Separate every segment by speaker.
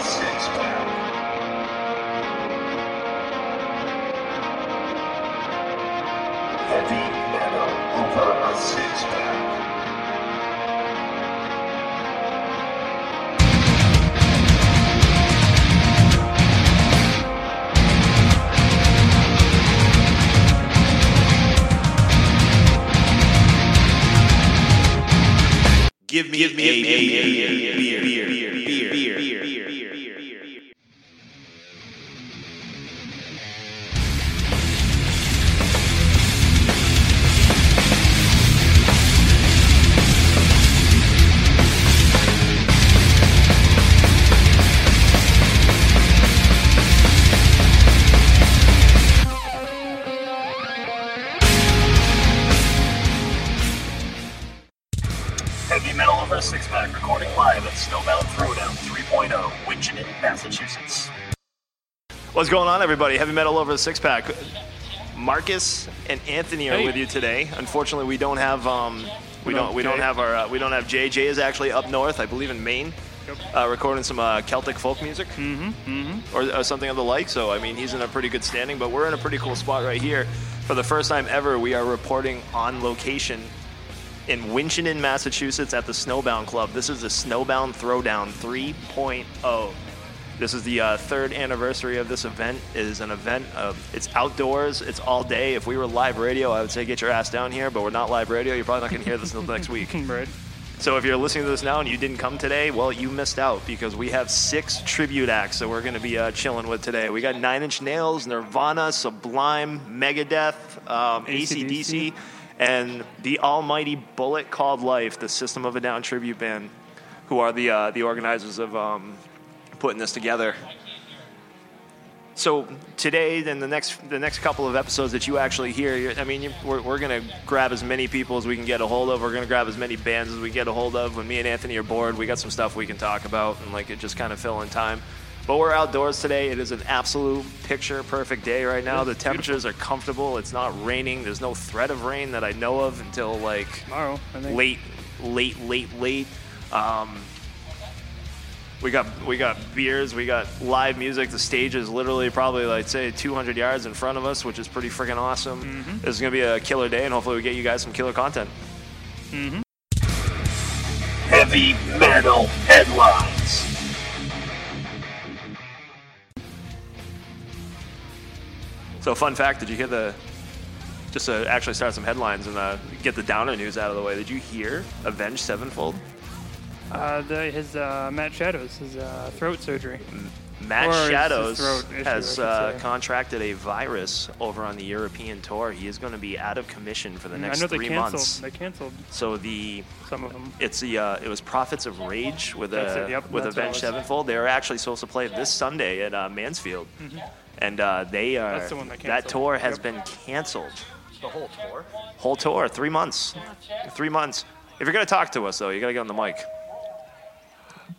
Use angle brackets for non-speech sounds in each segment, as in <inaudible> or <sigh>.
Speaker 1: six pound. Heavy metal over a six pound.
Speaker 2: Give me, give me a, a, a, beer, beer, beer, beer, beer, beer, beer, beer, beer.
Speaker 1: Heavy metal over a six pack recording live at Snowbound Throwdown 3.0, Winchendon, Massachusetts.
Speaker 3: What's going on, everybody? Heavy metal over the six pack. Marcus and Anthony are with you today. Unfortunately, we don't have um, we don't we don't have our uh, we don't have JJ is actually up north, I believe in Maine, uh, recording some uh, Celtic folk music or, or something of the like. So I mean, he's in a pretty good standing, but we're in a pretty cool spot right here. For the first time ever, we are reporting on location in Winchendon, Massachusetts, at the Snowbound Club. This is the Snowbound Throwdown oh. 3.0. This is the uh, third anniversary of this event. It is an event of it's outdoors, it's all day. If we were live radio, I would say get your ass down here, but we're not live radio. You're probably not going to hear this until next week.
Speaker 4: Right.
Speaker 3: So if you're listening to this now and you didn't come today, well, you missed out because we have six tribute acts that we're going to be uh, chilling with today. We got Nine Inch Nails, Nirvana, Sublime, Megadeth, um,
Speaker 4: AC/DC.
Speaker 3: ACDC, and the almighty Bullet Called Life, the System of a Down tribute band, who are the uh, the organizers of um, putting this together. So today, then the next the next couple of episodes that you actually hear, you're- I mean, you, we're, we're gonna grab as many people as we can get a hold of. We're gonna grab as many bands as we get a hold of. When me and Anthony are bored, we got some stuff we can talk about and like it just kind of fill in time. But we're outdoors today. It is an absolute picture perfect day right now. The temperatures are comfortable. It's not raining. There's no threat of rain that I know of until like
Speaker 4: Tomorrow, I think.
Speaker 3: late, late, late, late. Um, we got we got beers, we got live music. The stage is literally probably like say 200 yards in front of us, which is pretty freaking awesome.
Speaker 4: Mm-hmm.
Speaker 3: This is gonna be a killer day, and hopefully we get you guys some killer content.
Speaker 2: Mm-hmm.
Speaker 1: Heavy metal headlines.
Speaker 3: So, fun fact: Did you hear the? Just to actually start some headlines and uh, get the downer news out of the way. Did you hear Avenged Sevenfold?
Speaker 4: Uh, the, his uh, Matt Shadows, his uh, throat surgery.
Speaker 3: Matt
Speaker 4: Or it's his
Speaker 3: Shadows
Speaker 4: throat issue,
Speaker 3: has
Speaker 4: I
Speaker 3: uh,
Speaker 4: should say.
Speaker 3: contracted a virus over on the European tour. He is going to be out of commission for the next
Speaker 4: Mm, I know they
Speaker 3: three
Speaker 4: canceled.
Speaker 3: months.
Speaker 4: They canceled
Speaker 3: So the
Speaker 4: some of them.
Speaker 3: it's the uh, it was Prophets of Rage with
Speaker 4: That's
Speaker 3: a
Speaker 4: it, yep,
Speaker 3: with
Speaker 4: that's what it
Speaker 3: Avenged
Speaker 4: was.
Speaker 3: Sevenfold. They were actually supposed to play this Sunday at uh, Mansfield, and uh, they are
Speaker 4: Mm-hmm. That's the one that
Speaker 3: that
Speaker 4: canceled.
Speaker 3: tour has
Speaker 4: Yep.
Speaker 3: been canceled.
Speaker 5: The whole tour?
Speaker 3: Whole tour, three months, three months. If you're gonna talk to us though, you gotta get on the mic.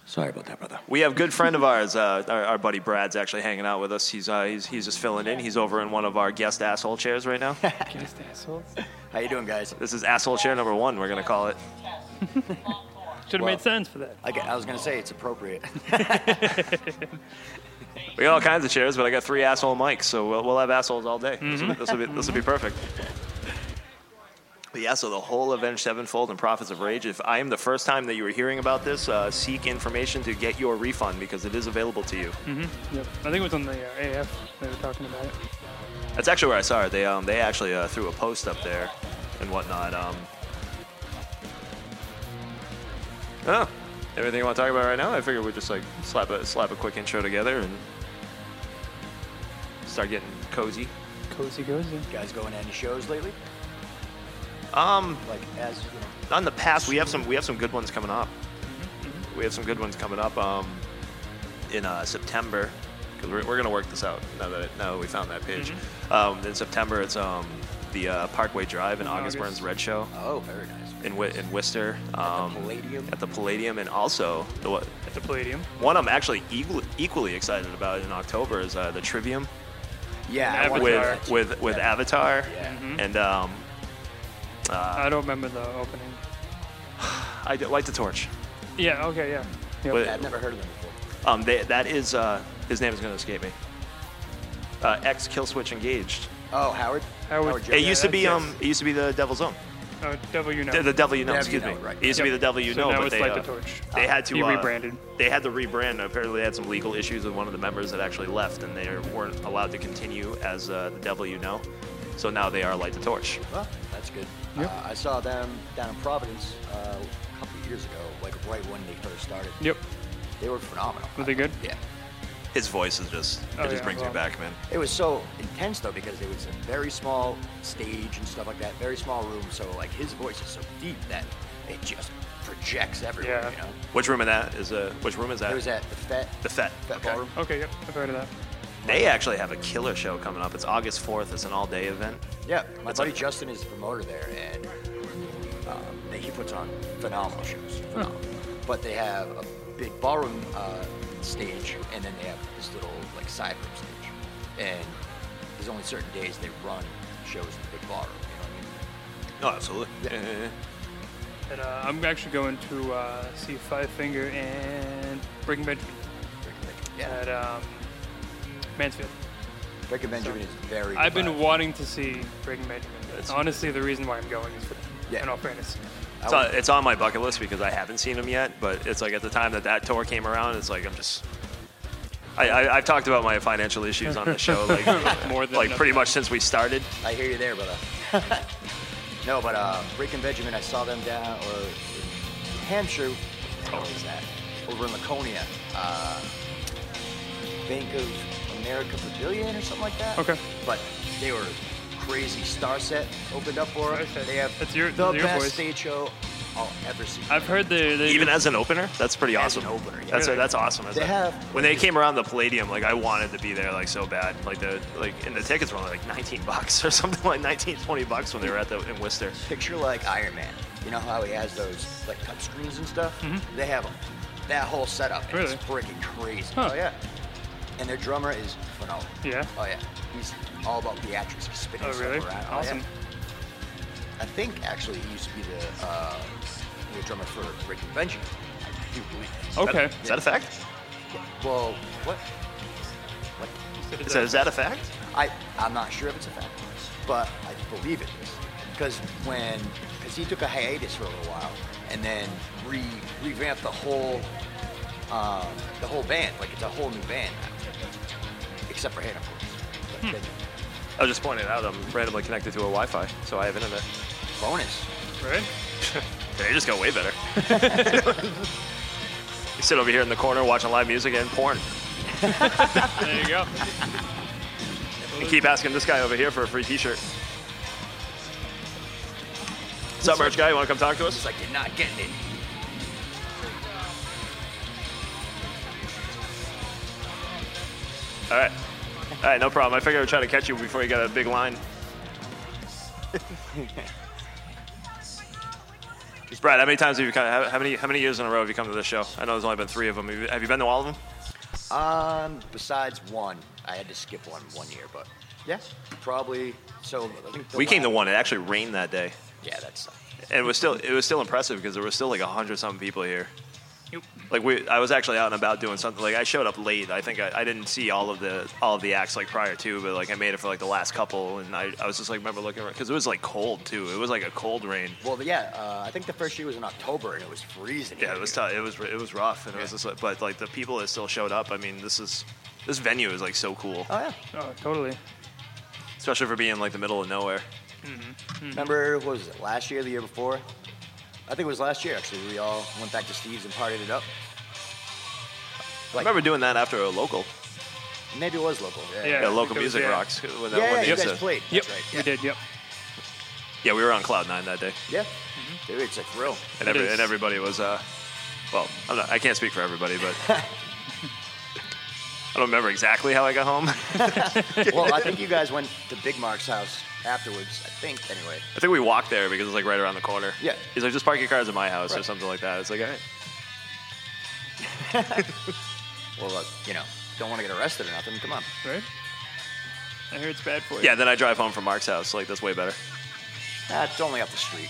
Speaker 5: Sorry about that, brother.
Speaker 3: We have a good friend of ours, uh, our, our buddy Brad's actually hanging out with us. He's, uh, he's he's just filling in. He's over in one of our guest asshole chairs right now.
Speaker 4: Guest assholes. Should
Speaker 5: <laughs> How you doing, guys?
Speaker 3: this is asshole chair number one. We're gonna call it.
Speaker 4: have
Speaker 5: Well-
Speaker 4: made sense for that.
Speaker 5: I, g- I was gonna say it's appropriate. <laughs>
Speaker 3: We got all kinds of chairs, but I got three asshole mics, so we'll, we'll have assholes all day. This will be- This will be this will be perfect. But yeah, so the whole Avenged Sevenfold and Prophets of Rage. If I am the first time that you are hearing about this, uh, seek information to get your refund because it is available to you.
Speaker 4: Yep. I think it was on the uh, AF. They were talking about it.
Speaker 3: That's actually where I saw it. They um, they actually uh, threw a post up there and whatnot. Um, oh, everything you want to talk about right now? I figured we'd just like slap a slap a quick intro together and start getting cozy.
Speaker 4: Cozy, cozy.
Speaker 5: You guys going to any shows lately? Hmm,
Speaker 3: Um,
Speaker 5: Like as you know,
Speaker 3: on the past, we have some we have some good ones coming up. We have some good ones coming up um, in uh, September because we're, we're gonna work this out now that now that we found that page.
Speaker 5: Mm-hmm.
Speaker 3: Um, in September, it's um, the uh, Parkway Drive and August,
Speaker 4: August.
Speaker 3: Burns Red Show
Speaker 5: oh, very nice.
Speaker 3: in Wi- in Worcester. Um,
Speaker 5: Palladium.
Speaker 3: at the Palladium, and also the what-
Speaker 4: At the Palladium.
Speaker 3: one I'm actually equally, equally excited about in October is uh, the Trivium
Speaker 5: Yeah,
Speaker 4: An
Speaker 5: I wanna
Speaker 4: Avatar.
Speaker 5: watch
Speaker 3: with
Speaker 5: it.
Speaker 3: with with Avatar,
Speaker 5: Yeah.
Speaker 3: and um, uh,
Speaker 4: I don't remember the opening.
Speaker 3: I d- light the torch.
Speaker 4: Yeah. Okay. Yeah. Yep.
Speaker 3: With-
Speaker 5: I've never heard of them before.
Speaker 3: Um, they, that is uh, his name is going to escape me. Uh, X Kill Switch Engaged.
Speaker 5: Oh, Howard.
Speaker 4: Howard-
Speaker 5: Jones.
Speaker 4: Yeah,
Speaker 3: it used to
Speaker 4: that-
Speaker 3: be
Speaker 4: yes.
Speaker 3: um, it used to be the Devil's Own.
Speaker 4: Oh, devil you know.
Speaker 3: The, the devil you know,
Speaker 5: Devil You
Speaker 3: excuse
Speaker 5: Know,
Speaker 3: me.
Speaker 5: right.
Speaker 3: It used to be the devil you
Speaker 4: So
Speaker 3: know,
Speaker 4: now
Speaker 3: but
Speaker 4: it's
Speaker 3: they
Speaker 4: Light
Speaker 3: uh,
Speaker 4: the Torch.
Speaker 3: they had to
Speaker 4: He
Speaker 3: uh,
Speaker 4: rebranded.
Speaker 3: They had to rebrand. Apparently, they had some legal issues with one of the members that actually left, and they weren't allowed to continue as uh, the devil you know. So now they are Light the Torch.
Speaker 5: Well, that's good.
Speaker 4: Yep.
Speaker 5: Uh, I saw them down in Providence uh, a couple of years ago, like right when they first started.
Speaker 4: Yep.
Speaker 5: They were phenomenal.
Speaker 4: Were they good?
Speaker 5: Yeah.
Speaker 3: His voice is just
Speaker 4: Oh,
Speaker 3: it just
Speaker 4: yeah,
Speaker 3: brings
Speaker 4: well.
Speaker 3: me back, man.
Speaker 5: It was so intense though because it was a very small stage and stuff like that, very small room. So like his voice is so deep that it just projects everywhere.
Speaker 4: Yeah.
Speaker 5: You know,
Speaker 3: Which room in that is uh, which room is that?
Speaker 5: it was at the Fet
Speaker 3: the Fet.
Speaker 5: Fet
Speaker 3: Okay.
Speaker 5: Ballroom.
Speaker 4: Okay, yep. I've heard of that.
Speaker 3: They actually have a killer show coming up. It's August 4th. It's an all-day event.
Speaker 5: Yeah, my
Speaker 3: That's
Speaker 5: buddy
Speaker 3: a-
Speaker 5: Justin is the promoter there, and um, he puts on phenomenal shows. Phenomenal. But they have a big ballroom uh, stage, and then they have this little like side room stage. And there's only certain days they run shows in the big ballroom. You
Speaker 3: Oh, absolutely.
Speaker 5: Yeah.
Speaker 3: Yeah, yeah, yeah.
Speaker 4: And, uh, I'm actually going to uh, see Five Finger and Breaking Benjamin
Speaker 5: know what I mean? Yeah,
Speaker 4: at um, Mansfield.
Speaker 5: Breaking Benjamin is very.
Speaker 4: I've been
Speaker 5: divisive.
Speaker 4: wanting to see Breaking Benjamin. That's honestly the reason why I'm going is for that.
Speaker 5: Yeah.
Speaker 4: In all fairness.
Speaker 5: I
Speaker 4: Oh.
Speaker 3: It's
Speaker 5: was-
Speaker 3: on, it's on my bucket list because I haven't seen them yet. But it's like at the time that that tour came around, it's like I'm just. I, I, I've talked about my financial issues on
Speaker 4: <laughs>
Speaker 3: the show like
Speaker 4: More than
Speaker 3: like
Speaker 4: enough.
Speaker 3: pretty much since we started.
Speaker 5: I hear you there, brother. <laughs> no, but uh, Rick and Benjamin, I saw them down or in Hampshire. Where was that? Over in Laconia, uh, Bank of America Pavilion or something like that.
Speaker 4: Okay.
Speaker 5: But they were crazy. Star Set opened up for us.
Speaker 4: Star Set.
Speaker 5: They have
Speaker 4: That's your-
Speaker 5: the
Speaker 4: that's your
Speaker 5: best
Speaker 4: voice.
Speaker 5: stage show I'll ever see.
Speaker 4: I've heard the, the
Speaker 3: Even as an opener, that's pretty
Speaker 5: As
Speaker 3: awesome.
Speaker 5: an opener, yeah.
Speaker 3: That's
Speaker 4: Really?
Speaker 3: that's awesome. Is
Speaker 5: They
Speaker 3: that-
Speaker 5: have-
Speaker 3: when they came around the Palladium, like I wanted to be there like so bad. Like the like and the tickets were only like 19 bucks or <laughs> something like 19 20 bucks when they were at the in Worcester.
Speaker 5: Picture like Iron Man. You know how he has those like touch screens and stuff? They have that whole setup. and
Speaker 4: Mm-hmm. Really?
Speaker 5: It's freaking crazy.
Speaker 4: Huh.
Speaker 5: Oh yeah. And their drummer is phenomenal.
Speaker 4: Yeah?
Speaker 5: Oh yeah. He's all about theatrics. He's spinning
Speaker 4: Oh
Speaker 5: stuff
Speaker 4: really?
Speaker 5: around. Oh,
Speaker 4: Awesome.
Speaker 5: yeah. I think actually he used to be the uh, the drummer for Great Convention. I do believe.
Speaker 4: Okay.
Speaker 3: Is that a fact?
Speaker 5: Well, what? What?
Speaker 3: Is that, is that a fact?
Speaker 5: I, I'm not sure if it's a fact, but I believe it is. Because when, because he took a hiatus for a little while and then re, revamped the whole, um, the whole band. Like it's a whole new band now, except for Hannah, of course. But then
Speaker 3: I was just pointing out I'm randomly connected to a Wi-Fi, so I have internet.
Speaker 5: Bonus.
Speaker 3: <laughs>
Speaker 4: Right?
Speaker 3: They just got way better. <laughs> you sit over here in the corner watching live music and porn.
Speaker 4: <laughs> There you go.
Speaker 3: And keep asking this guy over here for a free t-shirt. What's up, merch guy? You want to come talk to
Speaker 5: It's
Speaker 3: us?
Speaker 5: like you're not getting it.
Speaker 3: All right. All right, no problem. I figured I would try to catch you before you got a big line. Hmm. Brad, how many times have you come? How how many how many years in a row have you come to this show? I know there's only been three of them. Have you- Have you been to all of them?
Speaker 5: <laughs> Um, besides one, I had to skip one one year, but yeah, probably. So I think the
Speaker 3: we came to
Speaker 5: last-
Speaker 3: one. It actually rained that day,
Speaker 5: Yeah, that's.
Speaker 3: and it was still it was still impressive because there were still like hundred something people here.
Speaker 4: Yep.
Speaker 3: like we I was actually out and about doing something like I showed up late I think I, I didn't see all of the all of the acts like prior to but like I made it for like the last couple and I, I was just like remember looking around because it was like cold too it was like a cold rain
Speaker 5: Well, yeah, uh, I think the first year was in October and it was freezing.
Speaker 3: yeah it was tough it was it was rough and it was
Speaker 5: Yeah.
Speaker 3: just like but like the people that still showed up I mean this is this venue is like so cool
Speaker 5: Oh yeah.
Speaker 4: Oh, totally.
Speaker 3: especially for being like the middle of nowhere
Speaker 4: Mm-hmm.
Speaker 5: Remember, what was it, last year, the year before? I think it was last year, actually. We all went back to Steve's and partied it up.
Speaker 3: I remember doing that after a local
Speaker 5: Maybe it was local. Yeah,
Speaker 4: Yeah.
Speaker 3: yeah,
Speaker 4: I
Speaker 3: local
Speaker 4: think it was,
Speaker 3: music
Speaker 4: yeah.
Speaker 3: rocks when that
Speaker 5: Yeah, yeah,
Speaker 3: one
Speaker 5: you
Speaker 3: used
Speaker 5: guys
Speaker 3: to-
Speaker 5: played.
Speaker 4: Yep.
Speaker 5: That's right.
Speaker 4: We did. Yep.
Speaker 3: yeah we were on cloud nine that day
Speaker 5: Yeah. Dude, it's a thrill.
Speaker 3: and,
Speaker 4: Mm-hmm. It
Speaker 3: every,
Speaker 4: is.
Speaker 3: and everybody was uh, well I'm not, i can't speak for everybody
Speaker 5: <laughs>
Speaker 3: but i don't remember exactly how i got home <laughs> i
Speaker 5: well, I think you guys went to Big Mark's house afterwards, I think, anyway.
Speaker 3: think we walked there because it's like right around the corner
Speaker 5: Yeah.
Speaker 3: he's like just park your cars at my house or
Speaker 5: Right.
Speaker 3: something like that it's like all right
Speaker 5: <laughs> Well, uh, you know, don't want to get arrested or nothing. Come on.
Speaker 4: Right? I hear it's bad for you.
Speaker 3: yeah then i drive home from mark's house like that's way better
Speaker 5: <laughs> That's only up the street.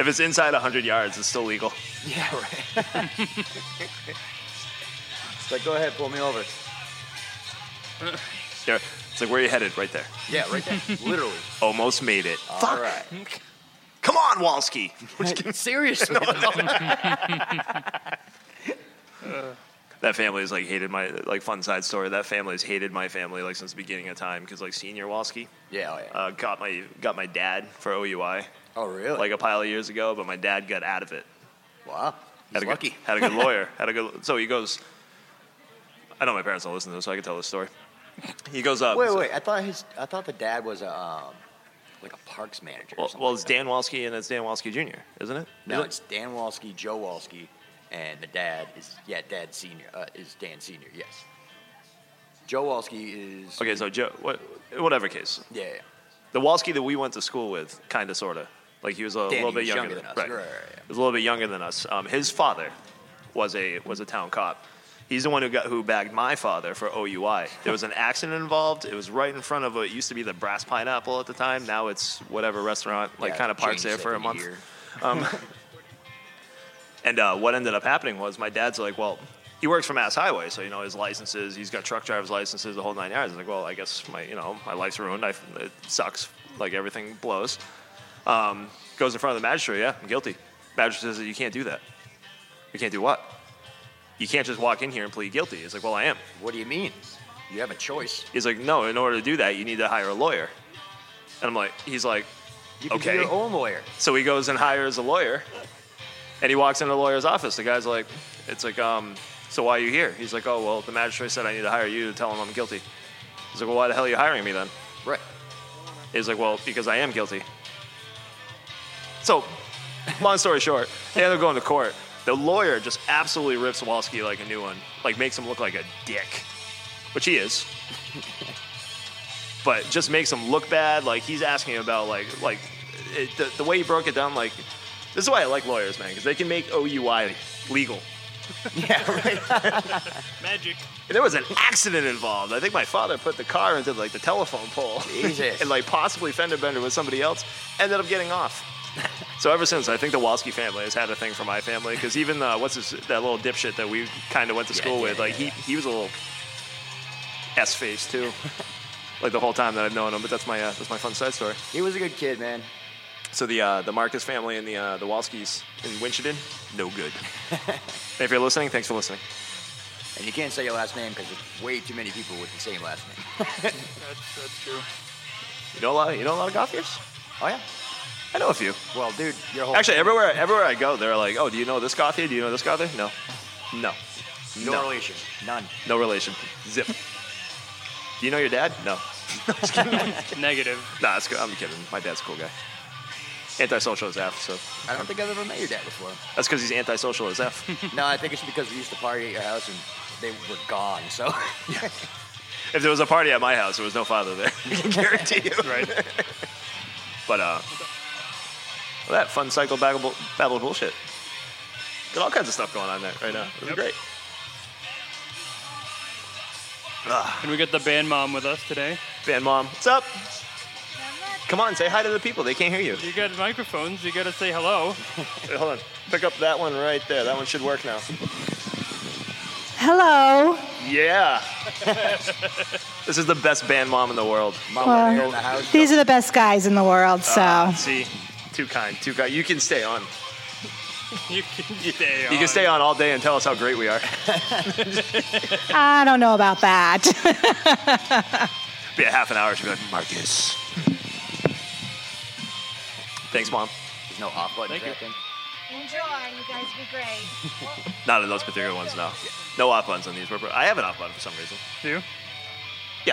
Speaker 3: If it's inside 100 yards, it's still legal.
Speaker 5: Yeah, right. it's like, go ahead, pull me over.
Speaker 3: There- It's like, where are you headed? Right there.
Speaker 5: Yeah,
Speaker 3: <laughs>
Speaker 5: right there. Literally.
Speaker 3: Almost made it. Fuck.
Speaker 5: All right.
Speaker 3: Come on, Walski.
Speaker 4: <laughs>
Speaker 5: <laughs> Seriously.
Speaker 6: <laughs>
Speaker 5: oh,
Speaker 3: That family has like hated my like fun side story. That family has hated my family like since the beginning of time because like senior Walski
Speaker 5: Yeah, oh, yeah.
Speaker 3: uh, got my got my dad for OUI
Speaker 5: oh, really?
Speaker 3: like a pile of years ago, but my dad got out of it.
Speaker 5: wow. He's
Speaker 3: a
Speaker 5: lucky.
Speaker 3: Good, <laughs> had a
Speaker 5: <laughs>
Speaker 3: good lawyer. Had a good. So he goes. I know my parents don't listen to this, so I can tell this story. He goes up.
Speaker 5: Wait, wait. I thought his. I thought the dad was a um, like a parks manager. or
Speaker 3: Well,
Speaker 5: something
Speaker 3: well,
Speaker 5: like
Speaker 3: it's
Speaker 5: that.
Speaker 3: Dan Walski and it's Dan Walski Jr., isn't it?
Speaker 5: No,
Speaker 3: Is it?
Speaker 5: it's Dan Walsky, Joe Walsky, and the dad is yeah, dad senior uh, is Dan senior. Yes. Joe Walsky is
Speaker 3: Okay, so Joe, what, whatever case,
Speaker 5: yeah, yeah.
Speaker 3: the Walski that we went to school with, kind of, sorta, like he was a little bit
Speaker 5: was
Speaker 3: younger,
Speaker 5: younger
Speaker 3: than,
Speaker 5: than us.
Speaker 3: Right.
Speaker 5: Right, right, right, yeah.
Speaker 3: He was a little bit younger than us. Um, his father was a was a town cop. He's the one who got who bagged my father for OUI. There
Speaker 5: <laughs>
Speaker 3: was an accident involved. It was right in front of what used to be the Brass Pineapple at the time. Now it's whatever restaurant, like
Speaker 5: Yeah,
Speaker 3: kind of parks
Speaker 5: changed
Speaker 3: there
Speaker 5: it
Speaker 3: for a
Speaker 5: in
Speaker 3: month. Um,
Speaker 5: year. <laughs>
Speaker 3: And uh, what ended up happening was my dad's like, well, he works for Mass Highway, so you know his licenses. He's got truck driver's licenses, the whole nine yards. I was like, well, I guess my you know my life's ruined. I, it sucks. Like everything blows. Um, goes in front of the magistrate. Yeah, I'm guilty. Magistrate says you can't do that. You can't do what? You can't just walk in here and plead guilty. It's like, well, I am.
Speaker 5: What do you mean? You have a choice.
Speaker 3: He's like, no. In order to do that, you need to hire a lawyer. And I'm like, he's like,
Speaker 5: You can
Speaker 3: Okay.
Speaker 5: be your own lawyer.
Speaker 3: So he goes and hires a lawyer, and he walks into the lawyer's office. The guy's like, "It's like, um, so why are you here?" He's like, "Oh, well, the magistrate said I need to hire you to tell him I'm guilty." He's like, "Well, why the hell are you hiring me then?"
Speaker 5: Right.
Speaker 3: He's like, "Well, because I am guilty." So, long story short, they end up going to court. The lawyer just absolutely rips Walski like a new one, like makes him look like a dick, which he is. but just makes him look bad. Like he's asking about like like it, the, the way he broke it down. Like this is why I like lawyers, man, because they can make OUI legal.
Speaker 4: Magic.
Speaker 3: And there was an accident involved. I think my father put the car into like the telephone pole, <laughs>
Speaker 5: Jesus.
Speaker 3: and like possibly fender bender with somebody else. Ended up getting
Speaker 5: <laughs>
Speaker 3: off. So ever since, I think the Walski family has had a thing for my family because even uh, what's his, that little dipshit that we kind of went to school
Speaker 5: yeah,
Speaker 3: with, like he he was a little s face
Speaker 5: <laughs>
Speaker 3: too, like the whole time that I've known him. But that's my uh, that's my fun side story.
Speaker 5: He was a good kid, man.
Speaker 3: So the uh, the Marcus family and the uh, the Walskis in Winchendon, no
Speaker 5: <laughs>
Speaker 3: good. if you're listening, thanks for listening.
Speaker 5: And you can't say your last name because there's way too many people with the same last name.
Speaker 4: <laughs> That's, that's true.
Speaker 3: You know a lot. Of, you know a lot of golfers.
Speaker 5: Oh yeah.
Speaker 3: I know a few.
Speaker 5: Well, dude, your whole
Speaker 3: Actually, everywhere everywhere I go, they're like, "Oh, do you know this goth here? Do you know this goth here?" No, no,
Speaker 5: no,
Speaker 3: no.
Speaker 5: relation, none.
Speaker 3: no relation. Zip. do you know your dad? No. <laughs>
Speaker 4: Negative.
Speaker 3: Nah, it's good. I'm kidding. My dad's a cool guy. Antisocial as F, so
Speaker 5: I don't think I've ever met your
Speaker 3: <laughs>
Speaker 5: dad before.
Speaker 3: that's because he's antisocial as F.
Speaker 5: no, I think it's because we used to party at your house and they were gone. So <laughs>
Speaker 3: if there was a party at my house, there was no father there. <laughs> I can guarantee you.
Speaker 4: Right.
Speaker 3: But uh, well, that fun cycle babble, babble bullshit. Got all kinds of stuff going on there right now. This is great.
Speaker 4: And we got the band mom with us today.
Speaker 3: Fan mom, what's up? Come on, say hi to the people. They can't hear you.
Speaker 4: You got microphones. You got to say hello.
Speaker 3: <laughs> Wait, hold on. Pick up that one right there. That one should work now.
Speaker 7: Hello.
Speaker 4: <laughs>
Speaker 3: Yeah. this is the best band mom in the world.
Speaker 5: mama there in
Speaker 7: Well,
Speaker 5: the house.
Speaker 7: These are the best guys in the world, so.
Speaker 3: See, too kind, too kind. You can stay <laughs> on.
Speaker 4: You can stay on.
Speaker 3: You can stay on all day and tell us how great we are.
Speaker 7: <laughs> I don't know about that.
Speaker 3: <laughs>
Speaker 7: <laughs>
Speaker 3: Be a half an hour. She'll be like, Marcus. Thanks, mom.
Speaker 5: There's no off button.
Speaker 4: Thank
Speaker 5: for
Speaker 4: you.
Speaker 5: that thing.
Speaker 7: Enjoy. You guys be great.
Speaker 3: Not in those particular ones, no. No off buttons on these. We're- I have an off button for some reason.
Speaker 4: You?
Speaker 3: Yeah.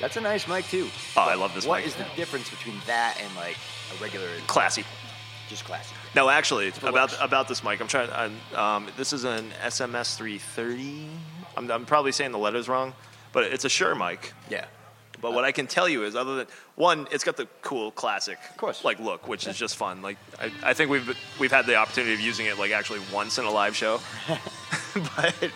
Speaker 5: That's a nice mic too.
Speaker 3: Oh, I love this
Speaker 5: What
Speaker 3: mic.
Speaker 5: is the difference between that and like a regular,
Speaker 3: Classy.
Speaker 5: just classic?
Speaker 3: No, actually, about
Speaker 5: works.
Speaker 3: about this mic, I'm trying. i um, this is an SMS 330. I'm, I'm probably saying the letters wrong, but it's a Shure mic.
Speaker 5: Yeah.
Speaker 3: But what I can tell you is, other than one, it's got the cool classic, of
Speaker 5: course.
Speaker 3: like look, which is just fun. Like I, I think we've we've had the opportunity of using it like actually once in a live show, but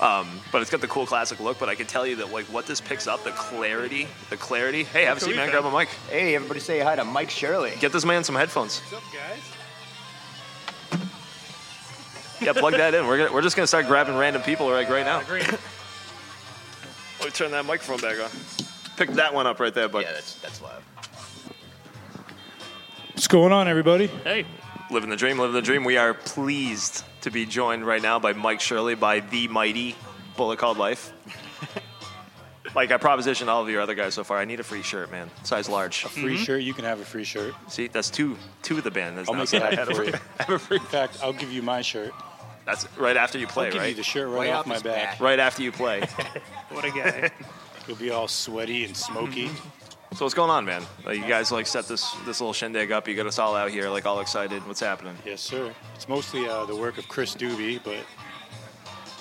Speaker 3: um, but it's got the cool classic look. But I can tell you that like what this picks up, the clarity, the clarity. Hey, have
Speaker 4: Look who
Speaker 3: a seat,
Speaker 4: we
Speaker 3: man.
Speaker 4: found.
Speaker 3: Grab a mic.
Speaker 5: Hey, everybody, say hi to Mike Shirley.
Speaker 3: Get this man some headphones.
Speaker 4: What's up, guys?
Speaker 3: Yeah, plug that in. We're, gonna, we're just going to start grabbing random people like right now.
Speaker 8: Agreed.
Speaker 3: Let me turn that microphone back on. Pick that one up right there, but
Speaker 5: Yeah, that's that's loud.
Speaker 6: What's going on, everybody?
Speaker 8: Hey,
Speaker 3: living the dream, living the dream. We are pleased to be joined right now by Mike Shirley, by the mighty Bullet Called
Speaker 8: <laughs>
Speaker 3: Life. Mike, I propositioned all of your other guys so far. I need a free shirt, man. Size large.
Speaker 6: Free
Speaker 8: Mm-hmm.
Speaker 6: shirt. You can have a free shirt.
Speaker 3: See, that's two two of the band. That's
Speaker 6: I'll
Speaker 3: not
Speaker 6: make it
Speaker 3: I
Speaker 6: happen
Speaker 3: had
Speaker 6: for
Speaker 3: a-
Speaker 6: <laughs>
Speaker 3: <laughs>
Speaker 6: you. In fact, I'll give you my shirt.
Speaker 3: That's right after you play,
Speaker 6: I'll give you
Speaker 3: right?
Speaker 6: the shirt right,
Speaker 5: Right
Speaker 6: off
Speaker 5: off
Speaker 6: my
Speaker 5: his
Speaker 6: back.
Speaker 5: back.
Speaker 3: right after you
Speaker 5: <laughs>
Speaker 3: play.
Speaker 4: What
Speaker 6: <laughs>
Speaker 4: a guy.
Speaker 6: You'll be all sweaty and smoky.
Speaker 3: so what's going on, man? Like, you guys like set this this little shindig up. You got us all out here, like all excited. What's happening?
Speaker 6: Yes, sir. It's mostly uh, the work of Chris Doobie, but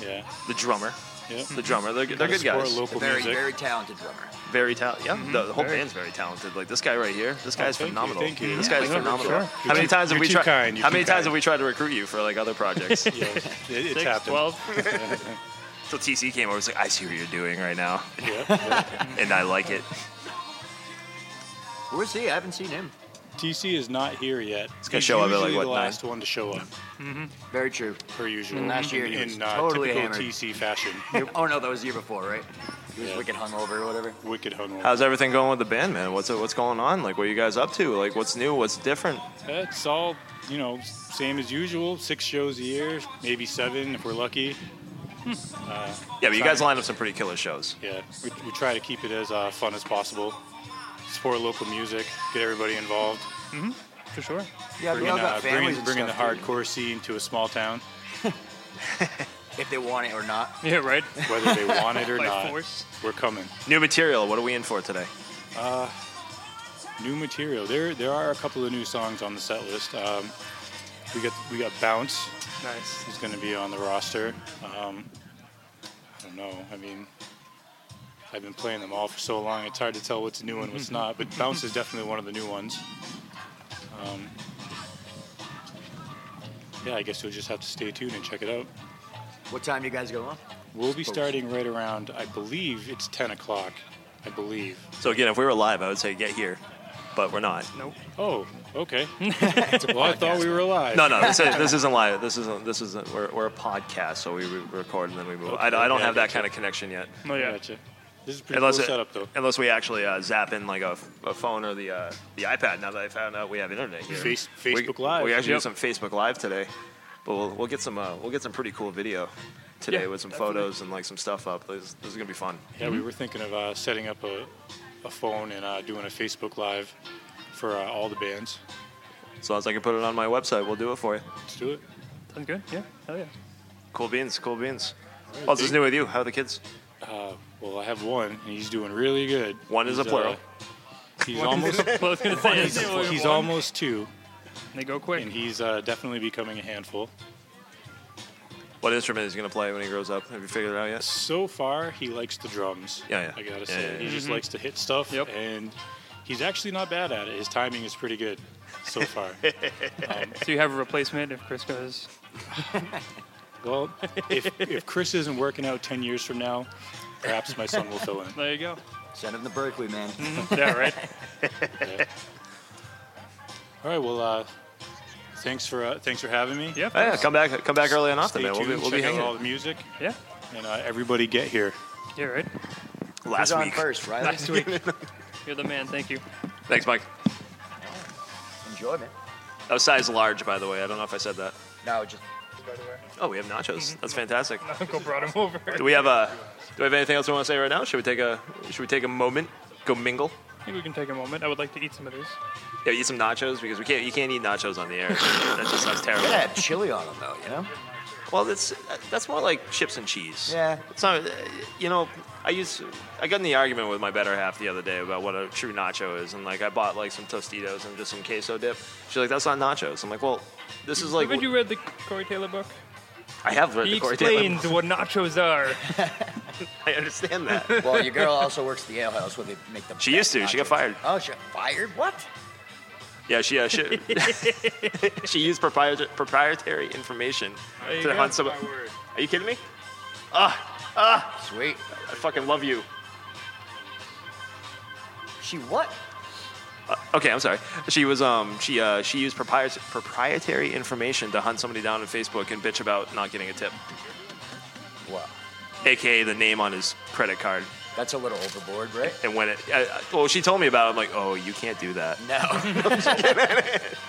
Speaker 6: yeah,
Speaker 3: The drummer,
Speaker 6: yeah.
Speaker 3: the drummer. They're, they're good
Speaker 6: Support
Speaker 3: guys.
Speaker 6: Local
Speaker 5: Very
Speaker 6: music.
Speaker 5: very talented drummer.
Speaker 3: Very talented. Yeah, the, the whole
Speaker 4: very.
Speaker 3: band's very talented. Like this guy right here. This guy's
Speaker 6: Mm-hmm. Oh, thank you, thank you.
Speaker 3: phenomenal. This
Speaker 6: Yeah,
Speaker 3: guy's
Speaker 6: sure,
Speaker 3: phenomenal.
Speaker 6: sure.
Speaker 3: How
Speaker 6: You're
Speaker 3: many
Speaker 6: too-
Speaker 3: times have
Speaker 6: you're
Speaker 3: we
Speaker 6: too
Speaker 3: tried?
Speaker 6: kind, you're
Speaker 3: How
Speaker 6: too
Speaker 3: many times
Speaker 6: kind.
Speaker 3: have we tried to recruit you for like other
Speaker 6: <laughs>
Speaker 3: projects?
Speaker 6: Yeah, it, it's
Speaker 4: Six,
Speaker 6: happened.
Speaker 4: 12.
Speaker 6: <laughs>
Speaker 3: so TC came over. Was like, I see what you're doing right now,
Speaker 6: Yeah, yeah.
Speaker 3: <laughs> and I like it.
Speaker 5: Where's he? I haven't seen him.
Speaker 6: TC is not here yet. It's
Speaker 3: gonna show up at, like, what,
Speaker 6: the
Speaker 3: nine?
Speaker 6: last one to show up,
Speaker 2: Mm-hmm.
Speaker 5: Very true.
Speaker 6: per usual.
Speaker 5: Last year he was
Speaker 6: in uh,
Speaker 5: totally
Speaker 6: typical
Speaker 5: hammered.
Speaker 6: TC fashion,
Speaker 5: <laughs> oh no, that was the year before, right? He was
Speaker 6: Yeah.
Speaker 5: wicked hungover or whatever.
Speaker 6: wicked hungover.
Speaker 3: How's everything going with the band, man? What's what's going on? Like, what are you guys up to? Like, what's new? What's different?
Speaker 6: It's all, you know, same as usual. Six shows a year, maybe seven if we're lucky.
Speaker 3: Hmm. Yeah, but you guys
Speaker 6: Sorry.
Speaker 3: lined up some pretty killer shows.
Speaker 6: Yeah, we, we try to keep it as uh, fun as possible. Support local music, get everybody involved.
Speaker 4: For sure.
Speaker 6: Mm-hmm.
Speaker 5: Yeah,
Speaker 6: Bring
Speaker 5: we
Speaker 6: in,
Speaker 5: all
Speaker 6: uh,
Speaker 5: got
Speaker 6: bring,
Speaker 5: families
Speaker 6: in-
Speaker 5: and
Speaker 6: bring in the
Speaker 5: stuff, dude.
Speaker 6: hardcore scene to a small town,
Speaker 5: If they want it or not.
Speaker 4: Yeah, right?
Speaker 6: whether
Speaker 4: <laughs>
Speaker 6: they want
Speaker 5: <laughs>
Speaker 6: it or
Speaker 4: By
Speaker 6: not.
Speaker 4: force.
Speaker 6: We're coming. Uh,
Speaker 3: New material. What are we in for today?
Speaker 6: New material. There, there are a couple of new songs on the set list. Um, we got, we got Bounce.
Speaker 4: Nice.
Speaker 6: He's going to be on the roster. Um, I don't know. I mean, I've been playing them all for so long. It's hard to tell what's new and
Speaker 3: <laughs>
Speaker 6: what's not. But Bounce is definitely one of the new ones. Um, yeah, I guess you'll just have to stay tuned and check it out.
Speaker 5: What time you guys go on?
Speaker 6: We'll be starting right around, I believe it's 10 o'clock. I believe.
Speaker 3: So again, if we were live, I would say get here, but we're not.
Speaker 6: Oh, <laughs> okay. well, I thought we were live.
Speaker 3: No, no, this, is,
Speaker 6: <laughs>
Speaker 3: this isn't live. This isn't. This isn't. We're, we're a podcast, so we re- record and then we move. I, I don't
Speaker 6: Okay, I
Speaker 3: have that
Speaker 6: gotcha.
Speaker 3: kind of connection yet,
Speaker 4: Oh, yeah.
Speaker 6: Gotcha. This is a pretty
Speaker 3: unless
Speaker 6: cool
Speaker 3: it-
Speaker 6: setup, though.
Speaker 3: unless we actually uh, zap in like a, a phone or the uh, the iPad. Now that I found out we have internet here,
Speaker 6: Face-
Speaker 3: We-
Speaker 6: Facebook Live.
Speaker 3: We actually
Speaker 4: Yep.
Speaker 3: did some Facebook Live today, but we'll, we'll get some uh, we'll get some pretty cool video today
Speaker 4: Yeah,
Speaker 3: with some
Speaker 4: definitely.
Speaker 3: photos and like some stuff up. Oh, This, this is gonna be fun.
Speaker 6: Yeah, we were thinking of uh, setting up a, a phone and uh, doing a Facebook Live for uh, all the bands.
Speaker 3: As long as I can put it on my website, we'll do it for you.
Speaker 6: Let's do it.
Speaker 4: Sounds good? Yeah. Hell yeah.
Speaker 3: Cool beans, cool beans. What's new with you? How are the kids?
Speaker 6: Uh, well, I have one, and he's doing really good.
Speaker 3: One is a
Speaker 6: He's,
Speaker 3: plural.
Speaker 6: uh, he's almost <laughs>
Speaker 4: Well, I was gonna say,
Speaker 6: he's,
Speaker 4: it's-
Speaker 6: he's almost two,
Speaker 4: They go quick.
Speaker 6: and he's uh, definitely becoming a handful.
Speaker 3: What instrument is he gonna play when he grows up? Have you figured it out yet?
Speaker 6: So far, he likes the drums.
Speaker 3: Yeah, yeah.
Speaker 6: I gotta
Speaker 3: Yeah,
Speaker 6: say,
Speaker 3: yeah, yeah.
Speaker 6: he just likes to hit stuff,
Speaker 4: Mm-hmm. Yep.
Speaker 6: and he's actually not bad at it. His timing is pretty good so
Speaker 3: <laughs>
Speaker 6: far.
Speaker 4: So you have a replacement if Chris goes.
Speaker 6: well, if, if Chris isn't working out ten years from now, perhaps my son will fill in.
Speaker 4: There you go.
Speaker 5: Send him to
Speaker 6: <laughs>
Speaker 5: Berkeley, man.
Speaker 4: <laughs> Yeah, right?
Speaker 6: Yeah. All right. Well, uh, thanks for uh, thanks for having me.
Speaker 4: Yep.
Speaker 3: Oh, Yeah, come back, come back early and often,
Speaker 6: Stay
Speaker 3: man. We'll
Speaker 6: tuned.
Speaker 3: be, we'll be
Speaker 6: check out
Speaker 3: hanging.
Speaker 6: all the music,
Speaker 4: Yeah.
Speaker 6: and uh, everybody get here.
Speaker 4: Yeah, right?
Speaker 5: He's
Speaker 3: last
Speaker 5: on
Speaker 3: week.
Speaker 5: first, right?
Speaker 4: Last
Speaker 3: <laughs>
Speaker 4: week. You're the man. Thank you.
Speaker 3: Thanks, Mike.
Speaker 5: Enjoy, man.
Speaker 3: That was size large, by the way. I don't know if I said that.
Speaker 5: No, just
Speaker 3: Oh, we have
Speaker 6: Mm-hmm.
Speaker 3: nachos. That's fantastic.
Speaker 4: Uncle brought him over.
Speaker 3: Do we have a? Do we have anything else we want to say right now? Should we take a? Should we take a moment? Go mingle.
Speaker 4: I think we can take a moment. I would like to eat some of these.
Speaker 3: Yeah, eat some nachos because we can't. You can't eat nachos on the air. that just sounds terrible. Oh,
Speaker 5: gotta have chili on him though, you know?
Speaker 3: Well, that's that's more like chips and cheese.
Speaker 5: Yeah.
Speaker 3: It's not. You know, I used. I got in the argument with my better half the other day about what a true nacho is, and like I bought like some Tostitos and just some queso dip. She's like, "That's not nachos." I'm like, "Well, this is like."
Speaker 4: Haven't you read the Corey Taylor book?
Speaker 3: I have read
Speaker 4: He
Speaker 3: the Corey Taylor.
Speaker 4: explains what nachos
Speaker 3: <laughs>
Speaker 4: are.
Speaker 3: <laughs> I understand that.
Speaker 5: Well, your girl also works at the ale house where they make the.
Speaker 3: She used
Speaker 5: best
Speaker 3: to. She got
Speaker 5: nachos.
Speaker 3: fired.
Speaker 5: Oh, she got fired? What?
Speaker 3: Yeah, she
Speaker 4: <laughs>
Speaker 3: uh, she, <laughs> she used proprietary, proprietary information
Speaker 4: There you
Speaker 3: to
Speaker 4: go.
Speaker 3: hunt some. Are you kidding me? Ah,
Speaker 5: Sweet.
Speaker 3: I fucking love you.
Speaker 5: She what?
Speaker 3: Uh, okay, I'm sorry. She was um she uh she used proprietary proprietary information to hunt somebody down on Facebook and bitch about not getting a tip,
Speaker 5: Wow.
Speaker 3: aka the name on his credit card.
Speaker 5: That's a little overboard, right?
Speaker 3: <laughs> And when it, I, I- well, she told me about. it. I'm like, oh, you can't do that. <laughs>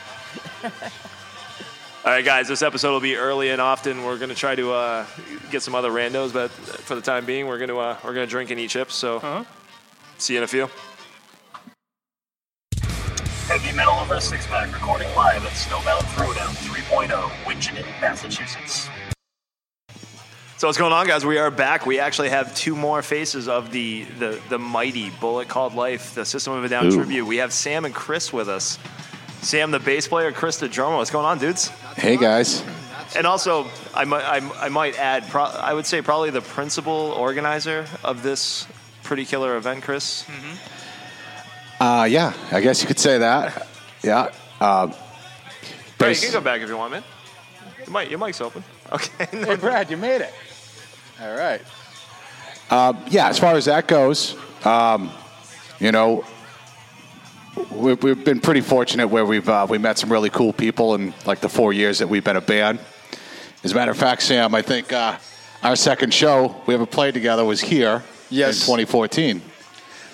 Speaker 9: Oh,
Speaker 5: No.
Speaker 3: All right, guys, this episode will be early and often. We're gonna try to uh, get some other randos, but for the time being, we're gonna uh, we're gonna drink and eat chips. So,
Speaker 4: Huh?
Speaker 3: see you in a few.
Speaker 1: Heavy metal over a six pack recording live at Snowbound Throwdown 3.0, Winchendon, Massachusetts.
Speaker 3: So what's going on, guys? We are back. We actually have two more faces of the the, the mighty Bullet Called Life, the System of a Down
Speaker 2: Ooh.
Speaker 3: tribute. We have Sam and Chris with us. Sam, the bass player, Chris, the drummer. What's going on, dudes?
Speaker 8: Hey guys,
Speaker 3: And also, I might I, I might add, pro- I would say probably the principal organizer of this pretty killer event, Chris.
Speaker 8: uh, yeah, I guess you could say that. Yeah, uh,
Speaker 3: Hey, you
Speaker 8: bas-
Speaker 3: can go back if you want, man. Your, mic, your mic's open. <laughs> Okay.
Speaker 8: Hey, Brad, you made it. All right. Um, yeah, as far as that goes, um, you know, we, we've been pretty fortunate where we've uh, we met some really cool people in like the four years that we've been a band. As a matter of fact, Sam, I think uh, our second show we ever played together was here
Speaker 10: Yes.
Speaker 8: in 2014.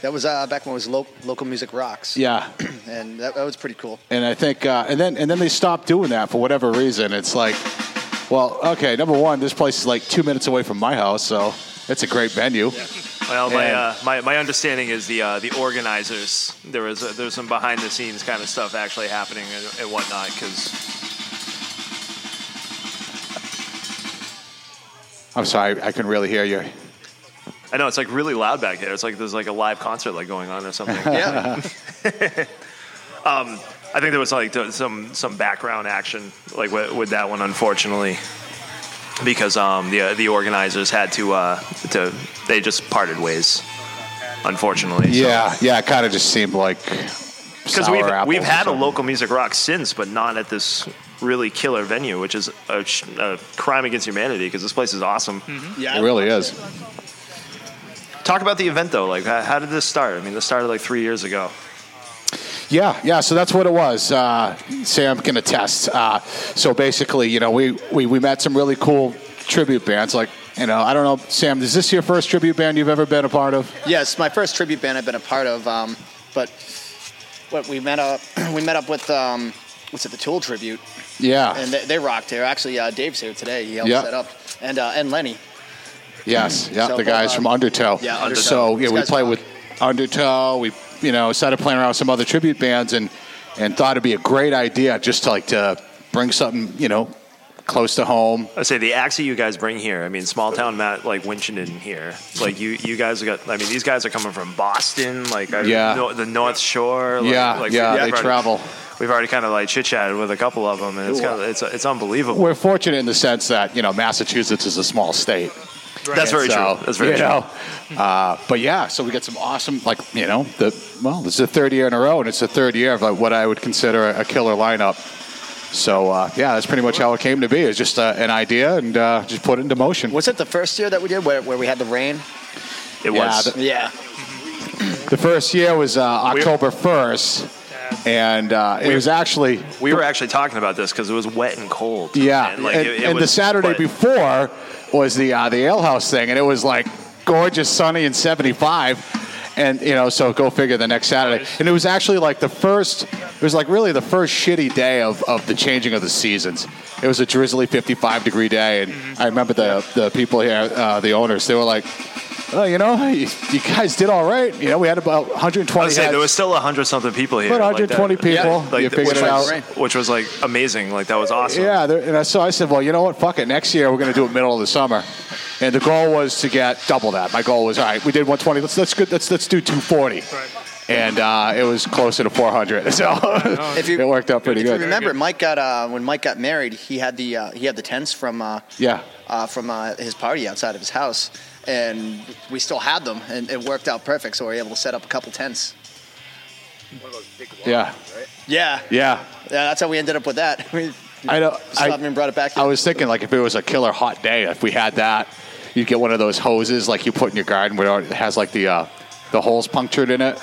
Speaker 10: That was uh, back when it was lo- local music rocks.
Speaker 8: Yeah,
Speaker 10: and that, that was pretty cool.
Speaker 8: and I think uh, and then and then they stopped doing that for whatever reason. It's like, well, okay, number one, this place is like two minutes away from my house, so it's a great venue.
Speaker 3: Well, my,
Speaker 8: And-
Speaker 3: uh, my, my understanding is the uh, the organizers there was uh, there's some behind the scenes kind of stuff actually happening and, and whatnot because
Speaker 8: I'm sorry, I couldn't really hear you.
Speaker 3: I know it's like really loud back here. It's like there's like a live concert like going on
Speaker 8: <laughs>
Speaker 3: or something. <laughs> Um,
Speaker 10: Yeah.
Speaker 3: I think there was like th- some some background action like with, with that one, unfortunately, because um, the uh, the organizers had to uh, to they just parted ways, unfortunately.
Speaker 8: Yeah, yeah, it kind of just seemed like
Speaker 3: because
Speaker 8: because
Speaker 3: we've we've had a local music rock since, but not at this really killer venue, which is a, sh- a crime against humanity because this place is awesome.
Speaker 2: Mm-hmm.
Speaker 8: It really is.
Speaker 3: Talk about the event though. Like, how, how did this start? I mean, this started like three years ago.
Speaker 8: Yeah, yeah. So that's what it was. Uh, Sam can attest. Uh, so basically, you know, we, we we met some really cool tribute bands. Like, you know, I don't know, Sam, is this your first tribute band you've ever been a part of?
Speaker 10: yes, my first tribute band I've been a part of. Um, but what we met up, <clears throat> we met up with um, what's it, the Tool tribute,
Speaker 8: Yeah.
Speaker 10: and they, they rocked here. Actually, uh, Dave's here today. He helped
Speaker 8: Yeah.
Speaker 10: set up, and uh, and Lenny.
Speaker 8: Yes, yeah,
Speaker 10: So,
Speaker 8: the guys
Speaker 10: uh,
Speaker 8: from Undertow.
Speaker 10: yeah, Undertow.
Speaker 8: So yeah,
Speaker 10: These
Speaker 8: we
Speaker 10: guys
Speaker 8: played
Speaker 10: rock.
Speaker 8: with Undertow. We you know started playing around with some other tribute bands and and thought it'd be a great idea just to like to bring something you know close to home.
Speaker 3: I say the acts that you guys bring here. I mean, small town Matt like Winchendon here. Like you, you guys have got. I mean, these guys are coming from Boston. Like I,
Speaker 8: Yeah.
Speaker 3: no, the North Shore. Like,
Speaker 8: yeah,
Speaker 3: like,
Speaker 8: yeah,
Speaker 3: we've
Speaker 8: they
Speaker 3: already-
Speaker 8: travel.
Speaker 3: We've already kind of like chit chatted with a couple of them, and it's kind of it's it's unbelievable.
Speaker 8: We're fortunate in the sense that you know Massachusetts is a small state.
Speaker 3: That's very
Speaker 8: so,
Speaker 3: true. That's very
Speaker 8: you
Speaker 3: true.
Speaker 8: know, uh, but yeah, so we got some awesome, like you know, the well, this is the third year in a row, and it's the third year of like, what I would consider a, a killer lineup. So uh, yeah, that's pretty much how it came to be. It's just uh, an idea and uh, just put it into motion.
Speaker 10: Was it the first year that we did where, where we had the rain?
Speaker 3: It
Speaker 8: Yeah,
Speaker 3: was.
Speaker 8: the-
Speaker 10: Yeah,
Speaker 8: the first year was uh, October first, and uh, it was actually
Speaker 3: we were actually talking about this because it was wet and cold.
Speaker 8: Yeah,
Speaker 3: and,
Speaker 8: and,
Speaker 3: like,
Speaker 8: and,
Speaker 3: it- it
Speaker 8: the
Speaker 3: was-
Speaker 8: Saturday
Speaker 3: but-
Speaker 8: before was the uh, the alehouse thing, and it was like gorgeous, sunny, and seventy five. And you know, so go figure. The next Saturday, and it was actually like the first. It was like really the first shitty day of, of the changing of the seasons. It was a drizzly fifty-five degree day, and
Speaker 3: Mm-hmm.
Speaker 8: I remember the the people here, uh, the owners. They were like, "Oh, you know, you, you guys did all right. You know, we had about one hundred
Speaker 3: I
Speaker 8: twenty.
Speaker 3: was saying there was still hundred something people here.
Speaker 8: About
Speaker 3: like that.
Speaker 8: 120 people.
Speaker 3: Like,
Speaker 8: You
Speaker 3: that-
Speaker 8: figured
Speaker 3: which,
Speaker 8: it
Speaker 3: was,
Speaker 8: out.
Speaker 3: which was like amazing. Like that was awesome.
Speaker 8: Yeah, there, and I- so I said, well, you know what? Fuck it. Next year we're going to do it middle of the summer, and the goal was to get double that. My goal was, all right, we did 120. Let's let's good, let's let's do 240,
Speaker 4: Right.
Speaker 8: and uh, it was closer to 400. <laughs> So
Speaker 10: If you-
Speaker 8: it worked out Oh, pretty
Speaker 10: if you
Speaker 8: good.
Speaker 10: remember, Mike got uh, when Mike got married, he had the uh, he had the tents from uh,
Speaker 8: Yeah.
Speaker 10: uh, from uh, his party outside of his house, and we still had them, and it worked out perfect. So we were able to set up a couple tents.
Speaker 8: Yeah,
Speaker 10: Yeah, yeah.
Speaker 8: yeah.
Speaker 10: That's how we ended up with that. <laughs> We
Speaker 8: I know.
Speaker 10: stopped
Speaker 8: I,
Speaker 10: and brought it back.
Speaker 8: I was thinking like if it was a killer hot day, if we had that, you'd get one of those hoses like you put in your garden where it has like the uh, the holes punctured in it,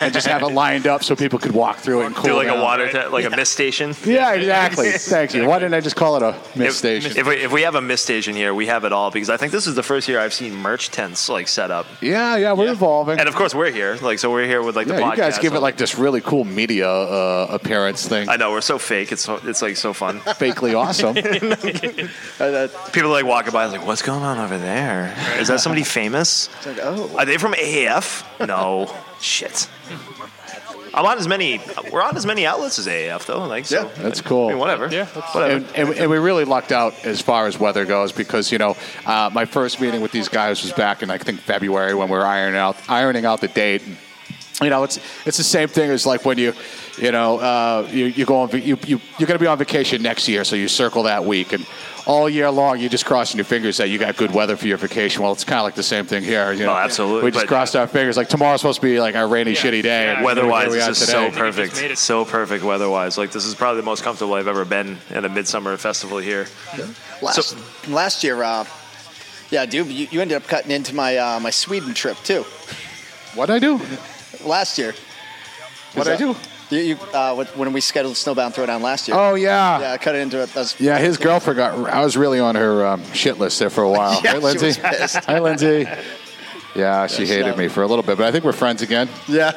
Speaker 8: and just
Speaker 10: <laughs>
Speaker 8: have it lined up so people could walk through it and cool
Speaker 3: Do like
Speaker 8: down.
Speaker 3: a water, te- like a mist station.
Speaker 8: Yeah, exactly. Thank you. Why didn't I just call it a
Speaker 3: If-
Speaker 8: mist station?
Speaker 3: If we, if we have a mist station here, we have it all because I think this is the first year I've seen merch tents like set up.
Speaker 8: yeah, yeah, we're evolving.
Speaker 3: And of course, we're here. Like, so we're here with like the
Speaker 8: yeah,
Speaker 3: podcast.
Speaker 8: you guys give it
Speaker 3: on.
Speaker 8: like this really cool media uh, appearance thing.
Speaker 3: I know we're so fake. It's so, it's like so fun.
Speaker 8: Fakely
Speaker 3: <laughs>
Speaker 4: <laughs>
Speaker 8: awesome.
Speaker 10: Uh, that-
Speaker 3: People like walking by, like, what's going on over there? Is that somebody famous?
Speaker 10: it's like, oh,
Speaker 3: Are they from AAF? No, shit. I'm on as many. We're on as many outlets as AAF though. Like, so,
Speaker 10: Yeah,
Speaker 8: that's cool.
Speaker 3: I mean, whatever.
Speaker 4: Yeah, that's-
Speaker 3: whatever.
Speaker 8: and, and, and we really lucked out as far as weather goes because you know uh, my first meeting with these guys was back in I think February when we were ironing out ironing out the date. And, you know, it's it's the same thing as like when you, you know, uh, you you go on va- you you you're gonna be on vacation next year, so you circle that week, and all year long you're just crossing your fingers that you got good weather for your vacation. Well, it's kind of like the same thing here. You know?
Speaker 3: Oh, absolutely,
Speaker 8: We just
Speaker 3: but-
Speaker 8: crossed our fingers. Like tomorrow's supposed to be like our rainy,
Speaker 4: Yeah,
Speaker 8: shitty day.
Speaker 4: yeah.
Speaker 8: and here
Speaker 3: Weather-wise,
Speaker 8: we
Speaker 3: it's
Speaker 8: are
Speaker 3: just
Speaker 8: today.
Speaker 3: so perfect.
Speaker 4: made it.
Speaker 3: So perfect weather-wise. Like this is probably the most comfortable I've ever been at a midsummer festival here.
Speaker 10: last
Speaker 3: So-
Speaker 10: last year, uh, yeah, dude, you, you ended up cutting into my uh, my Sweden trip too
Speaker 8: What I do?
Speaker 10: last year.
Speaker 8: What I do?
Speaker 10: You, you uh, when- when we scheduled Snowbound Throwdown last year.
Speaker 8: Oh yeah.
Speaker 10: Yeah, I cut it into it. That's,
Speaker 8: Yeah, his girlfriend got. I was really on her um, shit list there for a while.
Speaker 10: <laughs> Yeah,
Speaker 8: right,
Speaker 10: she was
Speaker 8: Lindsay?
Speaker 10: pissed.
Speaker 8: Hi, Lindsay. Yeah, she hated
Speaker 10: so-
Speaker 8: me for a little bit, but I think we're friends again.
Speaker 10: <laughs> yeah.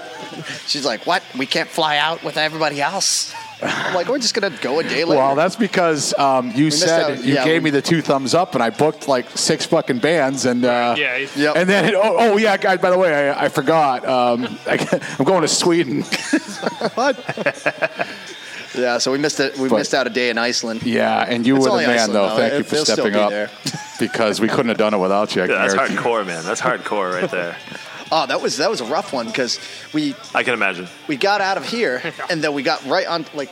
Speaker 10: She's like, what? We can't fly out with everybody else. I'm like, we're just gonna go a day later.
Speaker 8: Well, that's because um, you
Speaker 10: missed
Speaker 8: said
Speaker 10: out.
Speaker 8: you
Speaker 10: Yeah,
Speaker 8: gave
Speaker 10: we-
Speaker 8: me the two thumbs up, and I booked like six fucking bands, and uh,
Speaker 4: Yeah, it's-
Speaker 10: Yep.
Speaker 8: and then oh, oh yeah, guys. By the way, I, I forgot. Um, <laughs> I, I'm going to Sweden. what?
Speaker 10: yeah, so we missed it. We
Speaker 8: But-
Speaker 10: missed out a day in Iceland.
Speaker 8: Yeah, Uh, and you
Speaker 10: It's
Speaker 8: were the
Speaker 10: only
Speaker 8: man
Speaker 10: Iceland,
Speaker 8: though.
Speaker 10: though.
Speaker 8: Thank
Speaker 10: It-
Speaker 8: you for
Speaker 10: they'll still
Speaker 8: stepping
Speaker 10: be
Speaker 8: up
Speaker 10: there.
Speaker 8: <laughs> because we couldn't have done it without you. I can
Speaker 3: Yeah, <laughs> that's
Speaker 8: guarantee.
Speaker 3: hardcore, man. That's hardcore right there.
Speaker 10: <laughs> Oh, that was that was a rough one because we
Speaker 3: I can imagine.
Speaker 10: we got out of
Speaker 3: <laughs>
Speaker 10: here and then we got right on like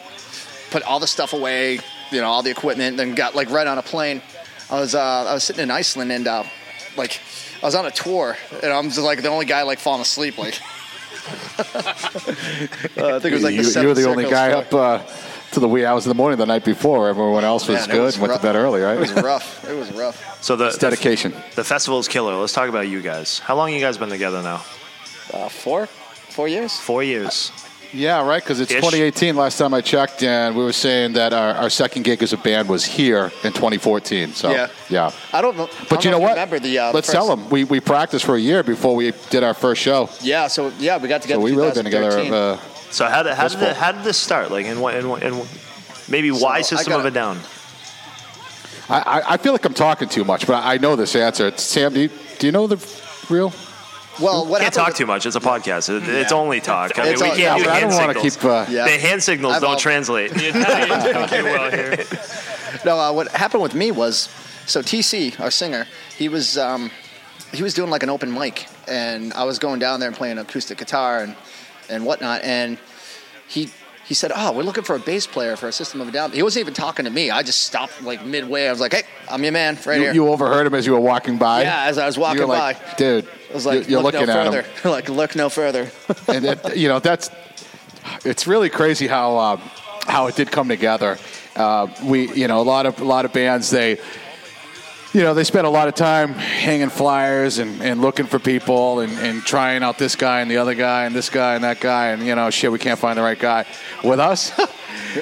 Speaker 10: put all the stuff away you know all the equipment and then got like right on a plane i was uh i was sitting in iceland and uh like i was on a tour and i'm just like the only guy like falling
Speaker 8: <laughs>
Speaker 10: asleep like <laughs> Uh, I think it was like
Speaker 8: you,
Speaker 10: the
Speaker 8: you
Speaker 10: Seven
Speaker 8: were the only
Speaker 10: Circles
Speaker 8: guy
Speaker 10: tour.
Speaker 8: up uh, to the wee hours in the morning the night before. Everyone else was
Speaker 10: Man, it
Speaker 8: good
Speaker 10: was
Speaker 8: and went to
Speaker 10: rough.
Speaker 8: bed early, right?
Speaker 10: It was rough. It was rough.
Speaker 3: So the
Speaker 8: It's dedication.
Speaker 3: the festival is killer. Let's talk about you guys. How long you guys been together now?
Speaker 10: Uh, four, four years.
Speaker 3: Four years.
Speaker 8: Yeah, right. Because it's
Speaker 3: Ish.
Speaker 8: 2018. Last time I checked, and we were saying that our, our second gig as a band was here in 2014. So
Speaker 10: Yeah.
Speaker 8: yeah.
Speaker 10: I don't know.
Speaker 8: But
Speaker 10: I
Speaker 8: you know
Speaker 10: don't
Speaker 8: what?
Speaker 10: Remember the uh,
Speaker 8: Let's <laughs>
Speaker 10: first-
Speaker 8: tell them we, we practiced for a year before we did our first show.
Speaker 10: Yeah. So yeah, we got together.
Speaker 8: So we really been together.
Speaker 10: 2013.
Speaker 8: Uh,
Speaker 3: So how did how
Speaker 8: This
Speaker 3: did, the,
Speaker 8: fall.
Speaker 3: how did this start? Like in what in, what- in what- maybe
Speaker 10: I
Speaker 3: why system of
Speaker 10: gotta-
Speaker 3: a down?
Speaker 8: uh, I, I- I feel like I'm talking too much, but I I know this answer. Sam, do you, do you know the real?
Speaker 10: well, what
Speaker 3: Can't
Speaker 10: happened
Speaker 3: talk
Speaker 10: with-
Speaker 3: too much. It's a podcast. It- It's
Speaker 4: Yeah.
Speaker 3: only talk. I mean,
Speaker 10: It's
Speaker 3: we
Speaker 10: all-
Speaker 3: can't
Speaker 10: yeah,
Speaker 3: do
Speaker 8: but I
Speaker 3: hand
Speaker 8: don't want to
Speaker 3: signals.
Speaker 8: keep. Uh,
Speaker 10: Yeah.
Speaker 3: The hand signals
Speaker 10: I've
Speaker 3: don't
Speaker 10: all- <laughs>
Speaker 3: translate. <laughs>
Speaker 4: The Italians don't do well here.
Speaker 10: No, uh, what happened with me was so TC, our singer, he was um, he was doing like an open mic, and I was going down there and playing acoustic guitar and and whatnot, and he. He said, "Oh, we're looking for a bass player for a System of a Down." He wasn't even talking to me. I just stopped like midway. I was like, "Hey, I'm your man, right
Speaker 8: You,
Speaker 10: here."
Speaker 8: you overheard him as you were walking by.
Speaker 10: Yeah, as I was walking
Speaker 8: You're like,
Speaker 10: by.
Speaker 8: dude.
Speaker 10: I was like,
Speaker 8: you're, you're
Speaker 10: "Look
Speaker 8: looking
Speaker 10: no
Speaker 8: at
Speaker 10: further." <laughs>
Speaker 8: him,
Speaker 10: like, look
Speaker 8: <laughs>
Speaker 10: no further.
Speaker 8: and it, you know that's. It's really crazy how um, how it did come together. Uh, we, you know, a lot of a lot of bands they. You know, they spend a lot of time hanging flyers and, and looking for people and, and trying out this guy and the other guy and this guy and that guy and you know shit we can't find the right guy. With us, <laughs>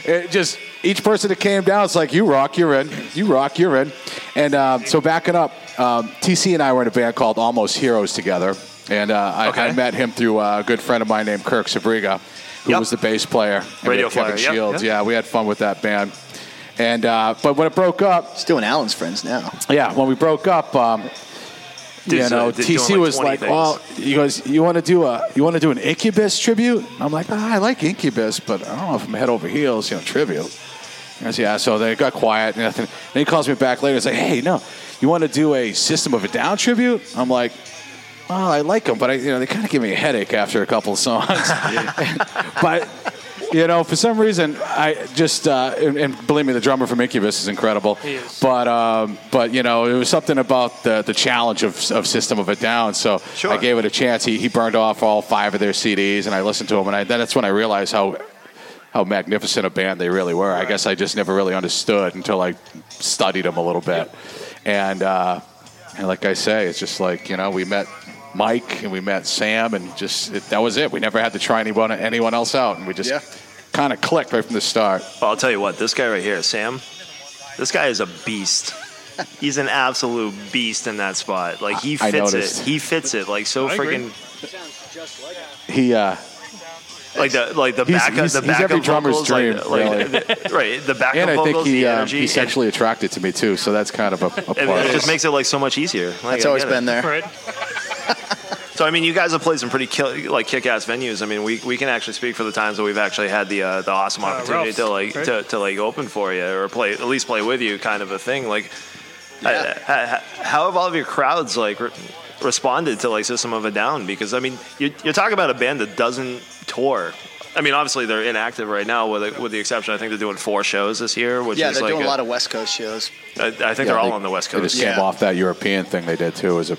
Speaker 8: it just each person that came down, it's like you rock, you're in, you rock, you're in. And um, so backing up, um, TC and I were in a band called Almost Heroes together, and uh, I,
Speaker 3: Okay.
Speaker 8: I met him through uh, a good friend of mine named Kirk Sabriga, who
Speaker 3: Yep.
Speaker 8: was the bass player. And we had
Speaker 3: Radio
Speaker 8: Kevin
Speaker 3: Flyer, yep,
Speaker 8: Shields.
Speaker 3: yep.
Speaker 8: Yeah, we had fun with that band. And uh, but when it broke up,
Speaker 10: He's doing Alan's friends now.
Speaker 8: yeah, when we broke up, um,
Speaker 3: Dude,
Speaker 8: you
Speaker 3: so
Speaker 8: know,
Speaker 3: they're
Speaker 8: TC
Speaker 3: doing, like,
Speaker 8: was
Speaker 3: 20
Speaker 8: like,
Speaker 3: things.
Speaker 8: "Well, he goes, you want to do a, you want to do an Incubus tribute?" I'm like, ah, "I like Incubus, but I don't know if I'm head over heels, you know, tribute." And I said, "Yeah." So they got quiet. And nothing. Then he calls me back later. He's like, "Hey, no, you want to do a System of a Down tribute?" I'm like. Well, I like them, but I, you know, they kind of give me a headache after a couple of
Speaker 10: <laughs>
Speaker 8: songs. <laughs> but you know, for some reason, I just uh, and, and believe me, the drummer from Incubus is incredible.
Speaker 4: He is.
Speaker 8: But um, but you know, it was something about the, the challenge of, of System of a Down. So
Speaker 3: Sure.
Speaker 8: I gave it a chance. He, he burned off all five of their CDs, and I listened to them, and I, then that's when I realized how how magnificent a band they really were. I guess I just never really understood until I studied them a little bit, and. Uh, and like I say, it's just like you know, we met Mike and we met Sam and just it, that was it. We never had to try anyone anyone else out, and we just
Speaker 10: Yeah.
Speaker 8: kind of clicked right from the start.
Speaker 3: Well, I'll tell you what, this guy right here, Sam, this guy is a beast. He's an absolute beast in that spot. Like he
Speaker 8: I- I
Speaker 3: fits it.
Speaker 8: noticed.
Speaker 3: He fits it like so
Speaker 4: I agree.
Speaker 3: freaking
Speaker 8: He uh,
Speaker 3: like the like the
Speaker 8: He's-
Speaker 3: backup
Speaker 8: he's-
Speaker 3: the
Speaker 8: he's
Speaker 3: backup
Speaker 8: every drummer's
Speaker 3: vocals, like,
Speaker 8: dream,
Speaker 3: like,
Speaker 8: really.
Speaker 3: the- right the backup
Speaker 8: and I
Speaker 3: vocals,
Speaker 8: think he
Speaker 3: the
Speaker 8: uh,
Speaker 3: energy.
Speaker 8: he sexually attracted to me too, so that's kind of a, a
Speaker 3: <laughs> it,
Speaker 8: plus.
Speaker 3: it just makes it like so much easier. Like,
Speaker 10: That's
Speaker 3: I
Speaker 10: always
Speaker 3: get it.
Speaker 10: been there.
Speaker 4: Right.
Speaker 3: <laughs> So I mean, you guys have played some pretty kill, like kick-ass venues. I mean, we, we can actually speak for the times that we've actually had the uh, the awesome opportunity
Speaker 4: Ralph's,
Speaker 3: to like
Speaker 4: right?
Speaker 3: to, to like open for you or play at least play with you, kind of a thing. Like,
Speaker 10: Yeah.
Speaker 3: uh, h- h- how have all of your crowds like re- responded to like System of a Down? Because I mean, you're, you're talking about a band that doesn't tour. I mean, obviously they're inactive right now, with the, with the exception I think they're doing four shows this year, which
Speaker 10: Yeah,
Speaker 3: is
Speaker 10: they're
Speaker 3: like
Speaker 10: doing a lot of West Coast shows.
Speaker 3: I, I think they're all on the West
Speaker 8: They
Speaker 3: Coast.
Speaker 8: just
Speaker 10: Yeah.
Speaker 8: came off that European thing they did too. It was a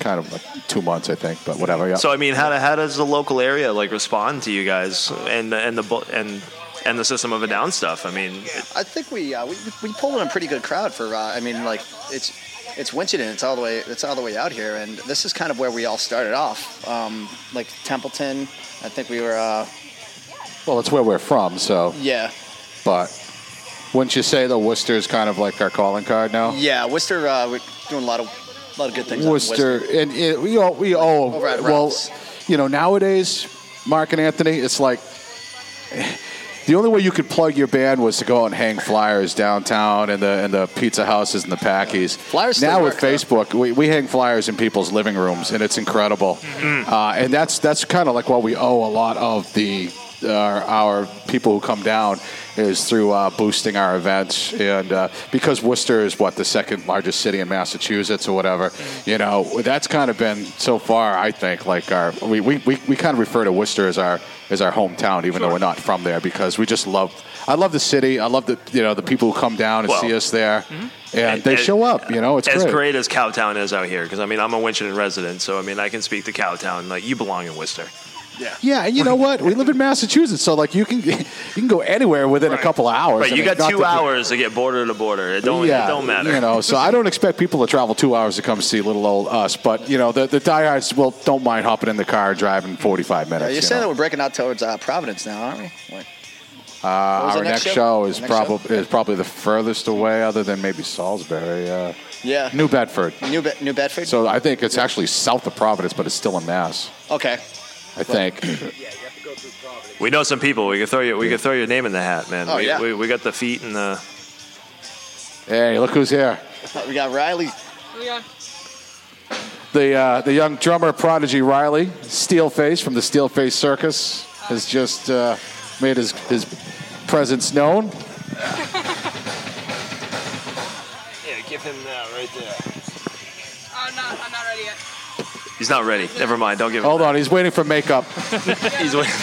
Speaker 8: kind of like two months, I think, but whatever. Yeah.
Speaker 3: So I mean, how, do- how does the local area like respond to you guys and the and the bu- and and the system of a down stuff? I mean,
Speaker 10: I think we uh, we we pulled in a pretty good crowd for. Uh, I mean, like it's it's Winchendon. It's all the way it's all the way out here, and this is kind of where we all started off. Um, like Templeton, I think we were. Uh,
Speaker 8: well, it's where we're from, so
Speaker 10: yeah,
Speaker 8: but wouldn't you say the Worcester is kind of like our calling card now?
Speaker 10: yeah. Worcester, uh, we're doing a lot of a lot of good things. out in
Speaker 8: Worcester, and it, we all we all
Speaker 10: Over at
Speaker 8: well,
Speaker 10: Ralph's.
Speaker 8: you know, nowadays, Mark and Anthony, it's like the only way you could plug your band was to go out and hang flyers downtown and the and the pizza houses and the packies.
Speaker 10: Flyers still
Speaker 8: now with
Speaker 10: work, though.
Speaker 8: Facebook, we, we hang flyers in people's living rooms, and it's incredible.
Speaker 10: Mm-hmm.
Speaker 8: Uh, and that's that's kind of like what we owe a lot of the uh, our people who come down is through uh, boosting our events and uh, because Worcester is what the second largest city in Massachusetts or whatever, you know that's kind of been so far I think like our we, we, we, we kind of refer to Worcester as our as our hometown even though we're not from there because we just love I love the city I love the you know the people who come down and
Speaker 3: Well- mm-hmm.
Speaker 8: see us there and they
Speaker 3: As-
Speaker 8: show up you know Oh, it's
Speaker 3: as
Speaker 8: great.
Speaker 3: great as Cowtown is out here, because I mean, I'm a Winchendon resident, so I mean, I can speak to Cowtown. Like, you belong in Worcester.
Speaker 8: Yeah, and you know what? We live in Massachusetts, so like you can <laughs> you can go anywhere within a couple of hours.
Speaker 3: Right,
Speaker 8: I
Speaker 3: you
Speaker 8: mean, Oh,
Speaker 3: got
Speaker 8: not
Speaker 3: two
Speaker 8: that you-
Speaker 3: hours to get border to border. It don't it don't matter.
Speaker 8: You know, so I don't expect people to travel two hours to come see little old us. But you know, the the diehards will don't mind hopping in the car and driving forty five minutes.
Speaker 10: West. Uh,
Speaker 8: you
Speaker 10: you're saying
Speaker 8: know.
Speaker 10: that we're breaking out towards uh, Providence now, aren't we? What?
Speaker 8: uh,
Speaker 10: was
Speaker 8: our
Speaker 10: the
Speaker 8: next
Speaker 10: next
Speaker 8: show,
Speaker 10: show?
Speaker 8: is
Speaker 10: Next show?
Speaker 8: probably is probably the furthest away, other than maybe Salisbury, uh,
Speaker 10: Yeah,
Speaker 8: New Bedford.
Speaker 10: New, Be- New Bedford.
Speaker 8: So I think it's actually south of Providence, but it's still in Mass.
Speaker 10: okay,
Speaker 8: I think.
Speaker 3: we know some people. We could throw you. We could throw your name in the hat, man.
Speaker 10: Oh,
Speaker 3: we,
Speaker 10: yeah.
Speaker 3: we, we got the feet and the.
Speaker 8: hey, look who's here.
Speaker 10: we got Riley.
Speaker 8: The uh, the young drummer prodigy Riley Steelface from the Steelface Circus has just uh, made his his presence known.
Speaker 3: <laughs> Yeah, give him that right there.
Speaker 9: I'm not, I'm not ready yet.
Speaker 3: He's not ready. Never mind. Don't give him.
Speaker 8: Hold on, he's waiting for
Speaker 3: <laughs>
Speaker 8: makeup.
Speaker 3: He's waiting.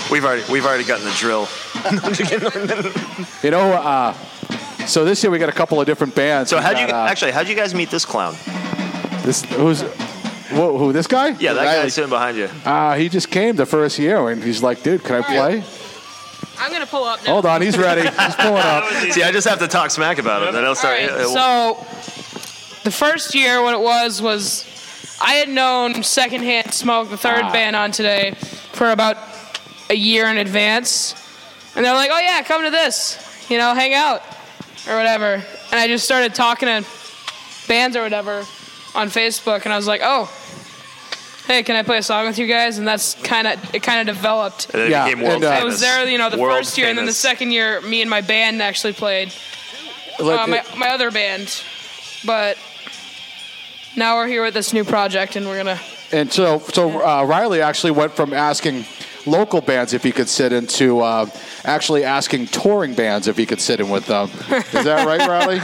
Speaker 3: <laughs> we've already we've already gotten the drill.
Speaker 8: You know, uh, so this year we got a couple of different bands.
Speaker 3: So
Speaker 8: We
Speaker 3: how'd you
Speaker 8: got, uh,
Speaker 3: actually how'd you guys meet this clown?
Speaker 8: this who's whoa, who this guy?
Speaker 3: Yeah, that
Speaker 8: Riley.
Speaker 3: guy sitting behind you.
Speaker 8: Uh, he just came the first year and he's like, dude, can I play?
Speaker 9: I'm gonna pull up now.
Speaker 8: Hold on, he's ready. He's pulling up.
Speaker 3: <laughs> See, I just have to talk smack about it, then I'll
Speaker 9: All
Speaker 3: start.
Speaker 9: right,
Speaker 3: uh,
Speaker 9: so the first year, what it was was I had known Secondhand Smoke, the third
Speaker 8: Ah.
Speaker 9: band on today, for about a year in advance, and they're like, "Oh yeah, come to this, you know, hang out or whatever." And I just started talking to bands or whatever on Facebook, and I was like, "Oh." Hey, can I play a song with you guys? And that's kind of it. Kind of developed.
Speaker 3: and then
Speaker 8: Yeah,
Speaker 3: it became world
Speaker 8: and, uh,
Speaker 9: I was
Speaker 3: famous.
Speaker 9: there, you know, the
Speaker 3: World
Speaker 9: first year, and then the
Speaker 3: famous.
Speaker 9: second year, me and my band actually played
Speaker 8: Look,
Speaker 9: uh, my, my other band, but now we're here with this new project, and we're gonna.
Speaker 8: And so, so uh, Riley actually went from asking local bands if he could sit in to uh, actually asking touring bands if he could sit in with them. Is that
Speaker 9: <laughs>
Speaker 8: right, Riley?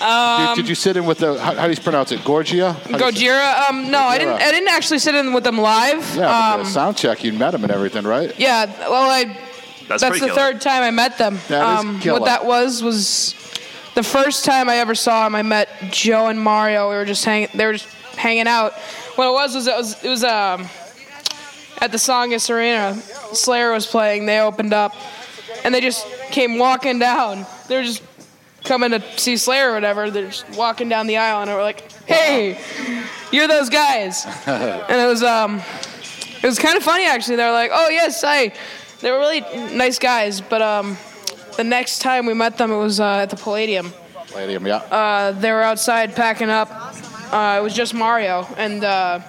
Speaker 9: Um,
Speaker 8: did, did you sit in with the? How, how do you pronounce it? Gorgia. How do you say-
Speaker 9: Gojira. Um, no, I didn't. I didn't actually sit in with them live.
Speaker 8: Yeah, but
Speaker 9: um,
Speaker 8: the sound check. You met him and everything, right?
Speaker 9: yeah. Well, I.
Speaker 3: That's,
Speaker 9: That's,
Speaker 3: pretty
Speaker 9: the
Speaker 3: killer.
Speaker 9: third time I met them.
Speaker 8: That is
Speaker 9: um,
Speaker 8: killer.
Speaker 9: what that was was the first time I ever saw him. I met Joe and Mario. We were just hanging. They were just hanging out. What it was was it was it was um at the Songus Arena. Slayer was playing. They opened up, and they just came walking down. They were just coming to see Slayer or whatever. They're just walking down the aisle, and we're like, "Hey, you're
Speaker 8: <laughs>
Speaker 9: those guys. and it was um, it was kind of funny actually. They were like, oh yes, I. They were really nice guys, but um, the next time we met them, it was uh, at the Palladium.
Speaker 8: Palladium, yeah.
Speaker 9: Uh, they were outside packing up. Uh, it was just Mario and uh,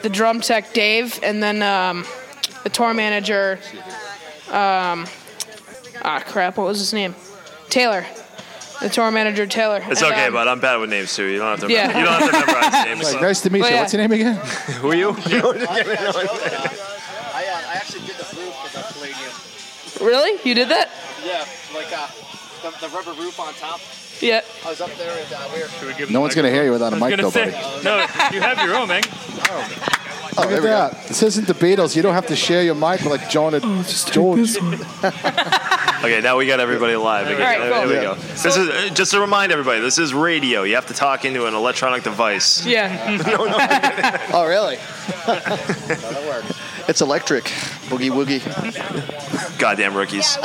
Speaker 9: the drum tech Dave, and then um, the tour manager. Um, ah, crap! What was his name? Taylor. The tour manager Taylor.
Speaker 3: It's
Speaker 9: And,
Speaker 3: okay,
Speaker 9: um,
Speaker 3: bud. I'm bad with names too. You don't have to.
Speaker 9: Yeah.
Speaker 3: Remember, <laughs> You don't have to
Speaker 9: <laughs>
Speaker 3: memorize names.
Speaker 8: Like, nice to meet
Speaker 9: Well,
Speaker 8: you.
Speaker 9: Oh, yeah. Oh,
Speaker 8: What's your name again?
Speaker 9: <laughs>
Speaker 3: <laughs> Who
Speaker 8: <laughs>
Speaker 3: are you?
Speaker 9: um,
Speaker 10: I, uh, I actually did the roof for the Palladium.
Speaker 9: Really? You did that?
Speaker 10: Yeah, like uh, the, the rubber roof on top.
Speaker 9: Yeah.
Speaker 10: I was up there and uh, we were.
Speaker 4: Should we give
Speaker 8: No one's gonna hear you without a
Speaker 4: I was
Speaker 8: mic,
Speaker 4: gonna
Speaker 8: though,
Speaker 4: say,
Speaker 8: buddy.
Speaker 4: no, you have your own, man.
Speaker 8: Look at that. This isn't the Beatles. You don't have to share your mic like John and
Speaker 9: Oh,
Speaker 8: George.
Speaker 3: Okay, now we got everybody live. Again.
Speaker 9: right,
Speaker 3: there,
Speaker 9: cool.
Speaker 3: we go. This is uh, just to remind everybody. This is radio. You have to talk into an electronic device. <laughs>
Speaker 9: Yeah.
Speaker 10: Oh, really? It's electric. Boogie woogie.
Speaker 3: Goddamn rookies.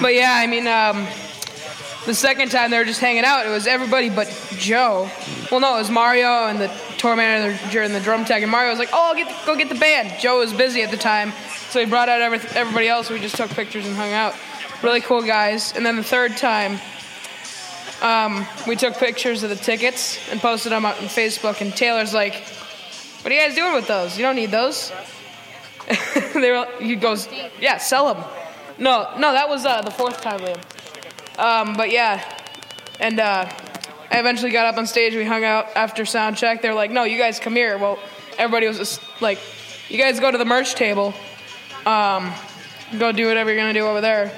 Speaker 9: but yeah, I mean, um, the second time they were just hanging out, it was everybody but Joe. Well, no, it was Mario and the tour manager and the drum tech. And Mario was like, "Oh, I'll get the, go get the band." Joe was busy at the time, so he brought out every, everybody else. We just took pictures and hung out. Really cool guys. And then the third time, um, we took pictures of the tickets and posted them on Facebook. And Taylor's like, "What are you guys doing with those? You don't need those." <laughs> they were, he goes, yeah, sell them. No, no, that was uh, the fourth time, Liam. Um, but yeah, and uh, I eventually got up on stage. We hung out after sound check. They're like, no, you guys come here. Well, everybody was just like, you guys go to the merch table. Um, go do whatever you're gonna do over there.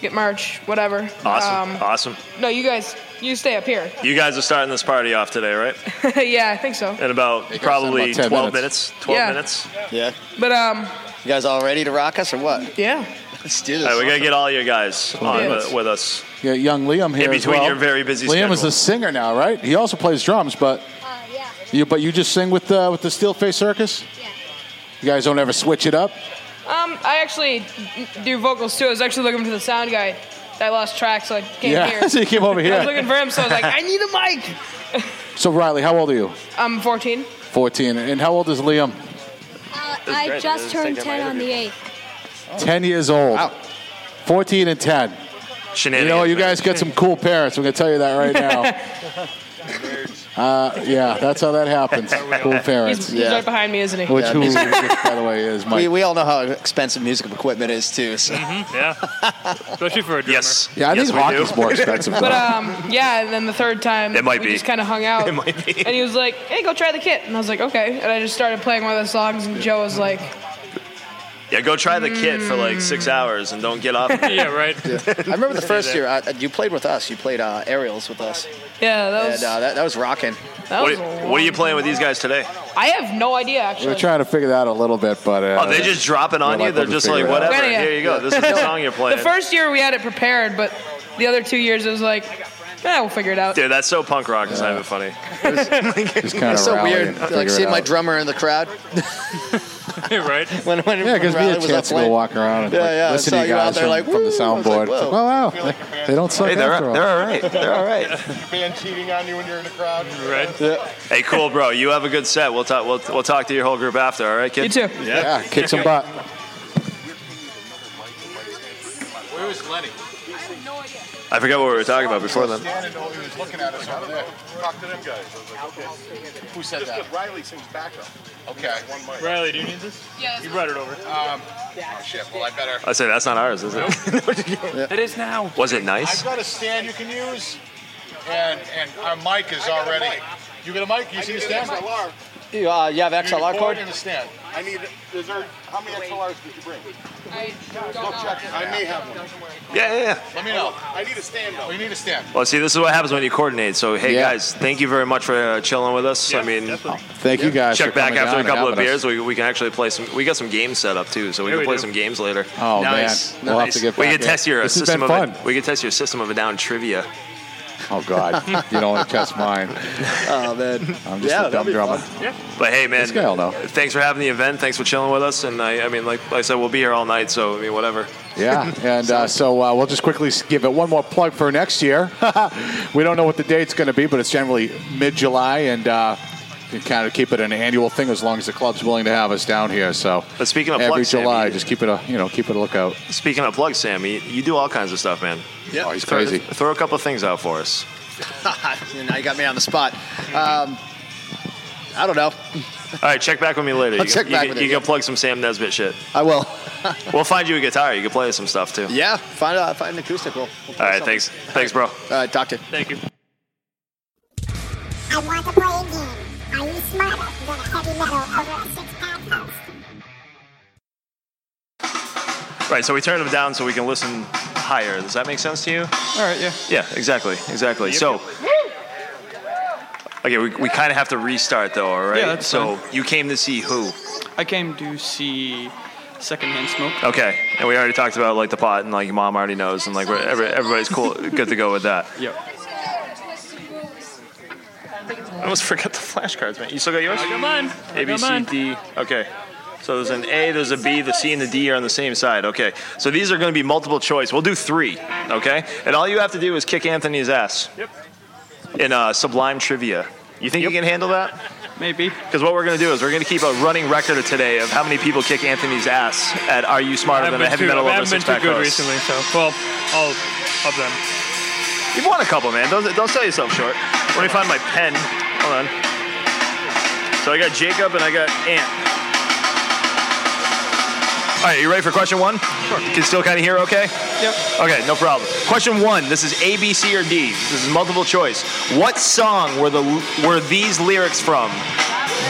Speaker 9: Get merch, whatever.
Speaker 3: Awesome.
Speaker 9: Um,
Speaker 3: awesome.
Speaker 9: no, you guys, you stay up here.
Speaker 3: You guys are starting this party off today, right?
Speaker 9: <laughs> yeah, I think so.
Speaker 3: In about
Speaker 8: It goes in
Speaker 3: probably
Speaker 8: about 10
Speaker 3: 12 minutes.
Speaker 8: minutes.
Speaker 3: 12
Speaker 9: Yeah.
Speaker 3: minutes.
Speaker 10: Yeah.
Speaker 9: But um,
Speaker 10: You guys all ready to rock us or what?
Speaker 9: yeah.
Speaker 10: Let's do
Speaker 3: All right, we
Speaker 10: this.
Speaker 3: gotta get all your guys on
Speaker 9: Yeah.
Speaker 3: with, with us.
Speaker 8: Yeah, young Liam here. as
Speaker 3: between
Speaker 8: well.
Speaker 3: your very busy
Speaker 8: Liam is
Speaker 3: schedule.
Speaker 8: a singer now, right? He also plays drums, but
Speaker 9: Uh,
Speaker 11: yeah.
Speaker 8: you but you just sing with uh, with the Steelface Circus.
Speaker 11: Yeah.
Speaker 8: You guys don't ever switch it up.
Speaker 9: Um, I actually do vocals too. I was actually looking for the sound guy. I lost track, so I came
Speaker 8: yeah, <laughs>
Speaker 9: here.
Speaker 8: so you came
Speaker 9: <laughs>
Speaker 8: over
Speaker 9: I was
Speaker 8: here.
Speaker 9: looking for him, so I was like, I need a mic.
Speaker 8: <laughs> So Riley, how old are you?
Speaker 9: I'm 14.
Speaker 8: 14. And how old is Liam?
Speaker 11: Uh, I just turned 10 on the 8th.
Speaker 8: 10 years old. 14 and 10. You
Speaker 3: Shenanigans.
Speaker 8: know, you
Speaker 3: man.
Speaker 8: guys get some cool parents. I'm going to tell you that
Speaker 9: <laughs>
Speaker 8: right now. uh, yeah, that's how that
Speaker 9: <laughs>
Speaker 8: happens. Cool
Speaker 9: He's,
Speaker 8: parents.
Speaker 9: he's
Speaker 10: Yeah.
Speaker 9: right behind me, isn't he?
Speaker 8: Which
Speaker 10: Yeah,
Speaker 8: who,
Speaker 10: me too.
Speaker 8: by the way, is Mike.
Speaker 10: We, we all know how expensive musical equipment is too. So
Speaker 3: Mm-hmm,
Speaker 4: Yeah,
Speaker 10: <laughs>
Speaker 4: especially for a drummer.
Speaker 3: Yes.
Speaker 8: yeah, I
Speaker 3: yes,
Speaker 8: think
Speaker 3: we
Speaker 8: hockey's
Speaker 3: do.
Speaker 8: more
Speaker 9: <laughs>
Speaker 8: expensive.
Speaker 9: But
Speaker 8: though.
Speaker 9: um, yeah. And then the third time,
Speaker 3: It might
Speaker 9: we
Speaker 3: be.
Speaker 9: just kind of hung out.
Speaker 3: It might be.
Speaker 9: And he was like, Hey, go try the kit. And I was like, Okay. And I just started playing one of the songs, and Joe was like,
Speaker 3: Yeah, go try the kit for like six hours and don't get off. of it.
Speaker 4: Yeah, right.
Speaker 10: I
Speaker 3: <laughs>
Speaker 10: remember the first year uh, you played with us. You played uh, Aerials with us,
Speaker 9: Yeah, that was.
Speaker 10: and uh, that, that was rocking.
Speaker 9: that
Speaker 3: What,
Speaker 9: <laughs> was
Speaker 3: are- what are you playing with these guys today?
Speaker 9: I have no idea
Speaker 8: we
Speaker 9: actually.
Speaker 8: are trying to figure that out a little bit, but uh,
Speaker 3: Oh, they just drop it on
Speaker 8: We're
Speaker 3: you. They're
Speaker 8: likely to
Speaker 3: just like,
Speaker 8: figure it out.
Speaker 3: whatever.
Speaker 9: Yeah, yeah.
Speaker 3: Here you go. This is the song you're
Speaker 9: the
Speaker 3: playing.
Speaker 9: first year we had it prepared, but the other two years it was like, Yeah, we'll figure it out.
Speaker 3: Dude, that's so punk rock. It's not even funny.
Speaker 10: <laughs>
Speaker 8: just kind of
Speaker 10: It's so
Speaker 8: rally
Speaker 10: weird.
Speaker 8: and
Speaker 10: Like
Speaker 8: figure it
Speaker 10: seeing my
Speaker 8: out.
Speaker 10: drummer in the
Speaker 9: <laughs>
Speaker 10: crowd
Speaker 4: right.
Speaker 10: <laughs> when when
Speaker 8: Yeah,
Speaker 10: when
Speaker 8: it gives me
Speaker 10: Riley
Speaker 8: a
Speaker 10: was up
Speaker 8: chance to go
Speaker 10: playing.
Speaker 8: walk around and
Speaker 10: Yeah,
Speaker 8: like,
Speaker 10: yeah, I
Speaker 8: listen
Speaker 10: saw
Speaker 8: to you
Speaker 10: you out
Speaker 8: guys
Speaker 10: there,
Speaker 8: from,
Speaker 10: like,
Speaker 8: from the
Speaker 10: "Woo!" I was like,
Speaker 8: soundboard. It's like,
Speaker 10: "Whoa."
Speaker 8: wow, wow, they, they don't suck
Speaker 3: Hey, they're,
Speaker 8: after all.
Speaker 3: they're all right. They're all right.
Speaker 4: Right.
Speaker 3: Hey, cool, bro. You have a good set. We'll talk. We'll, we'll talk to your whole group after. All right, kid.
Speaker 9: You too.
Speaker 8: Yeah, kick some butt.
Speaker 3: I forgot what we were talking about Uh, before then.
Speaker 8: Who said that?
Speaker 12: Riley sings backup.
Speaker 8: Okay.
Speaker 4: Riley, do you need this?
Speaker 9: Yeah,
Speaker 4: You brought it over.
Speaker 12: Um, oh,
Speaker 8: Shit, well, I better.
Speaker 3: I say that's not ours, is it? <laughs>
Speaker 4: It is now.
Speaker 3: Was it nice?
Speaker 12: got a stand you can use, and and our mic is already. You got a mic? You see the stand? XLR.
Speaker 10: You, uh, you have XLR <laughs>
Speaker 9: <laughs>
Speaker 10: cord?
Speaker 12: a stand. I need. Is there? How many XLRs did you bring? I may have one.
Speaker 3: Yeah, yeah, yeah.
Speaker 12: Let me know. I need a stand though. We need a stand.
Speaker 3: Well, see, this is what happens when you coordinate. So, hey,
Speaker 8: Yeah.
Speaker 3: guys, thank you very much for uh, chilling with us. I mean,
Speaker 8: Thank you guys.
Speaker 3: check
Speaker 8: for
Speaker 3: back
Speaker 8: coming
Speaker 3: after a
Speaker 8: down and
Speaker 3: couple of
Speaker 8: having
Speaker 3: beers.
Speaker 8: us.
Speaker 3: We, we can actually play some. We got some games set up too, so we
Speaker 4: Yeah,
Speaker 3: can
Speaker 4: we
Speaker 3: play
Speaker 4: do.
Speaker 3: some games later.
Speaker 8: Oh
Speaker 3: Nice.
Speaker 8: man, we'll have to get back.
Speaker 3: we can
Speaker 8: in.
Speaker 3: test your uh,
Speaker 8: this
Speaker 3: system
Speaker 8: has
Speaker 3: of
Speaker 8: been
Speaker 3: A,
Speaker 8: fun.
Speaker 3: we can test your system of a down trivia.
Speaker 8: Oh
Speaker 3: <laughs>
Speaker 8: god, you don't want to test mine.
Speaker 10: Oh man.
Speaker 8: I'm just
Speaker 10: Yeah,
Speaker 8: a dumb
Speaker 10: that'd be
Speaker 8: drummer.
Speaker 3: But hey, man,
Speaker 8: This guy'll know.
Speaker 3: thanks for having the event. Thanks for chilling with us. And I, I mean, like, like I said, we'll be here all night. So I mean, whatever.
Speaker 8: Yeah, and uh, so uh, we'll just quickly s- give it one more plug for next year. <laughs> we don't know what the date's going to be, but it's generally mid-July, and uh, you can kind of keep it an annual thing as long as the club's willing to have us down here. So,
Speaker 3: But speaking of
Speaker 8: every
Speaker 3: plugs, Sam,
Speaker 8: July,
Speaker 3: you-
Speaker 8: just keep it a you know keep it a lookout.
Speaker 3: Speaking of plugs, Sam, you, you do all kinds of stuff, man.
Speaker 10: Yeah. Oh, he's
Speaker 3: Throw-
Speaker 10: crazy.
Speaker 3: Throw a couple things out for us.
Speaker 10: now you got me on the spot. Um, I don't know.
Speaker 3: All right, check back with me later.
Speaker 10: I'll
Speaker 3: you
Speaker 10: check
Speaker 3: can,
Speaker 10: back
Speaker 3: you,
Speaker 10: with
Speaker 3: can-
Speaker 10: you,
Speaker 3: you can plug some Sam Nesbitt shit.
Speaker 10: I will.
Speaker 3: <laughs> we'll find you a guitar. You can play some stuff too.
Speaker 10: Yeah, find out. Find an acoustic. We'll, we'll
Speaker 3: All
Speaker 10: play
Speaker 3: right,
Speaker 10: something.
Speaker 3: thanks, thanks, bro. All
Speaker 10: right, talk to you.
Speaker 3: Thank you.
Speaker 13: I want to play a game. Are you smarter than a heavy metal over a six-pack house?
Speaker 3: Right, so we turn them down so we can listen higher. Does that make sense to you?
Speaker 4: All right, yeah.
Speaker 3: Yeah, exactly, exactly.
Speaker 4: Yep.
Speaker 3: So, okay, we, we kind of have to restart though, all right?
Speaker 4: Yeah, that's
Speaker 3: so you came to see who?
Speaker 4: I came to see Secondhand
Speaker 3: <laughs>
Speaker 4: Smoke.
Speaker 3: Okay, and we already talked about like the pot and like your mom already knows and like we're- every, everybody's cool, good to go with that.
Speaker 4: Yep.
Speaker 3: I almost forgot the flashcards, man. You still got yours?
Speaker 4: I got mine. I
Speaker 3: A, B,
Speaker 4: got
Speaker 3: C,
Speaker 4: mine.
Speaker 3: D. Okay. So there's an A, there's a B, the C, and the D are on the same side. Okay. So these are going to be multiple choice. We'll do three. Okay. And all you have to do is kick Anthony's ass. Yep. In uh, Sublime Trivia. You think you can handle that?
Speaker 4: Maybe.
Speaker 3: Because what we're going to do is we're going to keep a running record of today of how many people kick Anthony's ass at Are You Smarter Than a Heavy Metal
Speaker 4: I
Speaker 3: Lover
Speaker 4: haven't been
Speaker 3: Six
Speaker 4: too
Speaker 3: Pack
Speaker 4: good
Speaker 3: Host?
Speaker 4: recently, so well, all of them.
Speaker 3: You've won a couple, man. Don't, don't sell yourself short. Let me find my pen. Hold on. So I got Jacob and I got Ant. All right, you ready for question one? Sure. Can still kind of hear okay? Yep. Okay, no problem. Question one. This is A, B, C, or D. This is multiple choice. What song were the were these lyrics from?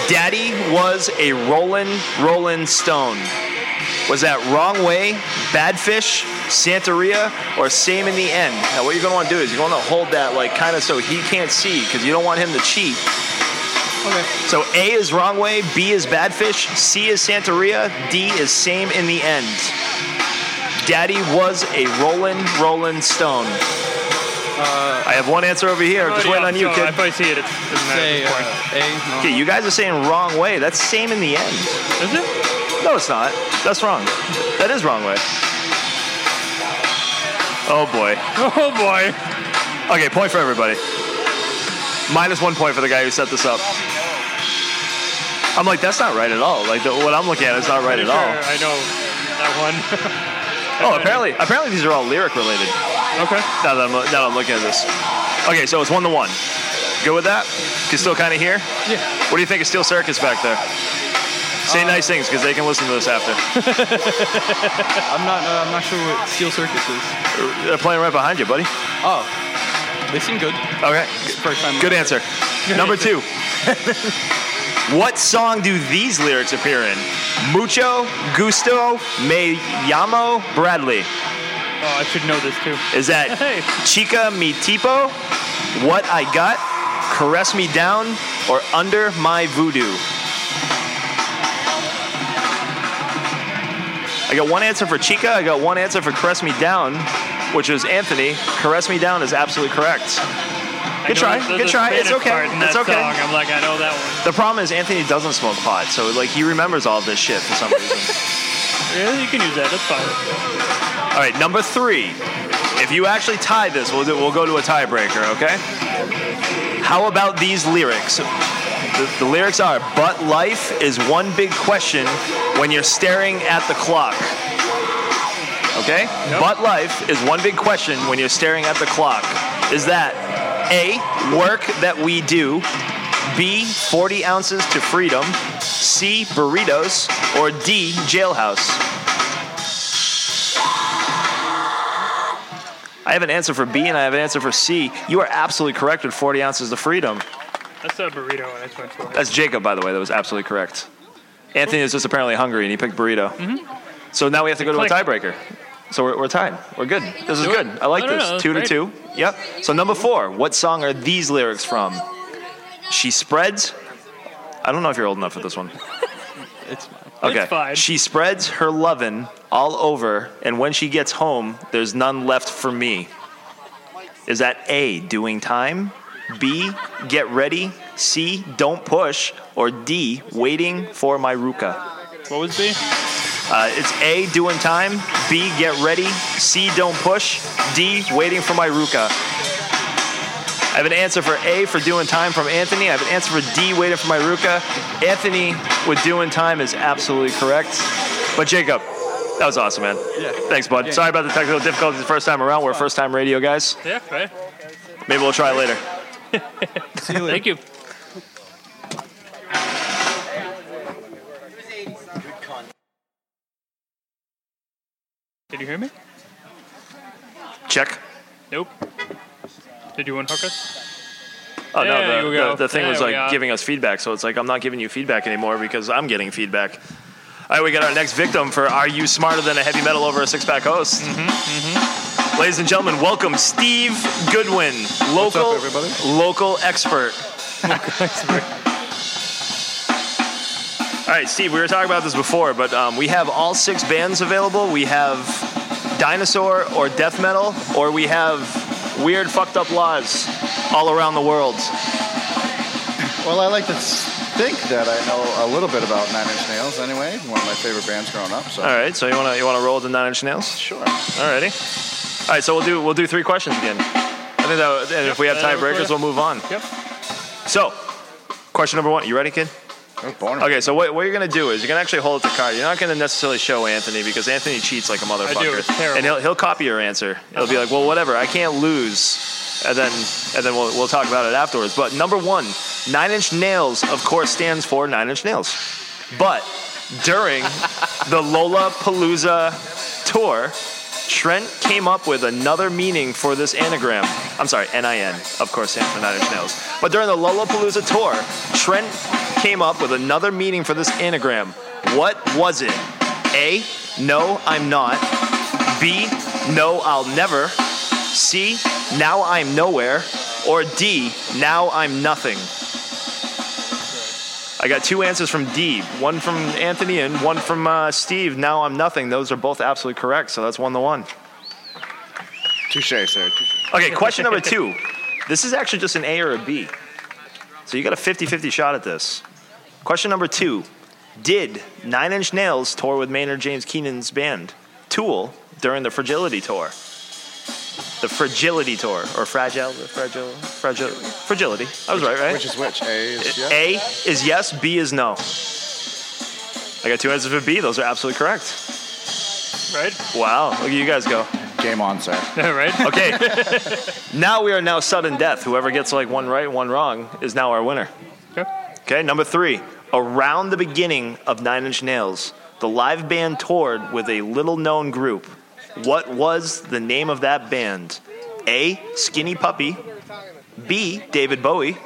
Speaker 3: Daddy was a rollin' rollin' stone. Was that wrong way, bad fish, Santeria, or same in the end? Now, what you're going to want to do is you're going to hold that, like, kind of so he can't see because you don't want him to cheat. Okay. So A is wrong way, B is bad fish, C is Santeria, D is same in the end. Daddy was a rolling, rolling stone.
Speaker 4: Uh,
Speaker 3: I have one answer over here. Just
Speaker 4: Already
Speaker 3: waiting
Speaker 4: up,
Speaker 3: on you,
Speaker 4: so
Speaker 3: kid.
Speaker 4: Oh, I probably see it. It doesn't matter.
Speaker 9: uh,
Speaker 3: Say,
Speaker 4: at this point.
Speaker 3: Okay, you guys are saying wrong way. That's same in the end. Is it? No, it's not. That's wrong. That is wrong way. Oh boy. <laughs> Oh boy. Okay, point for everybody. Minus one point for the guy who set this up. I'm like, that's not right at all. Like the, what I'm looking at is not right at
Speaker 4: Pretty
Speaker 3: all.
Speaker 4: sure I know that
Speaker 3: Oh, apparently, apparently these are all lyric related. Okay. Now that I'm now that I'm looking at this. Okay, so it's one to one. Good with that? Can still kind of hear. Yeah. What do you think of Steel Circus back there? Say
Speaker 14: Uh,
Speaker 3: nice things because they can listen to this after.
Speaker 14: I'm not. Uh, I'm not sure what Steel Circus is.
Speaker 3: They're playing right behind you, buddy.
Speaker 14: Oh, <laughs> they seem good.
Speaker 3: Okay.
Speaker 14: First time.
Speaker 3: Good answer. Number two. what song do these lyrics appear in? Mucho, Gusto, Me Llamo, Bradley. Oh, I should know this too. Is that Chica Mi Tipo, What I Got, Caress Me Down, or Under My Voodoo? I got one answer for Chica. I got one answer for Caress Me Down, which is Anthony. Caress Me Down is absolutely correct.
Speaker 4: one.
Speaker 3: Good try.
Speaker 4: I know there's
Speaker 3: Good
Speaker 4: a
Speaker 3: try. It's
Speaker 4: Spanish
Speaker 3: okay.
Speaker 4: part in
Speaker 3: It's
Speaker 4: that
Speaker 3: okay.
Speaker 4: Song. I'm like, I know that one.
Speaker 3: The problem is Anthony doesn't smoke pot, so like he remembers all this shit for some reason.
Speaker 4: <laughs> Yeah, you can use that. That's fine.
Speaker 3: all right, number three. If you actually tie this, we'll do, we'll go to a tiebreaker, okay? How about these lyrics? The, the lyrics are, "But life is one big question when you're staring at the clock." Okay? But life is one big question when you're staring at the clock. Is that A, work that we do, B, 40 ounces to freedom, C, burritos, or D, jailhouse? I have an answer for B and I have an answer for C. You are absolutely correct with 40 ounces to freedom.
Speaker 4: That's a burrito, and I just went for it.
Speaker 3: That's Jacob, by the way. That was absolutely correct. Anthony is just apparently hungry and he picked burrito.
Speaker 4: Mm-hmm.
Speaker 3: So now we have to go to a tiebreaker. So we're, we're tied. We're good. This is
Speaker 4: Do it.
Speaker 3: good. I like
Speaker 4: No, no,
Speaker 3: this.
Speaker 4: no, that's
Speaker 3: two to
Speaker 4: great.
Speaker 3: two. Yep. So number four. What song are these lyrics from? She spreads. I don't know if you're old enough for this one. <laughs> It's fine. Okay.
Speaker 4: It's fine.
Speaker 3: She spreads her lovin' all over, and when she gets home, there's none left for me. Is that A, doing time? B, get ready? C, don't push? Or D, waiting for my ruka?
Speaker 4: What was B?
Speaker 3: Uh, it's A, doing time. B, get ready. C, don't push. D, waiting for my Ruka. I have an answer for A for doing time from Anthony. I have an answer for D, waiting for my Ruka. Anthony with doing time is absolutely correct. But Jacob, that was awesome, man.
Speaker 4: Yeah.
Speaker 3: Thanks, bud.
Speaker 4: Yeah.
Speaker 3: Sorry about the technical difficulties the first time around. We're first time radio guys.
Speaker 4: Yeah, right.
Speaker 3: Maybe we'll try it later.
Speaker 4: Thank you. Did you hear me?
Speaker 3: Check.
Speaker 4: Nope. Did you unhook us? <laughs>
Speaker 3: Oh
Speaker 4: There
Speaker 3: no,
Speaker 4: we
Speaker 3: the,
Speaker 4: go.
Speaker 3: the, the thing was
Speaker 4: There we
Speaker 3: like
Speaker 4: are.
Speaker 3: giving us feedback, so it's like I'm not giving you feedback anymore because I'm getting feedback. All right, we got our next victim for Are You Smarter Than a Heavy Metal Over a Six Pack Host?
Speaker 4: Mm-hmm,
Speaker 3: Ladies and gentlemen, welcome Steve Goodwin, local local expert. All right, Steve, we were talking about this before, but um, we have all six bands available. We have dinosaur or death metal, or we have weird fucked up laws all around the world.
Speaker 8: Well, I like to think that I know a little bit about Nine Inch Nails anyway. One of my favorite bands growing up. So.
Speaker 3: All right, so you want to you want to roll the nine inch nails? Sure. All righty. All right, so we'll do we'll do three questions again. I think that, and if we have
Speaker 4: that'll work for
Speaker 3: tiebreakers,
Speaker 4: you.
Speaker 3: we'll move on. Yep. So, question number one. You ready, kid?
Speaker 8: I was born.
Speaker 3: Okay, so what, what you're gonna do is you're gonna actually hold up the card. You're not gonna necessarily show Anthony because Anthony cheats like a motherfucker.
Speaker 4: it's terrible.
Speaker 3: And he'll he'll copy your answer. It'll be like, well, whatever. I can't lose. And then and then we'll we'll talk about it afterwards. But number one, Nine Inch Nails, of course, stands for Nine Inch Nails. But during the Lola Palooza tour, Trent came up with another meaning for this anagram. I'm sorry, NIN, of course, stands for Nine Inch Nails. But during the Lollapalooza tour, Trent came up with another meaning for this anagram. What was it? A, no, I'm not. B, no, I'll never. C, now I'm nowhere. Or D, now I'm nothing. I got two answers from D, one from Anthony and one from uh, Steve. Now I'm nothing. Those are both absolutely correct, so that's one to one.
Speaker 8: Touche, sir.
Speaker 3: Okay, question number two. This is actually just an A or a B. So you got a 50 50 shot at this. Question number two Did Nine Inch Nails tour with Maynard James Keenan's band, Tool, during the Fragility Tour? The Fragility Tour, or Fragile, Fragile, Fragile, Fragility. I was right, right?
Speaker 8: Which is which? A is yeah.
Speaker 3: A is yes, B is no. I got two answers for B. Those are absolutely correct.
Speaker 4: Right?
Speaker 3: Wow, look at you guys go.
Speaker 8: Game on,
Speaker 3: <laughs>
Speaker 8: sir.
Speaker 4: right?
Speaker 3: Okay. now we are now sudden death. Whoever gets like one right, one wrong is now our winner.
Speaker 4: Okay.
Speaker 3: Okay, number three. Around the beginning of Nine Inch Nails, the live band toured with a little known group. What was the name of that band? A. Skinny Puppy. B. David Bowie.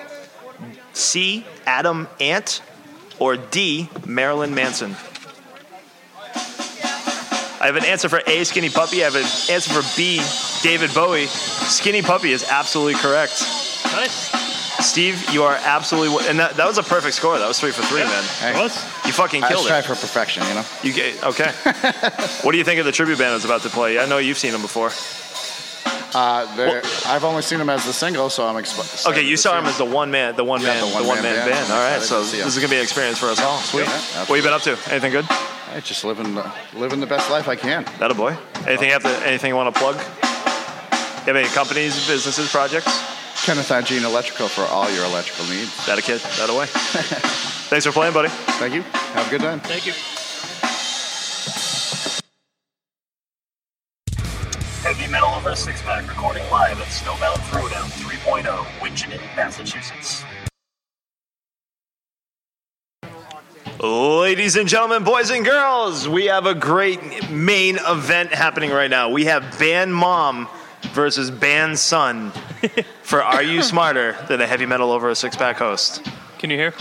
Speaker 3: C. Adam Ant. Or D. Marilyn Manson. I have an answer for A, Skinny Puppy. I have an answer for B, David Bowie. Skinny Puppy is absolutely correct.
Speaker 4: Nice.
Speaker 3: Steve, you are absolutely, and that, that was a perfect score. That was three for three, man. You fucking
Speaker 8: I was
Speaker 3: killed
Speaker 8: trying
Speaker 3: it.
Speaker 8: for perfection, you know.
Speaker 3: You get, okay. what do you think of the tribute band that's about to play? I know you've seen them before.
Speaker 8: Uh, they're- I've only seen them as the single, so I'm excited.
Speaker 3: Okay, you saw him as the one man, the one
Speaker 8: Yeah,
Speaker 3: man,
Speaker 8: the
Speaker 3: the
Speaker 8: one-man
Speaker 3: one man band.
Speaker 8: band. I'm
Speaker 3: All right,
Speaker 8: excited
Speaker 3: so
Speaker 8: to see
Speaker 3: this
Speaker 8: 'em.
Speaker 3: is gonna be an experience for us all. Sweet. what you been up to? Anything good?
Speaker 8: I just living, the- living the best life I can.
Speaker 3: That a boy. Anything after? Anything you want to plug? You have any companies, businesses, projects?
Speaker 8: Kenneth Gene Electrical for all your electrical needs.
Speaker 3: That a kid. That a
Speaker 8: <laughs>
Speaker 3: way. Thanks for playing, buddy.
Speaker 8: Thank you. Have a good time.
Speaker 4: Thank you.
Speaker 1: Heavy Metal Over a Six Pack recording live at Snowbound Throwdown 3.0, Winchendon, Massachusetts.
Speaker 3: Ladies and gentlemen, boys and girls, we have a great main event happening right now. We have Band Mom versus
Speaker 4: <laughs>
Speaker 3: Band Son for Are You Smarter Than a Heavy Metal Over a Six Pack Host?
Speaker 4: Can you hear?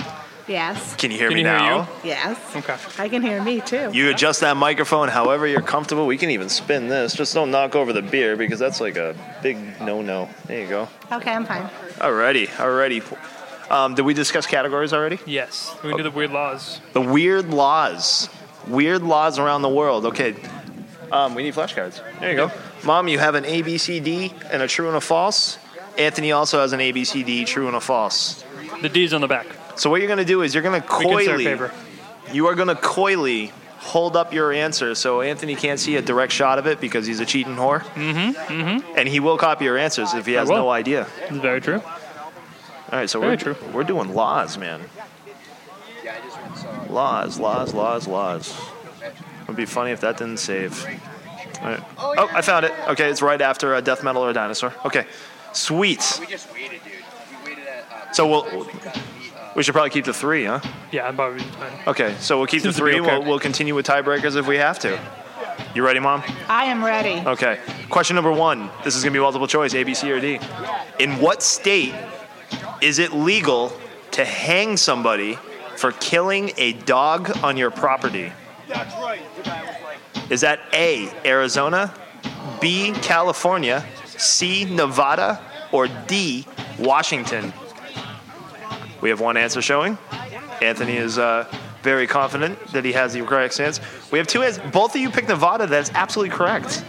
Speaker 7: Yes.
Speaker 3: Can you hear
Speaker 4: Can
Speaker 3: me
Speaker 4: you hear
Speaker 3: now?
Speaker 7: Yes.
Speaker 4: Okay.
Speaker 7: I can hear me too.
Speaker 3: You adjust that microphone however you're comfortable. We can even spin this. Just don't knock over the beer because that's like a big no no. There you go.
Speaker 7: Okay, I'm fine.
Speaker 3: Alrighty, alrighty. Um, did we discuss categories already?
Speaker 4: Yes. We do the weird laws.
Speaker 3: The weird laws. Weird laws around the world. Okay. Um, we need flashcards. There you go. Mom, you have an ABCD and a true and a false. Anthony also has an ABCD, true and a false.
Speaker 4: The D's on the back.
Speaker 3: So what you're going to do is you're going to
Speaker 4: We can serve
Speaker 3: coyly.
Speaker 4: favor.
Speaker 3: You are going to coyly hold up your answer so Anthony can't see a direct shot of it because he's a cheating whore.
Speaker 4: Mm-hmm. Mm-hmm.
Speaker 3: And he will copy your answers if he
Speaker 4: I
Speaker 3: has
Speaker 4: will.
Speaker 3: no idea.
Speaker 4: It's very true.
Speaker 3: All right, so
Speaker 4: Very
Speaker 3: we're, we're doing laws, man. Laws, laws, laws, laws. It would be funny if that didn't save. All right. Oh, I found it. Okay, it's right after uh, Death Metal or Dinosaur. Okay, sweet.
Speaker 5: We just waited, dude. We waited at. Uh,
Speaker 3: So we'll, we should probably keep the three, huh?
Speaker 4: Yeah, I'm probably fine.
Speaker 3: Okay, so we'll keep the
Speaker 4: Seems to be
Speaker 3: three.
Speaker 4: okay.
Speaker 3: We'll, we'll continue with tiebreakers if we have to. You ready, Mom?
Speaker 7: I am ready.
Speaker 3: Okay. Question number one. This is going to be multiple choice A, B, C, or D. In what state is it legal to hang somebody for killing a dog on your property?
Speaker 13: That's right.
Speaker 3: Is that A, Arizona, B, California, C, Nevada, or D, Washington? We have one answer showing. Anthony is uh, very confident that he has the correct answer. We have two answers. Both of you picked Nevada. That's absolutely correct.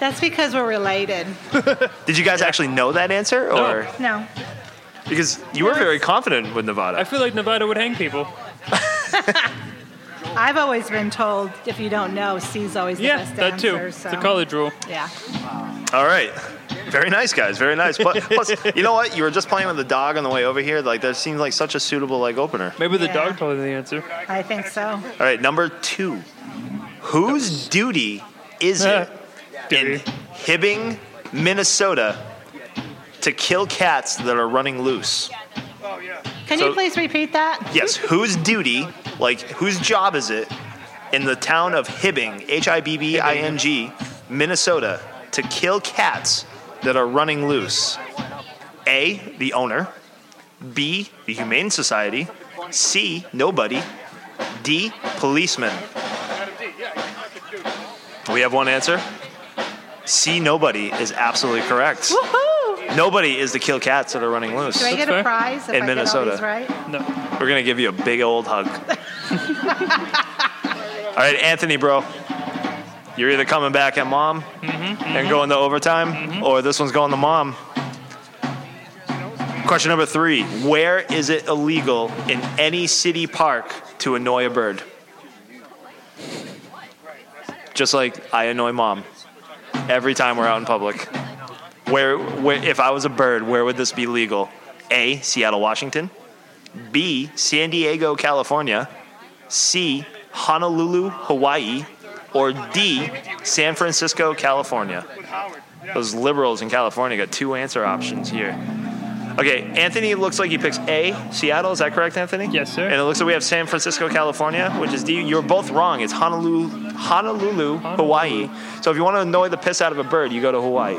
Speaker 7: That's because we're related.
Speaker 3: Did you guys actually know that answer, or
Speaker 7: No.
Speaker 3: because you were very confident with Nevada?
Speaker 4: I feel like Nevada would hang people.
Speaker 7: I've always been told if you don't know, C's always
Speaker 4: yeah,
Speaker 7: the best
Speaker 4: that
Speaker 7: answer.
Speaker 4: too.
Speaker 7: So.
Speaker 4: It's a college rule.
Speaker 7: Yeah.
Speaker 3: All right. Very nice, guys. Very nice. Plus, plus, you know what? You were just playing with the dog on the way over here. Like that seems like such a suitable like opener.
Speaker 4: Maybe the
Speaker 7: Yeah.
Speaker 4: dog told you the answer.
Speaker 7: I think so.
Speaker 3: All right, number two. Whose duty
Speaker 4: <laughs>
Speaker 3: is it in Hibbing, Minnesota, to kill cats that are running loose?
Speaker 7: Can
Speaker 3: So-
Speaker 7: you please repeat
Speaker 4: Uh-huh.
Speaker 7: that?
Speaker 3: Yes, whose duty, like whose job is it in the town of Hibbing, H I B B I N G, Minnesota, to kill cats that are running loose? A, the owner. B, the Humane Society. C, nobody. D, policeman. We have one answer. C, nobody is absolutely correct.
Speaker 7: Woohoo!
Speaker 3: Nobody is to kill cats that are running loose.
Speaker 7: Do I get a prize if
Speaker 3: In
Speaker 7: I
Speaker 3: Minnesota.
Speaker 7: get all these right?
Speaker 4: No.
Speaker 3: We're gonna give you a big old hug. All right, Anthony, bro. You're either coming back at mom and going to overtime, or this one's going to mom. Question number three Where is it illegal in any city park to annoy a bird? Just like I annoy mom every time we're out in public. Where, where if I was a bird, where would this be legal? A, Seattle, Washington. B, San Diego, California. C, Honolulu, Hawaii. Or D, San Francisco, California. Those liberals in California got two answer options here. Okay, Anthony looks like he picks A, Seattle. Is that correct, Anthony? Yes, sir. And it looks like we have San Francisco, California, which is D. You're both wrong. It's Honolulu, Honolulu, Hawaii. So if you want to annoy the piss out of a bird, you go to Hawaii.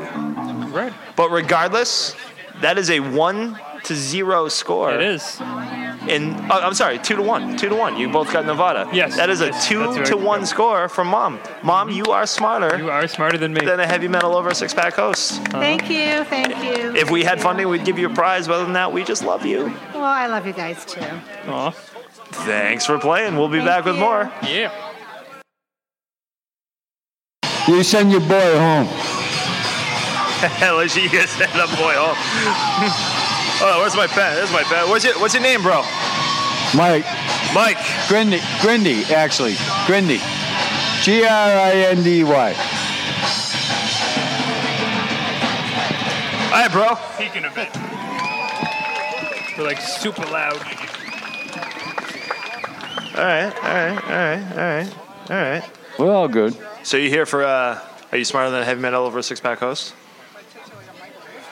Speaker 4: Right.
Speaker 3: But regardless, that is a one to zero score. It
Speaker 4: is.
Speaker 3: And oh, I'm sorry, two to one, two to one. You both got Nevada.
Speaker 4: Yes,
Speaker 3: That is a
Speaker 4: yes,
Speaker 3: two
Speaker 4: that's right.
Speaker 3: to one score from mom. Mom, you are smarter. You
Speaker 4: are smarter than me.
Speaker 3: Than a heavy metal over six pack host.
Speaker 7: Thank you. Thank you.
Speaker 3: If we had funding, we'd give you a prize. But other than that, we just love you.
Speaker 7: Well, I love you guys too.
Speaker 4: Aw.
Speaker 3: Thanks for playing. We'll be back with more.
Speaker 4: Yeah.
Speaker 3: <laughs>
Speaker 15: You send your boy home.
Speaker 3: At least you guys said a boy home. oh, <laughs> where's my pen? There's my pen. What's your, what's your name, bro?
Speaker 15: Mike.
Speaker 3: Mike.
Speaker 15: Grindy. Grindy, actually. Grindy. G R I N D Y.
Speaker 3: All right, bro.
Speaker 4: Speaking of it. We're like super loud.
Speaker 3: All right, all right, all right, all right, all right.
Speaker 15: We're all good.
Speaker 3: So you here for? uh Are you smarter than a heavy metal over a six pack host?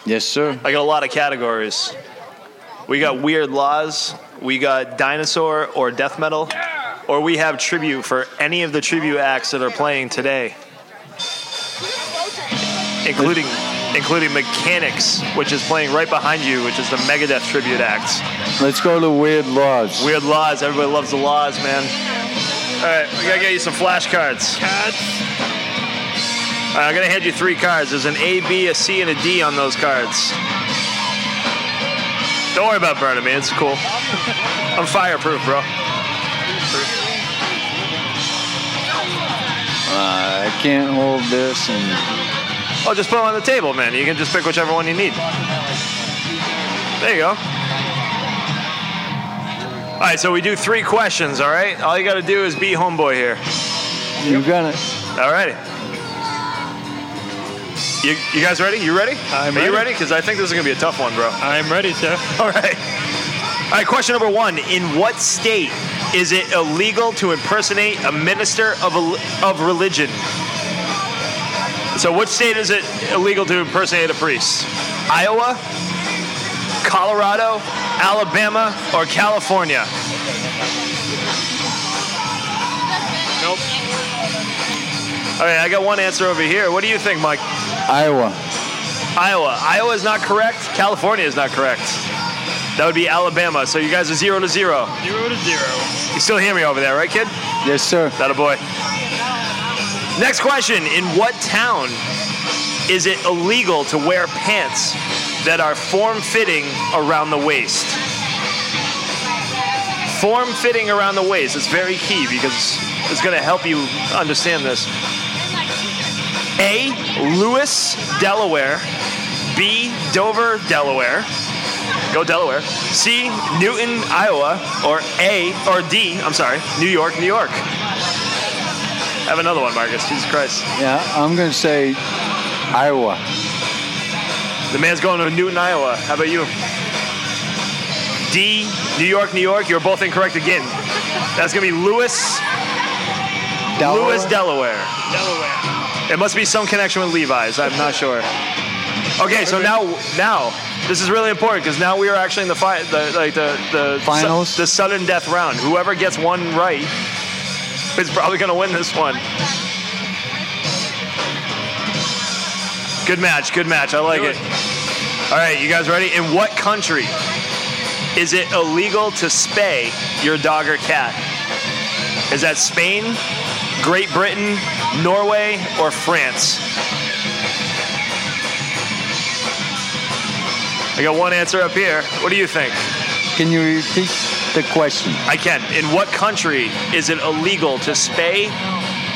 Speaker 15: Yes, sir.
Speaker 3: I got a lot of categories. We got weird laws. We got dinosaur or death metal, or we have tribute for any of the tribute acts that are playing today, including including Mechanics, which is playing right behind you, which is the Megadeth tribute act.
Speaker 15: Let's go to Weird Laws.
Speaker 3: Weird laws. Everybody loves the laws, man. All right, we gotta get you some flashcards. All right, I'm gonna hand you three cards. There's an A, B, a C, and a D on those cards. Don't worry about burning me. It's cool. I'm fireproof, bro.
Speaker 15: Uh, I can't hold this and.
Speaker 3: Oh, just put them on the table, man. You can just pick whichever one you need. There you go. All right, so we do three questions. All right, all you got to do is be homeboy here.
Speaker 15: You got it.
Speaker 3: All righty. You, you guys ready? You ready? I'm Are you ready? Because I think this is gonna be a tough one, bro. I'm ready, sir. All right. All right. Question number one: In what state is it illegal to impersonate a minister of a, of religion? So, which state is it illegal to impersonate a priest? Iowa, Colorado, Alabama, or California? Nope. All right, I got one answer over here. What do you think, Mike?
Speaker 15: Iowa.
Speaker 3: Iowa. Iowa is not correct. California is not correct. That would be Alabama. So you guys are zero to zero.
Speaker 4: Zero to zero.
Speaker 3: You still hear me over there, right, kid?
Speaker 15: Yes, sir.
Speaker 3: That a boy. Next question: In what town is it illegal to wear pants that are form-fitting around the waist? Form-fitting around the waist is very key because it's going to help you understand this. A. Lewis, Delaware. B. Dover, Delaware. Go Delaware. C. Newton, Iowa. Or A. Or D. I'm sorry. New York, New York. Have another one, Marcus. Jesus Christ.
Speaker 15: Yeah, I'm gonna say Iowa.
Speaker 3: The man's going to Newton, Iowa. How about you? D. New York, New York. You're both incorrect again. That's gonna be Lewis.
Speaker 15: Delaware?
Speaker 3: Lewis, Delaware.
Speaker 4: Delaware.
Speaker 3: It must be some connection with Levi's. I'm not sure. Okay, so now now this is really important because now we are actually in the fi- the like the the
Speaker 15: Finals?
Speaker 3: the sudden death round. Whoever gets one right is probably going to win this one. Good match, good match. I like it. All right, you guys ready? In what country is it illegal to spay your dog or cat? Is that Spain, Great Britain, Norway, or France? I got one answer up here. What do you think?
Speaker 15: Can you repeat the question?
Speaker 3: I can. In what country is it illegal to spay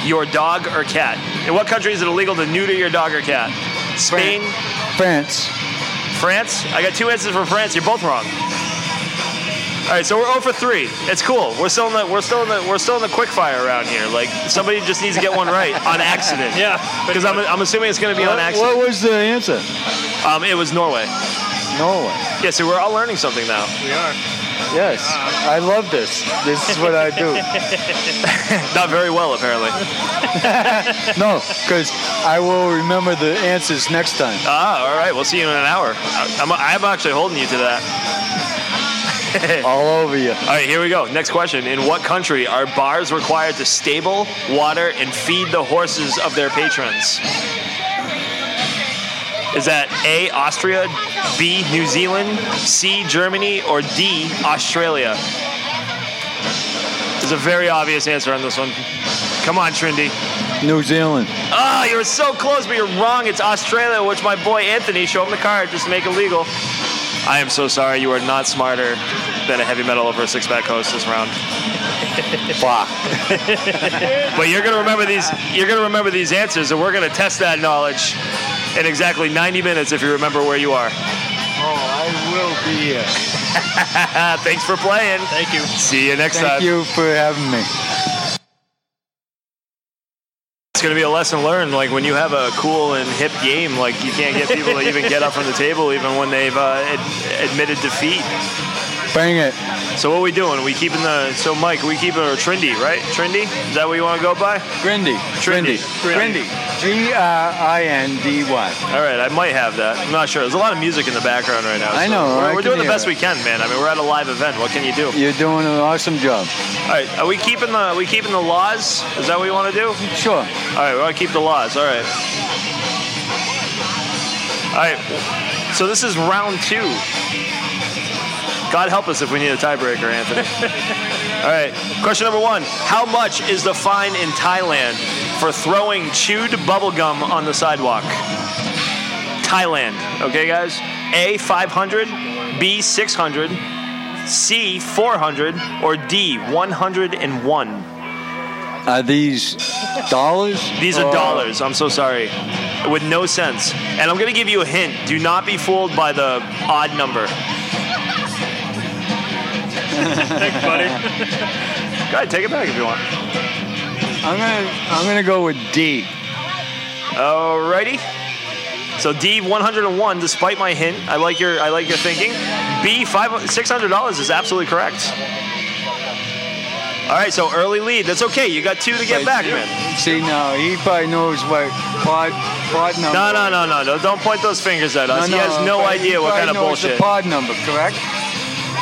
Speaker 3: your dog or cat? In what country is it illegal to neuter your dog or cat? Spain,
Speaker 15: France.
Speaker 3: France? I got two answers for France. You're both wrong. All right, so we're 0 for 3. It's cool. We're still in the we're still in the we're still in the quick fire around here. Like somebody just needs to get one right
Speaker 15: <laughs>
Speaker 3: on accident.
Speaker 4: Yeah,
Speaker 3: because I'm, I'm assuming it's going to be on
Speaker 15: What,
Speaker 3: accident.
Speaker 15: what was the answer?
Speaker 3: Um, it was Norway.
Speaker 15: Norway.
Speaker 3: Yeah, so we're all learning something now.
Speaker 4: We are. Ah.
Speaker 15: Yes, I love this. This is what I
Speaker 4: <laughs>
Speaker 15: do.
Speaker 3: <laughs> Not very well, apparently.
Speaker 15: no, because I will remember the answers next time.
Speaker 3: Ah, all right. We'll see you in an hour. I- I'm, I'm actually holding you to that. <laughs>
Speaker 15: all over you.
Speaker 3: All right, here we go. Next question. In what country are bars required to stable, water, and feed the horses of their patrons? Is that A, Austria, B, New Zealand, C, Germany, or D, Australia? There's a very obvious answer on this one. Come on, Trindy.
Speaker 15: New Zealand.
Speaker 3: Oh, you were so close, but you're wrong. It's Australia, which my boy Anthony, show him the card, just make it legal. I am so sorry. You are not smarter than a heavy metal over a six pack host this round.
Speaker 15: Fuck.
Speaker 3: <laughs> but you're gonna remember these. You're gonna remember these answers, and we're gonna test that knowledge in exactly 90 minutes if you remember where you are.
Speaker 15: Oh, I will be here.
Speaker 3: <laughs> Thanks for playing. Thank you. See you next time.
Speaker 15: Thank you for having me.
Speaker 3: It's gonna be a lesson learned. Like when you have a cool and hip game, like you can't get people to even get up from the table, even when they've uh, ad- admitted defeat.
Speaker 15: Bang it.
Speaker 3: So what we doing? We keeping the so Mike? We keeping or Trindy, right? Trindy? Is that what you want to go by?
Speaker 15: Grindy.
Speaker 3: Trindy.
Speaker 15: Grindy. G R I N D Y.
Speaker 3: All right, I might have that. I'm not sure. There's a lot of music in the background right now.
Speaker 15: I
Speaker 3: so
Speaker 15: know,
Speaker 3: We're,
Speaker 15: I
Speaker 3: we're
Speaker 15: can
Speaker 3: doing the
Speaker 15: hear
Speaker 3: best
Speaker 15: it.
Speaker 3: we can, man. I mean, we're at a live event. What can you do?
Speaker 15: You're doing an awesome job.
Speaker 3: All right, are we keeping the we keeping the laws? Is that what you want to do?
Speaker 15: Sure. All
Speaker 3: right, we want to keep the laws. All right. All right. So this is round two. God help us if we need a tiebreaker, Anthony. All right. Question number one: How much is the fine in Thailand for throwing chewed bubble gum on the sidewalk? Thailand. Okay, guys. A 500, B 600, C 400, or D 101.
Speaker 15: Are these dollars?
Speaker 3: These are
Speaker 15: or-
Speaker 3: dollars. I'm so sorry. With no sense. And I'm going to give you a hint. Do not be fooled by the odd number.
Speaker 4: Thanks, buddy. <laughs>
Speaker 3: Go ahead, take it back if you want.
Speaker 15: I'm gonna I'm gonna go with D.
Speaker 3: Alrighty. So D 101, despite my hint, I like your I like your thinking. B five six hundred dollars is absolutely correct. All right, so early lead. That's okay. You got two to get back, man.
Speaker 15: See now, he probably knows what pod pod number.
Speaker 3: No, no, no, no, no. Don't point those fingers at us. he has no
Speaker 15: but
Speaker 3: idea what
Speaker 15: probably
Speaker 3: kind of
Speaker 15: knows
Speaker 3: bullshit.
Speaker 15: The pod number, correct?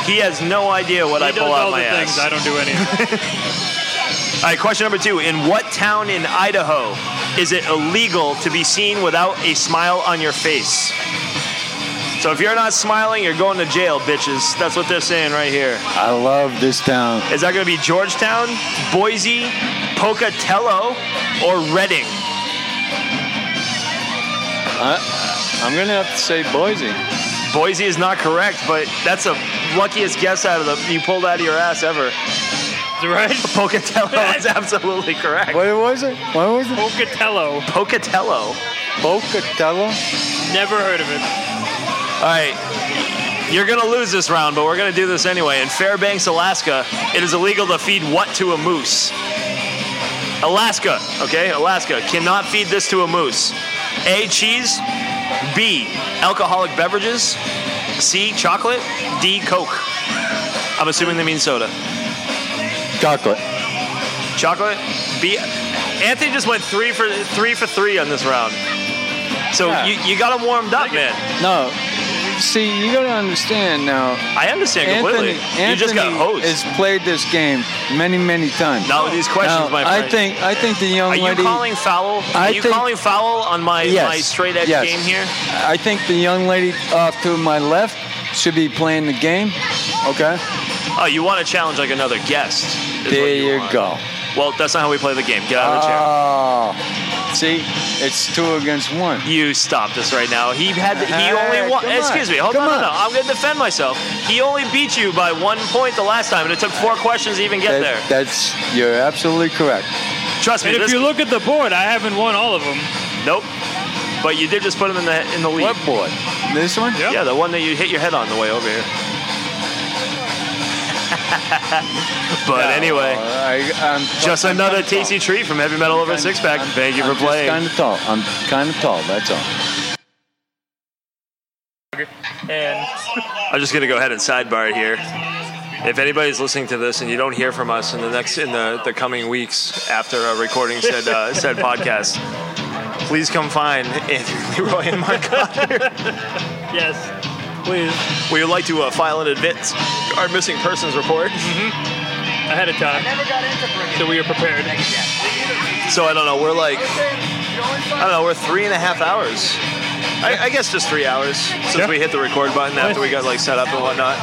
Speaker 3: He has no idea what
Speaker 15: He
Speaker 3: I
Speaker 15: does
Speaker 3: pull out
Speaker 15: all
Speaker 3: my
Speaker 15: the
Speaker 3: ass.
Speaker 15: things. I
Speaker 4: don't do any.
Speaker 15: <laughs>
Speaker 3: <laughs> all right, question number two. In what town in Idaho is it illegal to be seen without a smile on your face? So if you're not smiling, you're going to jail, bitches. That's what they're saying right here.
Speaker 15: I love this town.
Speaker 3: Is that going to be Georgetown, Boise, Pocatello, or Reading?
Speaker 14: I, I'm gonna have to say Boise.
Speaker 3: Boise is not correct, but that's the luckiest guess out of the you pulled out of your ass ever. Is
Speaker 4: it right?
Speaker 3: <laughs> Pocatello is absolutely correct. What
Speaker 15: was it? What was it?
Speaker 4: Pocatello.
Speaker 3: Pocatello.
Speaker 15: Pocatello.
Speaker 4: Never heard of it.
Speaker 3: All right. You're going to lose this round, but we're going to do this anyway. In Fairbanks, Alaska, it is illegal to feed what to a moose? Alaska, okay? Alaska cannot feed this to a moose. A, cheese. B, alcoholic beverages. C, chocolate. D, Coke. I'm assuming they mean soda.
Speaker 15: Chocolate.
Speaker 3: Chocolate. B. Anthony just went three for three for three on this round. So
Speaker 15: Yeah.
Speaker 3: you, you got him warmed up, man.
Speaker 15: No. See, you gotta understand now.
Speaker 3: I understand completely.
Speaker 15: Anthony
Speaker 3: You just got hosed.
Speaker 15: Has played this game many, many times.
Speaker 3: Not with these questions,
Speaker 15: Now,
Speaker 3: my friend.
Speaker 15: I think I think the young
Speaker 3: Are you
Speaker 15: lady.
Speaker 3: calling foul? Are
Speaker 15: I
Speaker 3: you
Speaker 15: think-
Speaker 3: calling foul on my,
Speaker 15: yes,
Speaker 3: my straight edge
Speaker 15: yes.
Speaker 3: game here?
Speaker 15: I think the young lady off to my left should be playing the game. Okay.
Speaker 3: Oh, you want to challenge like another guest? is what
Speaker 15: There you
Speaker 3: want.
Speaker 15: go.
Speaker 3: Well, that's not how we play the game. Get out of the chair.
Speaker 15: Oh, see, it's two against one.
Speaker 3: You stop this right now. He had the, he
Speaker 15: Hey,
Speaker 3: only won.
Speaker 15: come on,
Speaker 3: Excuse me. Hold
Speaker 15: come
Speaker 3: on, no, no.
Speaker 15: on.
Speaker 3: I'm going to defend myself. He only beat you by one point the last time, and it took four questions to even get there.
Speaker 15: That's you're absolutely correct.
Speaker 3: Trust me.
Speaker 4: And if
Speaker 3: this-
Speaker 4: you look at the board, I haven't won all of them.
Speaker 3: Nope. But you did just put him in the in the lead. What
Speaker 15: board? This one?
Speaker 3: Yeah. the one that you hit your head on the way over here. <laughs> but anyway, just another TC tree from Heavy Metal Over Six Pack. Thank you for playing.
Speaker 15: Kind of tall. I'm kind of tall. That's all.
Speaker 4: And <laughs>
Speaker 3: I'm just gonna go ahead and sidebar it here. If anybody's listening to this and you don't hear from us in the next in the, the coming weeks after uh, recording said uh, said podcast, please come find <laughs> Andrew Leroy and Mark Cotter.
Speaker 4: yes, please.
Speaker 3: We would like to uh, file an advance our missing persons report.
Speaker 4: Mm-hmm. Ahead of time. So we are prepared.
Speaker 3: So I don't know. We're like I don't know. We're three and a half hours. I, I guess just three hours since we hit the record button after we got like set up and whatnot.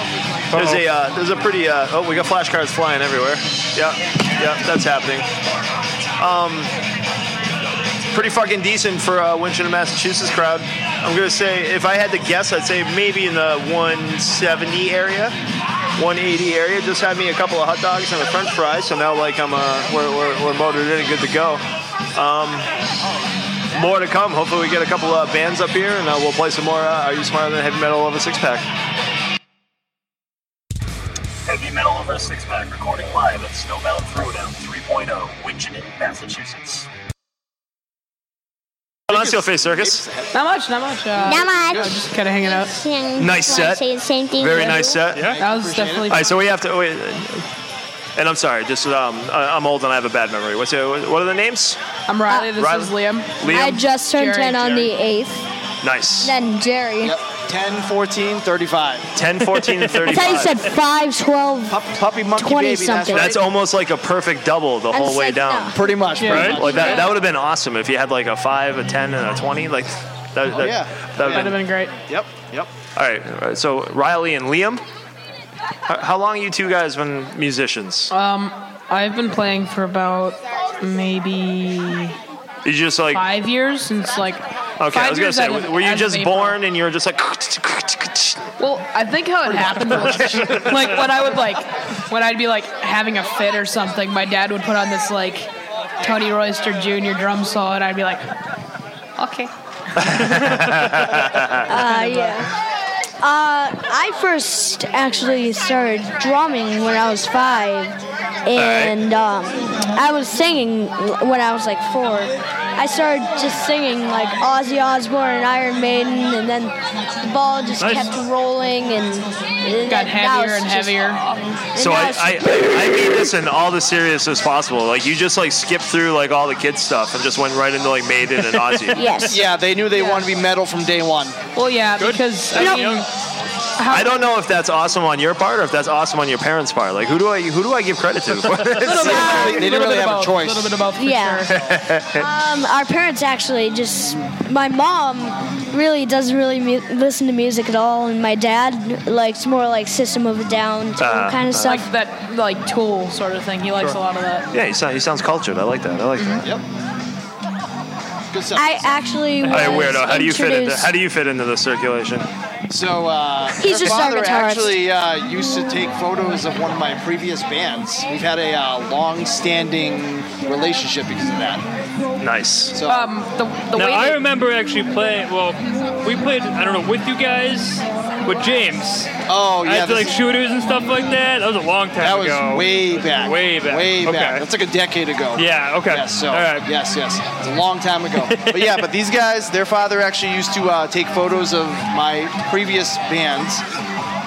Speaker 3: There's a uh, there's a pretty uh, oh we got flashcards flying everywhere. Yeah, yeah, that's happening. Um, pretty fucking decent for uh, Winchester, Massachusetts crowd. I'm gonna say if I had to guess, I'd say maybe in the 170 area, 180 area. Just had me a couple of hot dogs and a French fry, so now like I'm uh, we're, we're, we're motored in and good to go. Um, more to come. Hopefully we get a couple of bands up here and uh, we'll play some more. Uh, Are you smarter than heavy metal of a six pack?
Speaker 1: Heavy metal over a six pack recording live at Snowbound Throwdown 3.0, Winchendon,
Speaker 3: <laughs>
Speaker 10: <laughs>
Speaker 1: Massachusetts.
Speaker 3: Hold on, Steel Face Circus.
Speaker 9: Not much, not much. Uh,
Speaker 13: Not much.
Speaker 9: yeah, just kind of hanging out.
Speaker 3: Nice set.
Speaker 13: Say the same thing.
Speaker 3: Very nice set.
Speaker 9: That was definitely.
Speaker 3: All right, so we have to. Wait, and I'm sorry, just um, I- I'm old and I have a bad memory. What's your, what are the names?
Speaker 9: I'm Riley. This
Speaker 3: Riley.
Speaker 9: is Liam.
Speaker 3: Liam?
Speaker 11: I just turned
Speaker 9: Jerry,
Speaker 11: 10 on the 8th.
Speaker 3: Nice.
Speaker 11: Then Jerry.
Speaker 16: 10, 14, 35.
Speaker 3: 10, 14,
Speaker 16: <laughs>
Speaker 3: and
Speaker 11: I
Speaker 3: 35.
Speaker 11: thought you said 5, 12,
Speaker 16: puppy monkey
Speaker 11: 20
Speaker 16: baby, that's
Speaker 11: something.
Speaker 3: That's almost like a perfect double the
Speaker 11: I'm
Speaker 3: whole way
Speaker 11: psyched
Speaker 3: down.
Speaker 11: out. Pretty
Speaker 16: much,
Speaker 11: pretty Yeah. much.
Speaker 3: Like that,
Speaker 11: Yeah.
Speaker 3: that would have been awesome if you had like a five, a ten, and a twenty. Like uh, that.
Speaker 11: Oh,
Speaker 3: that
Speaker 16: yeah.
Speaker 3: That would
Speaker 9: That'd
Speaker 3: have
Speaker 9: have
Speaker 3: been.
Speaker 9: been great.
Speaker 16: Yep, yep.
Speaker 3: All right, all right. So Riley and Liam. How, how long you two guys been musicians?
Speaker 9: Um, I've been playing for about maybe
Speaker 3: You just like.
Speaker 9: five years since like.
Speaker 3: Okay, I
Speaker 9: five
Speaker 3: was gonna
Speaker 9: years
Speaker 3: say,
Speaker 9: out of-
Speaker 3: were you
Speaker 9: out of
Speaker 3: just
Speaker 9: April.
Speaker 3: born and you were just like? <laughs>
Speaker 9: Well, I think how it happened was like when I would like when I'd be like having a fit or something, my dad would put on this like Tony Royster Jr. drum solo, and I'd be like, okay.
Speaker 11: Uh, yeah. Uh, I first actually started drumming when I was five, and um, I was singing when I was like four. I started just singing like Ozzy Osbourne and Iron Maiden, and then the ball just
Speaker 9: Nice.
Speaker 11: kept rolling and, and
Speaker 9: Got
Speaker 11: that
Speaker 9: heavier
Speaker 11: was
Speaker 9: and
Speaker 11: just-
Speaker 9: heavier.
Speaker 3: So I, I, I mean this in all the serious as possible. Like you just like skipped through like all the kids stuff and just went right into like Maiden and
Speaker 16: <laughs>
Speaker 3: Ozzy.
Speaker 16: Yeah, they knew they wanted to be metal from day one.
Speaker 9: Well, yeah, because I mean,
Speaker 3: I don't know if that's awesome on your part or if that's awesome on your parents' part. Like who do I who do I give credit to?
Speaker 16: <laughs> They didn't really have a choice.
Speaker 11: Yeah. Um, our parents actually just. My mom really doesn't really mu- listen to music at all, and my dad likes more like System of a Down
Speaker 3: Uh,
Speaker 11: kind
Speaker 3: uh.
Speaker 11: of stuff.
Speaker 9: Like that, like Tool sort of thing. He likes a lot of that.
Speaker 3: <laughs> yeah, he, sound, he sounds cultured. I like that. I like that.
Speaker 16: Good stuff.
Speaker 11: I actually.
Speaker 3: Hey,
Speaker 11: was
Speaker 3: weirdo, how do you fit into
Speaker 11: introduced-
Speaker 3: how do you fit into the circulation?
Speaker 16: So uh,
Speaker 11: He's
Speaker 16: her
Speaker 11: just our
Speaker 16: father
Speaker 11: guitarist.
Speaker 16: actually uh, used to take photos of one of my previous bands. We've had a uh, long-standing relationship because of that.
Speaker 3: Nice.
Speaker 16: So
Speaker 9: um, the, the
Speaker 4: now
Speaker 9: way
Speaker 4: I
Speaker 9: that-
Speaker 4: remember actually playing. Well, we played. I don't know with you guys with James.
Speaker 16: Oh
Speaker 4: I
Speaker 16: yeah,
Speaker 4: had to,
Speaker 16: this-
Speaker 4: like shooters and stuff like that. That was a long time
Speaker 16: That was
Speaker 4: ago.
Speaker 16: way back.
Speaker 4: Way back.
Speaker 16: Way
Speaker 4: okay.
Speaker 16: back. That's like a decade ago.
Speaker 4: Yeah, okay.
Speaker 16: Yes, so,
Speaker 4: All right.
Speaker 16: Yes, yes. It's a long time
Speaker 4: <laughs>
Speaker 16: ago. but yeah, but these guys, their father actually used to uh, take photos of my previous bands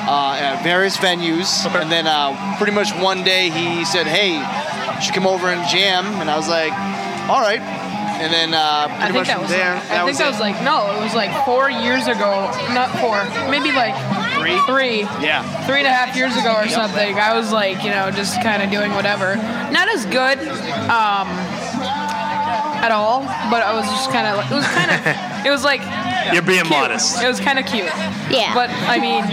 Speaker 16: uh, at various venues. And then uh, pretty much one day he said, hey, you should come over and jam. And I was like, all right. And then uh, pretty
Speaker 9: I think
Speaker 16: much
Speaker 9: that
Speaker 16: from
Speaker 9: was.
Speaker 16: there,
Speaker 9: I think that was like no, it was like four years ago. Not four, maybe like three, three,
Speaker 4: <laughs>
Speaker 16: Yeah.
Speaker 9: three and a half years ago or something. I was like, you know, just kind of doing whatever. Not as good um, at all, but I was just kind of. like It was kind
Speaker 3: <laughs>
Speaker 9: of. It was like.
Speaker 3: You're being
Speaker 9: cute.
Speaker 3: modest.
Speaker 9: It was kind of cute. Yeah. But I mean.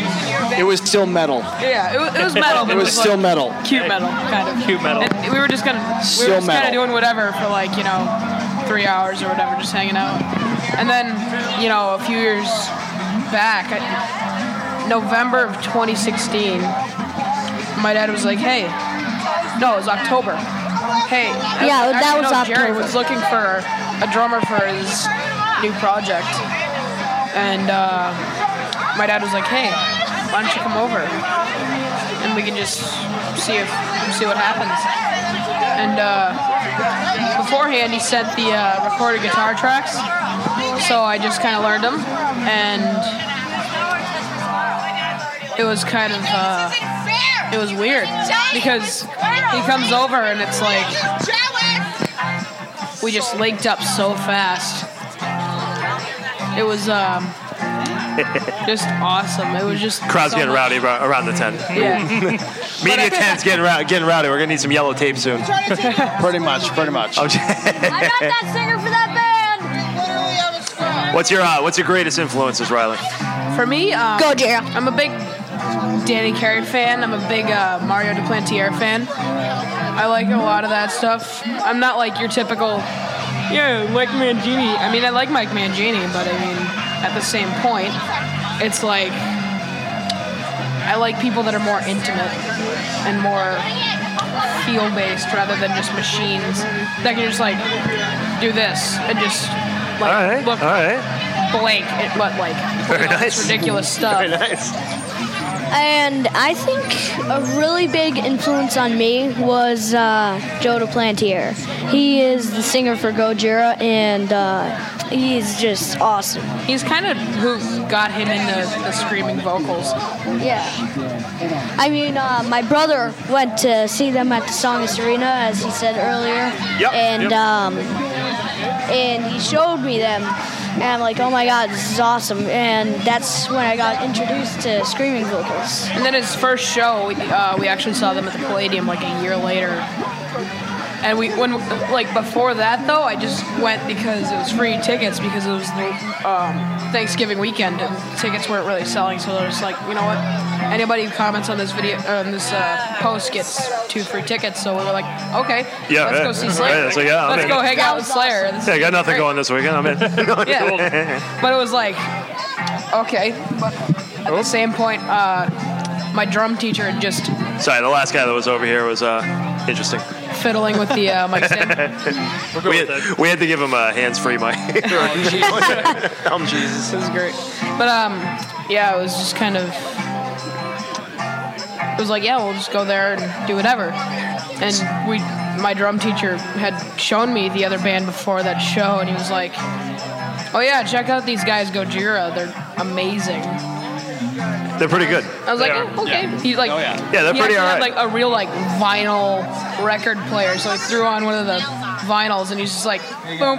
Speaker 16: It was still metal.
Speaker 9: Yeah, it, wa- it was metal. but
Speaker 16: It was still
Speaker 9: like
Speaker 16: metal.
Speaker 9: Cute metal, kind of.
Speaker 4: Cute metal.
Speaker 9: And we were just gonna. We
Speaker 16: Still
Speaker 9: were just kind
Speaker 16: metal.
Speaker 9: of doing whatever for like you know, three hours or whatever, just hanging out. And then you know, a few years back, I, November of 2016, my dad was like, "Hey, no, it was October. Hey,
Speaker 11: Yeah,
Speaker 9: I-
Speaker 11: that
Speaker 9: actually,
Speaker 11: was
Speaker 9: no, Jared
Speaker 11: October.
Speaker 9: was looking for a drummer for his new project, and uh, my dad was like, "Hey, why don't you come over and we can just see if see what happens." And uh, beforehand, he sent the uh, recorded guitar tracks, so I just kind of learned them, and it was kind of uh, it was weird because he comes over and it's like we just linked up so fast. It was um, <laughs> just awesome. It was just
Speaker 3: Crowd's
Speaker 9: so
Speaker 3: getting
Speaker 9: much-
Speaker 3: rowdy about, around the tent.
Speaker 9: <laughs> Yeah.
Speaker 3: <laughs> Media tent's getting rowdy. Getting rowdy. We're gonna need some yellow tape soon.
Speaker 16: pretty much. Pretty much.
Speaker 13: that singer for that band. Literally have a scrub.
Speaker 3: what's your uh, What's your greatest influences, Riley?
Speaker 9: For me, um, go Jera. I'm a big Danny Carey fan. I'm a big uh, Mario Duplantier fan. I like a lot of that stuff. I'm not like your typical, yeah, Mike Mangini. I mean, I like Mike Mangini, but I mean, at the same point, it's like I like people that are more intimate and more feel based rather than just machines that can just like do this and just like look blank at what like
Speaker 3: Very
Speaker 9: you know,
Speaker 3: nice. <laughs>
Speaker 9: it's ridiculous stuff.
Speaker 3: Very nice.
Speaker 11: And I think a really big influence on me was uh, Joe DePlantier. He is the singer for Gojira, and uh, he's just awesome.
Speaker 9: He's kind of who got him into the screaming vocals.
Speaker 11: Yeah. I mean, uh, my brother went to see them at the Songus Arena, as he said earlier.
Speaker 13: Yep.
Speaker 11: And
Speaker 13: Yep.
Speaker 11: um, and he showed me them, and I'm like, oh my god, this is awesome. And that's when I got introduced to screaming vocals.
Speaker 9: And then his first show, we, uh, we actually saw them at the Palladium like a year later. And we when like before that though, I just went because it was free tickets because it was the um, Thanksgiving weekend and tickets weren't really selling, so I was like, you know what? Anybody who comments on this video on this uh, post gets two free tickets. So we were like, okay,
Speaker 3: Yeah,
Speaker 9: let's
Speaker 3: yeah.
Speaker 9: go see
Speaker 3: Right,
Speaker 9: Slayer.
Speaker 3: it's like, yeah, I'm
Speaker 9: let's
Speaker 3: in.
Speaker 9: go hang out with Slayer. This
Speaker 3: Yeah, I
Speaker 9: is
Speaker 3: got nothing
Speaker 9: great.
Speaker 3: going this weekend. I'm <laughs> in.
Speaker 9: <laughs>
Speaker 3: <laughs>
Speaker 9: Yeah. But it was like, okay. But at the same point, uh, my drum teacher had just
Speaker 3: Sorry, the last guy that was over here was uh, interesting.
Speaker 9: fiddling with the uh, mic
Speaker 3: <laughs>
Speaker 9: stand.
Speaker 3: we, had, we had to give him a hands-free mic. oh, <laughs> Jesus.
Speaker 9: This is great. But um, yeah, it was just kind of. It was like, yeah, we'll just go there and do whatever. And we, my drum teacher had shown me the other band before that show, and he was like, "Oh yeah, check out these guys Gojira. They're amazing."
Speaker 3: They're pretty good.
Speaker 9: I was like, oh, okay. He like,
Speaker 3: Oh, yeah. Yeah, they're
Speaker 9: he
Speaker 3: pretty
Speaker 9: actually
Speaker 3: alright.
Speaker 9: Had, like a real like vinyl record player, so he threw on one of the vinyls, and he's just like, boom,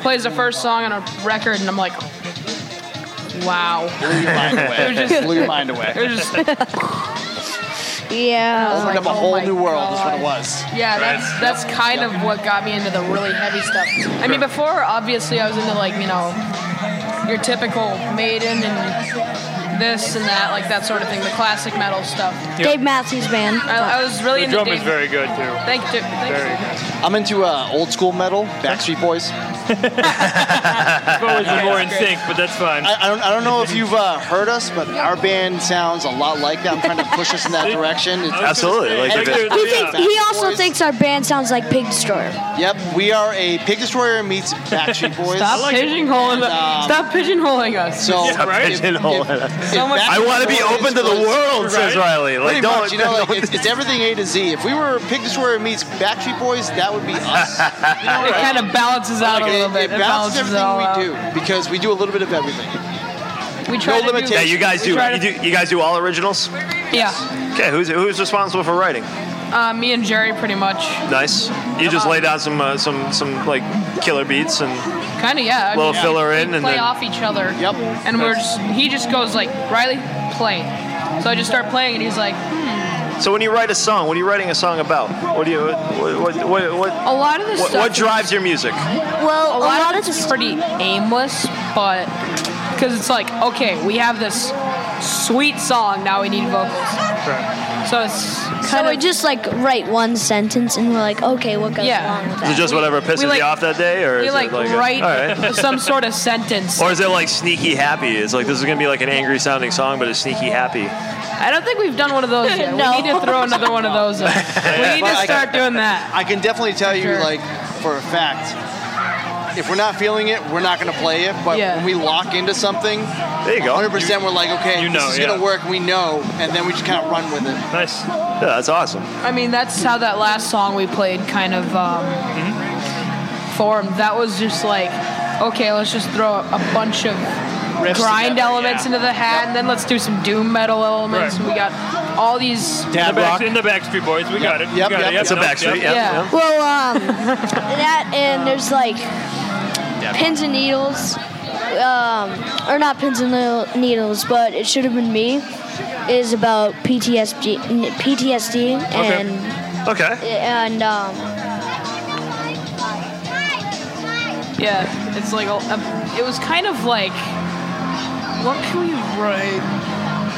Speaker 9: plays the first song on a record, and I'm like, wow.
Speaker 16: Blew your
Speaker 9: <laughs>
Speaker 16: mind away.
Speaker 9: It was just-
Speaker 16: Blew your mind away.
Speaker 9: It was
Speaker 16: <laughs>
Speaker 9: just. <laughs> Oh
Speaker 11: Yeah.
Speaker 16: Opened up a whole new world is what it was.
Speaker 9: Yeah, that's that's kind of what got me into the really heavy stuff. I mean, before obviously I was into like you know your typical Maiden and this and that, like that sort of thing, the classic metal stuff.
Speaker 11: Dave Matthews band.
Speaker 9: I, I was really
Speaker 11: The
Speaker 9: into
Speaker 11: drum
Speaker 9: Dave.
Speaker 11: is
Speaker 16: very good too.
Speaker 9: Thank you. Thank you. Oh
Speaker 16: I'm into uh, old school metal, Backstreet
Speaker 9: <laughs>
Speaker 16: Boys. <laughs>
Speaker 4: I've always been more in sync, but that's fine.
Speaker 16: I, I don't, I don't know if you've uh, heard us, but our band sounds a lot like that. I'm trying to push us in that direction. It's-
Speaker 3: Absolutely, like
Speaker 16: And
Speaker 3: the-
Speaker 16: they're-
Speaker 11: He, think, he
Speaker 16: Backstreet
Speaker 11: also
Speaker 16: Boys.
Speaker 11: thinks our band sounds like Pig Destroyer.
Speaker 16: Yep, we are a Pig Destroyer meets Backstreet Boys.
Speaker 9: Stop pigeonholing.
Speaker 16: Um,
Speaker 9: stop pigeonholing us.
Speaker 16: So uh,
Speaker 3: Stop <laughs> pigeonholing us.
Speaker 16: if Backstreet
Speaker 3: I want to be
Speaker 16: Boys
Speaker 3: open to the
Speaker 16: was-
Speaker 3: world, says
Speaker 16: Right?
Speaker 3: Riley. Like,
Speaker 16: Pretty
Speaker 3: don't.
Speaker 16: much, you know, like,
Speaker 3: don't-
Speaker 16: it's, it's everything A to Z. If we were Pig Destroyer meets Backstreet Boys,
Speaker 3: <laughs>
Speaker 16: that would be us.
Speaker 9: <laughs> It kind of balances out a little bit.
Speaker 16: It, balances
Speaker 9: it all out.
Speaker 16: everything we do because we do a little bit of everything.
Speaker 9: We try to do-
Speaker 3: Yeah, you guys
Speaker 9: we
Speaker 3: do,
Speaker 9: try
Speaker 3: you
Speaker 9: to-
Speaker 3: do. You guys do all originals.
Speaker 9: Yeah,
Speaker 3: Okay, who's who's responsible for writing?
Speaker 9: uh, me and Jerry pretty much.
Speaker 3: Nice. You just lay down some uh, some some like killer beats and
Speaker 9: Kind of yeah. I
Speaker 3: Little
Speaker 9: mean,
Speaker 3: filler
Speaker 9: we
Speaker 3: in and
Speaker 9: play
Speaker 3: then-
Speaker 9: off each other. Yep. And we're just he just goes like Riley play. So I just start playing and he's like hmm,
Speaker 3: So when you write a song, what are you writing a song about? What do you what what what, what,
Speaker 9: a lot of the
Speaker 3: what,
Speaker 9: stuff.
Speaker 3: what drives your music?
Speaker 9: Well, a lot, of it's pretty aimless, but because it's like okay, we have this sweet song now we need vocals. So it's
Speaker 11: so we just like write one sentence and we're like, okay, what goes
Speaker 9: Yeah.
Speaker 11: along with
Speaker 3: Is it
Speaker 11: that?
Speaker 3: just whatever pisses
Speaker 9: we, like-
Speaker 3: you off that day, or
Speaker 9: we
Speaker 3: is it
Speaker 9: like,
Speaker 3: like a-
Speaker 9: write
Speaker 3: all right.
Speaker 9: <laughs> some
Speaker 3: <laughs>
Speaker 9: sort of sentence.
Speaker 3: Or is it like sneaky happy? It's like this is gonna be like an angry sounding song, but it's sneaky happy.
Speaker 9: I don't think we've done one of those yet.
Speaker 11: No.
Speaker 9: We need to throw another one of
Speaker 4: <laughs>
Speaker 9: those. In. We need
Speaker 16: But
Speaker 9: to
Speaker 16: I-
Speaker 9: start doing that.
Speaker 16: I can definitely tell you,
Speaker 9: Sure.
Speaker 16: like, for a fact, if we're not feeling it, we're not going to play it. But
Speaker 9: Yeah.
Speaker 16: when we lock into something,
Speaker 3: there you go.
Speaker 16: 100% we're like, okay,
Speaker 3: you know,
Speaker 16: this is going
Speaker 3: yeah.
Speaker 16: to work. We know. And then we just kind of run with it.
Speaker 4: Nice.
Speaker 3: Yeah, that's awesome.
Speaker 9: I mean, that's how that last song we played kind of um, formed. That was just like, okay, let's just throw a bunch of grind
Speaker 4: together,
Speaker 9: elements
Speaker 4: yeah.
Speaker 9: into the hat, and then let's do some doom metal elements.
Speaker 4: Right.
Speaker 9: And we got all these.
Speaker 4: in the Back, in the Backstreet Boys, we got it. we got it.
Speaker 3: It's a Backstreet,
Speaker 9: yep, Yeah. yep.
Speaker 11: Well, um, <laughs> that and there's like pins and needles, um, or not pins and needle- needles, but it should have been me. Is about PTSD, PTSD, and
Speaker 3: Okay.
Speaker 11: and um,
Speaker 9: Yeah, it's like a, a- it was kind of like what can we write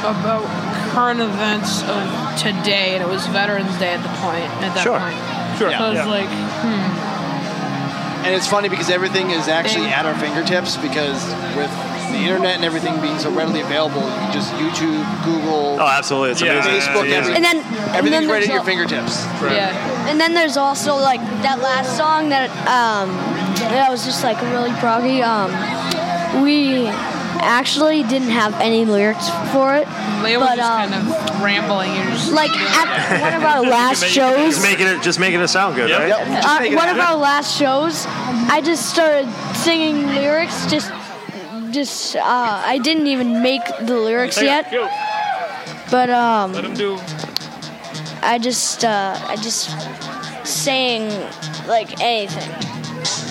Speaker 9: about current events of today, and it was Veterans Day at the point at that
Speaker 16: Sure.
Speaker 9: point.
Speaker 16: Sure.
Speaker 9: So I was
Speaker 16: Yeah.
Speaker 9: like, hmm.
Speaker 16: And it's funny because everything is actually at our fingertips because with the internet and everything being so readily available, you can just YouTube, Google,
Speaker 3: Oh, absolutely. It's amazing.
Speaker 16: Facebook,
Speaker 3: Yeah.
Speaker 16: everything.
Speaker 11: And then- and
Speaker 16: everything's
Speaker 11: then
Speaker 16: right
Speaker 11: there's
Speaker 16: at your
Speaker 11: a-
Speaker 16: fingertips.
Speaker 11: And then there's also like that last song that um that was just like really proggy. Um, we actually didn't have any lyrics for it,
Speaker 9: Leo was
Speaker 11: but
Speaker 9: just
Speaker 11: um,
Speaker 9: kind of hmm, rambling. You're just
Speaker 11: like at one of our
Speaker 3: <laughs>
Speaker 11: last shows.
Speaker 3: Just making it just making it sound good, right?
Speaker 11: Uh, one of our last shows, I just started singing lyrics. Just, just uh, I didn't even make the lyrics
Speaker 4: Hey,
Speaker 11: yet,
Speaker 4: yo,
Speaker 11: but um,
Speaker 4: Let him do.
Speaker 11: I just, uh, I just sang like anything.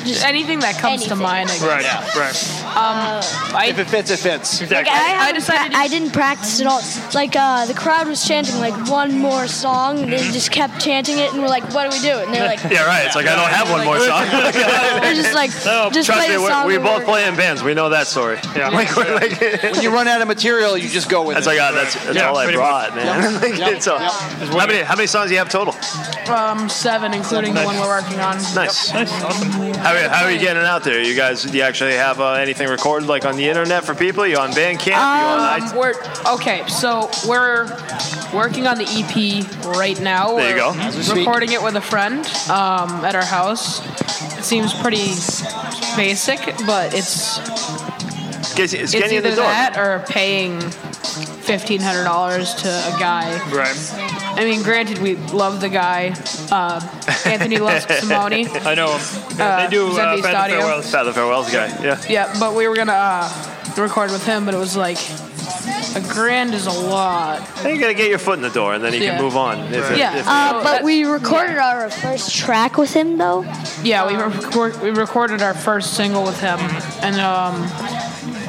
Speaker 11: Just Uh,
Speaker 9: anything that comes to mind. I guess.
Speaker 4: Right, right.
Speaker 9: Um, I,
Speaker 16: If it fits, it fits.
Speaker 11: Like, I, haven't pra- I didn't practice at all. Like uh, the crowd was chanting like one more song, and
Speaker 4: Mm-hmm.
Speaker 11: they just kept chanting it, and we're like, "What do we do?" And
Speaker 4: <laughs>
Speaker 11: they're like,
Speaker 3: <laughs> yeah, right. It's like I don't have one more song.
Speaker 11: They're just like, <laughs> just
Speaker 3: Trust
Speaker 11: play
Speaker 3: me,
Speaker 11: the
Speaker 3: we-
Speaker 11: song.
Speaker 3: we
Speaker 11: and
Speaker 3: both
Speaker 11: we're-
Speaker 3: play in bands. We know that story. Yeah. <laughs> Like, we're like,
Speaker 16: when you run out of material, you just go with
Speaker 3: that's
Speaker 16: it.
Speaker 3: like uh, that's, that's all I
Speaker 16: pretty
Speaker 3: brought, <laughs>
Speaker 16: much.
Speaker 3: man.
Speaker 16: Yep.
Speaker 3: Like,
Speaker 16: Yep.
Speaker 3: it's all-
Speaker 16: Yep.
Speaker 3: How many how many songs do you have total?
Speaker 9: um, seven, including the
Speaker 3: Nice.
Speaker 9: one we're working on.
Speaker 3: Nice.
Speaker 4: Nice. Awesome.
Speaker 3: How are, how are you getting it out there? You guys, do you actually have uh, anything anything recorded like on the internet for people? You on Bandcamp? You on
Speaker 9: Um, we're okay. So we're working on the EP right now.
Speaker 3: There you go. As we
Speaker 9: We're
Speaker 3: speak.
Speaker 9: recording it with a friend um, at our house. It seems pretty basic, but it's
Speaker 3: Get- it's getting in
Speaker 9: either
Speaker 3: the door.
Speaker 9: that or paying fifteen hundred dollars to a guy.
Speaker 4: Right.
Speaker 9: I mean, granted, we love the guy. Uh, Anthony
Speaker 3: <laughs>
Speaker 9: loves Simone.
Speaker 4: <laughs> I know him.
Speaker 9: Uh,
Speaker 4: they do uh,
Speaker 9: Zenby's
Speaker 4: Fat
Speaker 9: Stadio.
Speaker 4: and Farewells.
Speaker 3: Fat the farewells guy. Yeah.
Speaker 9: Yeah, but we were gonna uh, record with him, but it was like a grand is a lot.
Speaker 3: You gotta get your foot in the door, and then you
Speaker 9: Yeah.
Speaker 3: can move on. If it-
Speaker 9: Yeah.
Speaker 3: if-
Speaker 11: Uh, but we recorded our first track with him though.
Speaker 9: Yeah, we recor- we recorded our first single with him, and um,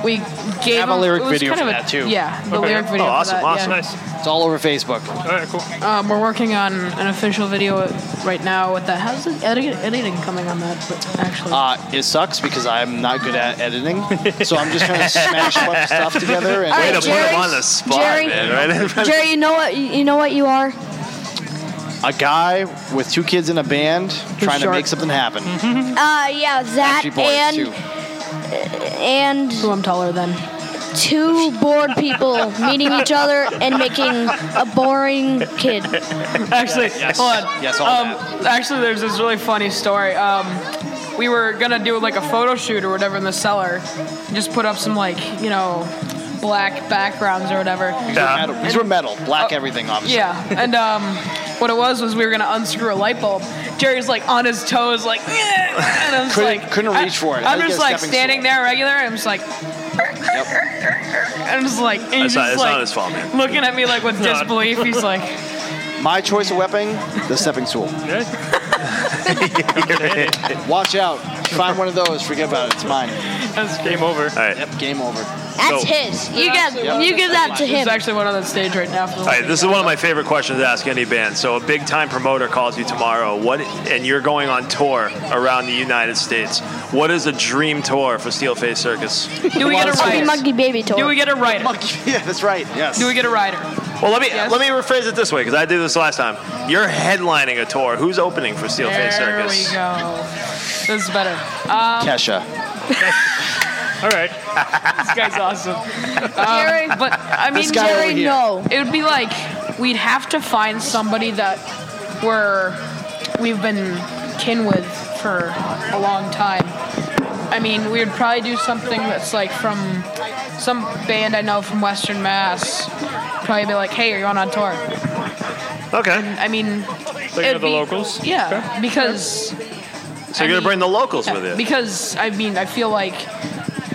Speaker 9: we gave
Speaker 16: have
Speaker 9: him,
Speaker 16: a lyric
Speaker 9: it was
Speaker 16: video
Speaker 9: kind
Speaker 16: for
Speaker 9: of a-
Speaker 16: that too.
Speaker 9: Yeah, the lyric video. for that, yeah.
Speaker 16: Oh, It's all over Facebook.
Speaker 4: All right, cool.
Speaker 9: Um, we're working on an official video right now with that. How's the editing, editing coming on that? But actually,
Speaker 16: Uh, it sucks because I'm not good at editing, so I'm just trying to smash a bunch of stuff together. And
Speaker 11: All right, Way to put him Jerry. on
Speaker 3: the spot,
Speaker 11: Jerry. Jerry, you know what? You know what you are.
Speaker 16: A guy with two kids in a band trying to
Speaker 11: short.
Speaker 16: make something happen.
Speaker 9: Mm-hmm.
Speaker 11: Uh, yeah, that
Speaker 16: Actually, boys,
Speaker 11: and
Speaker 16: too.
Speaker 11: and
Speaker 9: so I'm taller than
Speaker 11: two bored people meeting each other and making a boring kid.
Speaker 9: Actually,
Speaker 11: Yes.
Speaker 9: hold on.
Speaker 11: Yes, all
Speaker 9: um, actually, there's this really funny story. Um, we were gonna do like a photo shoot or whatever in the cellar, just put up some like you know black backgrounds or whatever.
Speaker 16: These, were metal. These were metal. Black everything, obviously.
Speaker 9: Oh. Yeah, and um, what it was was we were gonna unscrew a light bulb. Jerry's like on his toes, like, <laughs> and I'm just
Speaker 16: Couldn't-
Speaker 9: like,
Speaker 16: couldn't reach for it. I
Speaker 9: I'm
Speaker 16: think
Speaker 9: just
Speaker 16: a
Speaker 9: like
Speaker 16: stepping
Speaker 9: standing there regular, and I'm just like, and I'm just like, and he's
Speaker 16: That's not- that's
Speaker 9: just
Speaker 16: not
Speaker 9: like
Speaker 16: his fault, man.
Speaker 9: looking at
Speaker 16: <laughs>
Speaker 9: me like with
Speaker 16: It's not.
Speaker 9: disbelief. He's like,
Speaker 16: My choice of weapon, the
Speaker 4: <laughs>
Speaker 16: stepping stool. <laughs> Watch out. Find one of those. Forget about it. It's mine.
Speaker 4: That's game over. All
Speaker 3: right.
Speaker 16: Yep, game over.
Speaker 11: That's his. You get you give that to him.
Speaker 9: There's actually one on the stage right now. For the
Speaker 3: All right, this is one of my favorite questions to ask any band. So, a big time promoter calls you tomorrow, what, and you're going on tour around the United States. What is a dream tour for Steelface Circus?
Speaker 9: Do we get a
Speaker 11: Monkey
Speaker 9: rider?
Speaker 11: Monkey Baby toy.
Speaker 9: Do we get a
Speaker 16: <laughs>
Speaker 9: rider?
Speaker 16: yeah, that's right. Yes.
Speaker 9: Do we get a rider?
Speaker 3: Well, let me let me rephrase it this way because I did this last time. You're headlining a tour. Who's opening for
Speaker 9: there
Speaker 3: Steelface Circus?
Speaker 9: we go. This is better. Um,
Speaker 16: Kesha.
Speaker 4: All right. this
Speaker 9: <laughs>
Speaker 4: guy's awesome. Um,
Speaker 9: Jerry, but I
Speaker 4: This
Speaker 9: mean,
Speaker 4: guy over
Speaker 9: Jerry,
Speaker 4: here.
Speaker 9: no. It would be like we'd have to find somebody that we're we've been kin with for a long time. I mean, we would probably do something that's like from some band I know from Western Mass. Probably be like, hey, are you on on tour?
Speaker 3: Okay.
Speaker 9: I mean,
Speaker 4: Thinking
Speaker 9: it'd
Speaker 4: of the
Speaker 9: be-
Speaker 4: locals?
Speaker 9: Yeah, because
Speaker 3: So you're gonna bring the locals with you.
Speaker 9: because I mean, I feel like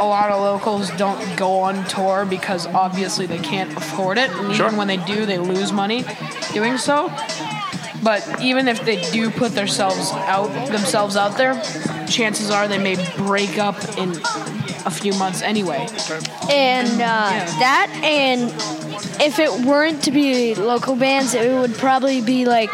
Speaker 9: a lot of locals don't go on tour because obviously they can't afford it, and
Speaker 3: Sure.
Speaker 9: even when they do, they lose money doing so. But even if they do put themselves out themselves out there, chances are they may break up in a few months anyway.
Speaker 11: And uh, that, and if it weren't to be local bands, it would probably be like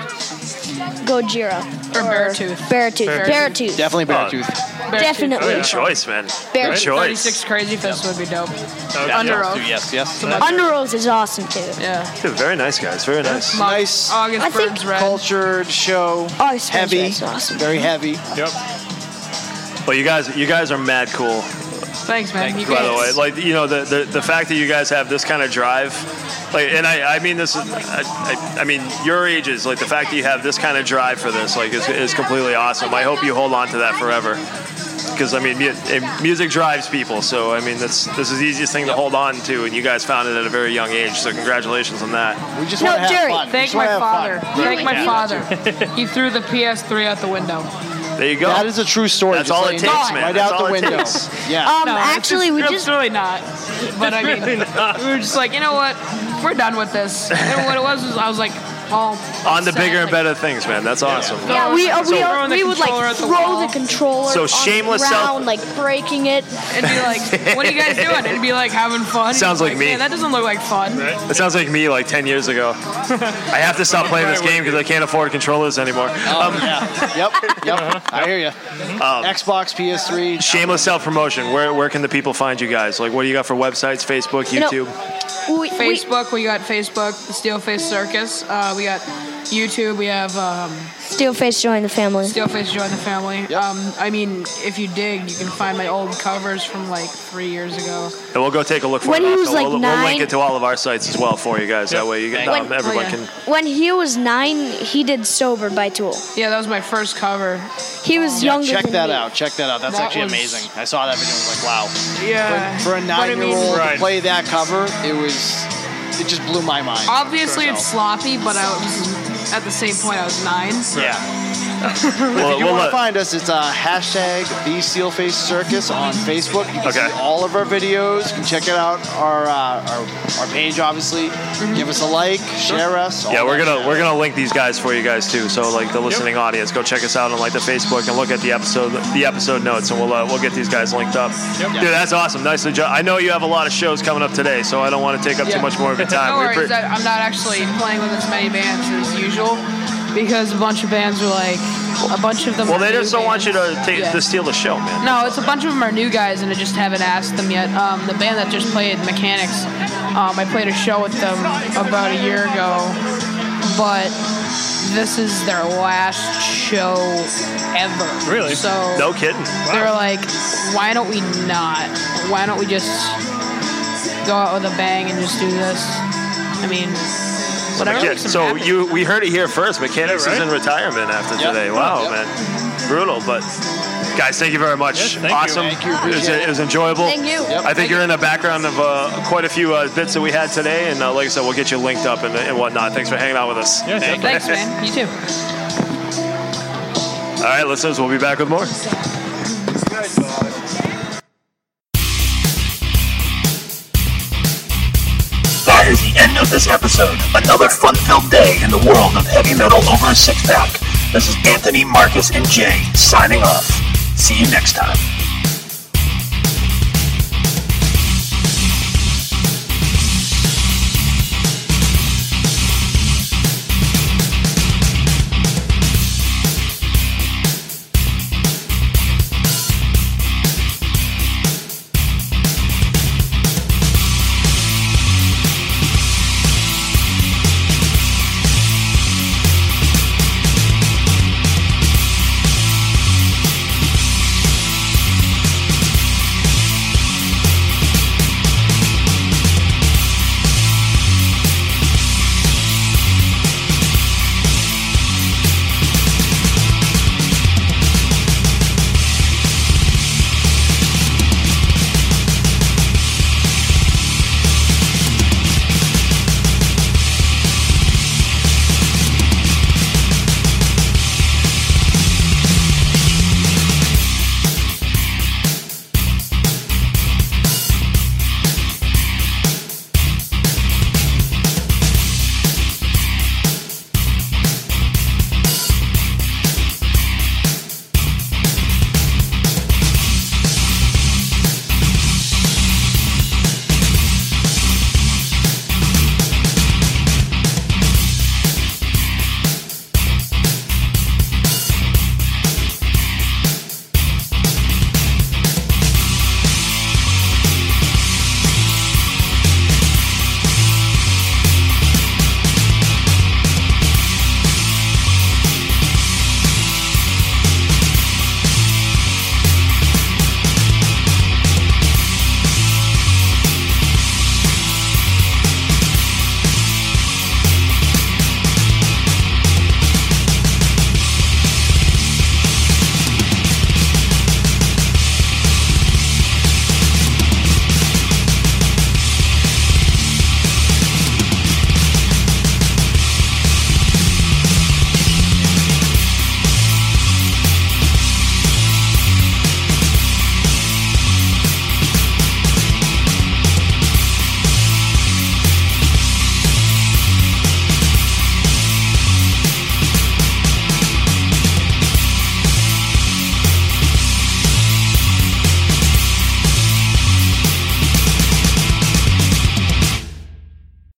Speaker 11: Gojira or, Beartooth. Beartooth. Beartooth.
Speaker 16: Definitely
Speaker 3: Oh.
Speaker 16: Beartooth.
Speaker 11: Definitely.
Speaker 16: Oh,
Speaker 3: Good choice, man.
Speaker 11: Bear
Speaker 3: Good
Speaker 11: tooth.
Speaker 3: choice.
Speaker 9: 36 Crazy Fist would be dope.
Speaker 3: yeah.
Speaker 9: Under oath.
Speaker 16: Oh, Yes, yes.
Speaker 11: Under Oath is awesome too.
Speaker 9: Yeah.
Speaker 3: Dude, very nice guys. Very nice.
Speaker 16: Nice.
Speaker 9: August Burns Red. Oh,
Speaker 16: Cultured show.
Speaker 11: August
Speaker 9: Burns
Speaker 16: heavy.
Speaker 9: Red's awesome.
Speaker 16: Very heavy.
Speaker 3: Yep. Well, you guys, you guys are mad cool.
Speaker 9: Thanks, man. You
Speaker 3: By the way,
Speaker 9: guys-
Speaker 3: like you know, the, the the fact that you guys have this kind of drive, like, and I, I mean this, is- I, I, I mean your ages, like the fact that you have this kind of drive for this, like, is, is completely awesome. I hope you hold on to that forever, because I mean, mu- and music drives people. So I mean, that's this is the easiest thing to hold on to, and you guys found it at a very young age. So congratulations on that.
Speaker 16: We just
Speaker 9: no, Jerry. Thank my father. Thank my
Speaker 3: Yeah.
Speaker 9: father. he threw the PS3 out the window.
Speaker 3: There you go.
Speaker 16: That is a true story.
Speaker 3: That's
Speaker 16: just
Speaker 3: all
Speaker 16: so
Speaker 3: it
Speaker 16: you
Speaker 3: takes,
Speaker 16: know.
Speaker 3: man.
Speaker 16: Right
Speaker 3: That's
Speaker 16: out
Speaker 3: all
Speaker 16: the
Speaker 3: it
Speaker 16: window.
Speaker 3: takes.
Speaker 16: Yeah.
Speaker 9: No, it's
Speaker 11: Um, actually, we
Speaker 9: it's
Speaker 11: just-
Speaker 9: really not. But I mean,
Speaker 4: really not.
Speaker 9: we were just like, you know what? We're done
Speaker 3: <laughs>
Speaker 9: with this. And what it was was I was like, oh,
Speaker 3: On the bigger and better things, man. That's awesome.
Speaker 11: Yeah, we uh, we,
Speaker 3: So-
Speaker 11: uh, we would
Speaker 9: controller
Speaker 11: like
Speaker 9: at the
Speaker 11: throw the controller
Speaker 3: So
Speaker 11: on
Speaker 3: shameless
Speaker 11: the
Speaker 3: self-
Speaker 11: ground, like breaking it.
Speaker 9: And be like, what are you guys doing? It'd be like having fun. And
Speaker 3: Sounds
Speaker 9: you're
Speaker 3: like me.
Speaker 9: Man, that doesn't look like fun.
Speaker 3: <laughs> That sounds like me like 10 years ago. I have to stop playing this game because I can't afford controllers anymore. Um,
Speaker 16: <laughs> yeah. Yep. Yep. I hear you. Xbox, PS3.
Speaker 3: Shameless self promotion. Where, where can the people find you guys? Like, what do you got for websites, Facebook,
Speaker 9: You know-
Speaker 3: YouTube?
Speaker 9: Facebook, we got Facebook, the Steel Face Circus. Uh, we got YouTube. We have um,
Speaker 11: Steelface joined the family.
Speaker 9: Steelface joined the family. Um, I mean, if you dig, you can find my old covers from like three years ago.
Speaker 3: And we'll go take a look for
Speaker 11: When
Speaker 3: it.
Speaker 11: he
Speaker 3: also.
Speaker 11: was, like,
Speaker 3: we'll, we'll link
Speaker 11: nine-
Speaker 3: it to all of our sites as well for you guys. That way, you get,
Speaker 9: When-
Speaker 3: no, everyone
Speaker 9: oh, yeah.
Speaker 3: can.
Speaker 11: When he was nine, he did "Sober" by Tool.
Speaker 9: Yeah, that was my first cover.
Speaker 11: He was
Speaker 9: Yeah,
Speaker 11: younger.
Speaker 16: Check
Speaker 11: than
Speaker 16: that
Speaker 11: me.
Speaker 16: out. Check that out. That's
Speaker 9: That
Speaker 16: actually
Speaker 9: was-
Speaker 16: amazing. I saw that video. and was like, wow.
Speaker 9: Yeah.
Speaker 16: For, for a
Speaker 9: But I mean-
Speaker 16: nine-year-old
Speaker 9: Right.
Speaker 16: to play that cover, it was. It just blew my mind.
Speaker 9: Obviously,
Speaker 16: So-
Speaker 9: it's sloppy, but I was at the same point. I was nine.
Speaker 16: <laughs> Yeah.
Speaker 9: Well,
Speaker 16: if you
Speaker 9: well,
Speaker 16: want
Speaker 9: look.
Speaker 16: to find us, it's uh, hashtag the Steelface Circus on Facebook. You can see all of our videos. You can check it out our uh, our, our page, obviously.
Speaker 9: Mm-hmm.
Speaker 16: Give us a like, share us. all
Speaker 3: Yeah, we're
Speaker 16: that
Speaker 3: gonna
Speaker 16: shit.
Speaker 3: we're gonna link these guys for you guys too. So like the listening audience, go check us out on like the Facebook and look at the episode the episode notes, and we'll uh, we'll get these guys linked up. Dude, that's awesome. Nicely done. I know you have a lot of shows coming up today, so I don't want to take up
Speaker 9: Yeah.
Speaker 3: too much more of
Speaker 9: <laughs>
Speaker 3: your time.
Speaker 9: No
Speaker 3: We
Speaker 9: worries,
Speaker 3: appre-
Speaker 9: I- I'm not actually playing with as many bands as usual because a bunch of bands were like, a bunch of them.
Speaker 3: well,
Speaker 9: are
Speaker 3: they
Speaker 9: new
Speaker 3: just don't want you to
Speaker 9: bands.
Speaker 3: take,
Speaker 9: Yeah.
Speaker 3: to steal the show, man.
Speaker 9: No, it's a bunch of them are new guys, and I just haven't asked them yet. Um, the band that just played Mechanics, um, I played a show with them about a year ago, but this is their last show ever. So
Speaker 3: No kidding.
Speaker 9: they were like, why don't we not? Why don't we just go out with a bang and just do this? I mean,
Speaker 3: So,
Speaker 9: whatever.
Speaker 3: Mechan-
Speaker 9: makes them
Speaker 3: so
Speaker 9: happy.
Speaker 3: you we heard it here first. Mechanics
Speaker 9: Yeah,
Speaker 3: is
Speaker 9: right?
Speaker 3: in retirement after
Speaker 9: Yep.
Speaker 3: today. Wow,
Speaker 9: Yep.
Speaker 3: man, brutal. But guys, thank you very much.
Speaker 9: Yes, thank you.
Speaker 3: awesome.
Speaker 9: Thank you.
Speaker 3: It, was,
Speaker 9: Appreciate
Speaker 3: it was enjoyable.
Speaker 9: Thank you. Yep.
Speaker 3: I think
Speaker 9: Thank
Speaker 3: you're in the background of uh, quite a few uh, bits that we had today, and uh, like I said, we'll get you linked up and, and whatnot. Thanks for hanging out with us.
Speaker 9: Thanks, man. You too.
Speaker 3: All right, listeners, we'll be back with more.
Speaker 1: That is the end of this episode. Another fun-filled day in the world of heavy metal over a six-pack. This is Anthony, Marcus, and Jay signing off. See you next time.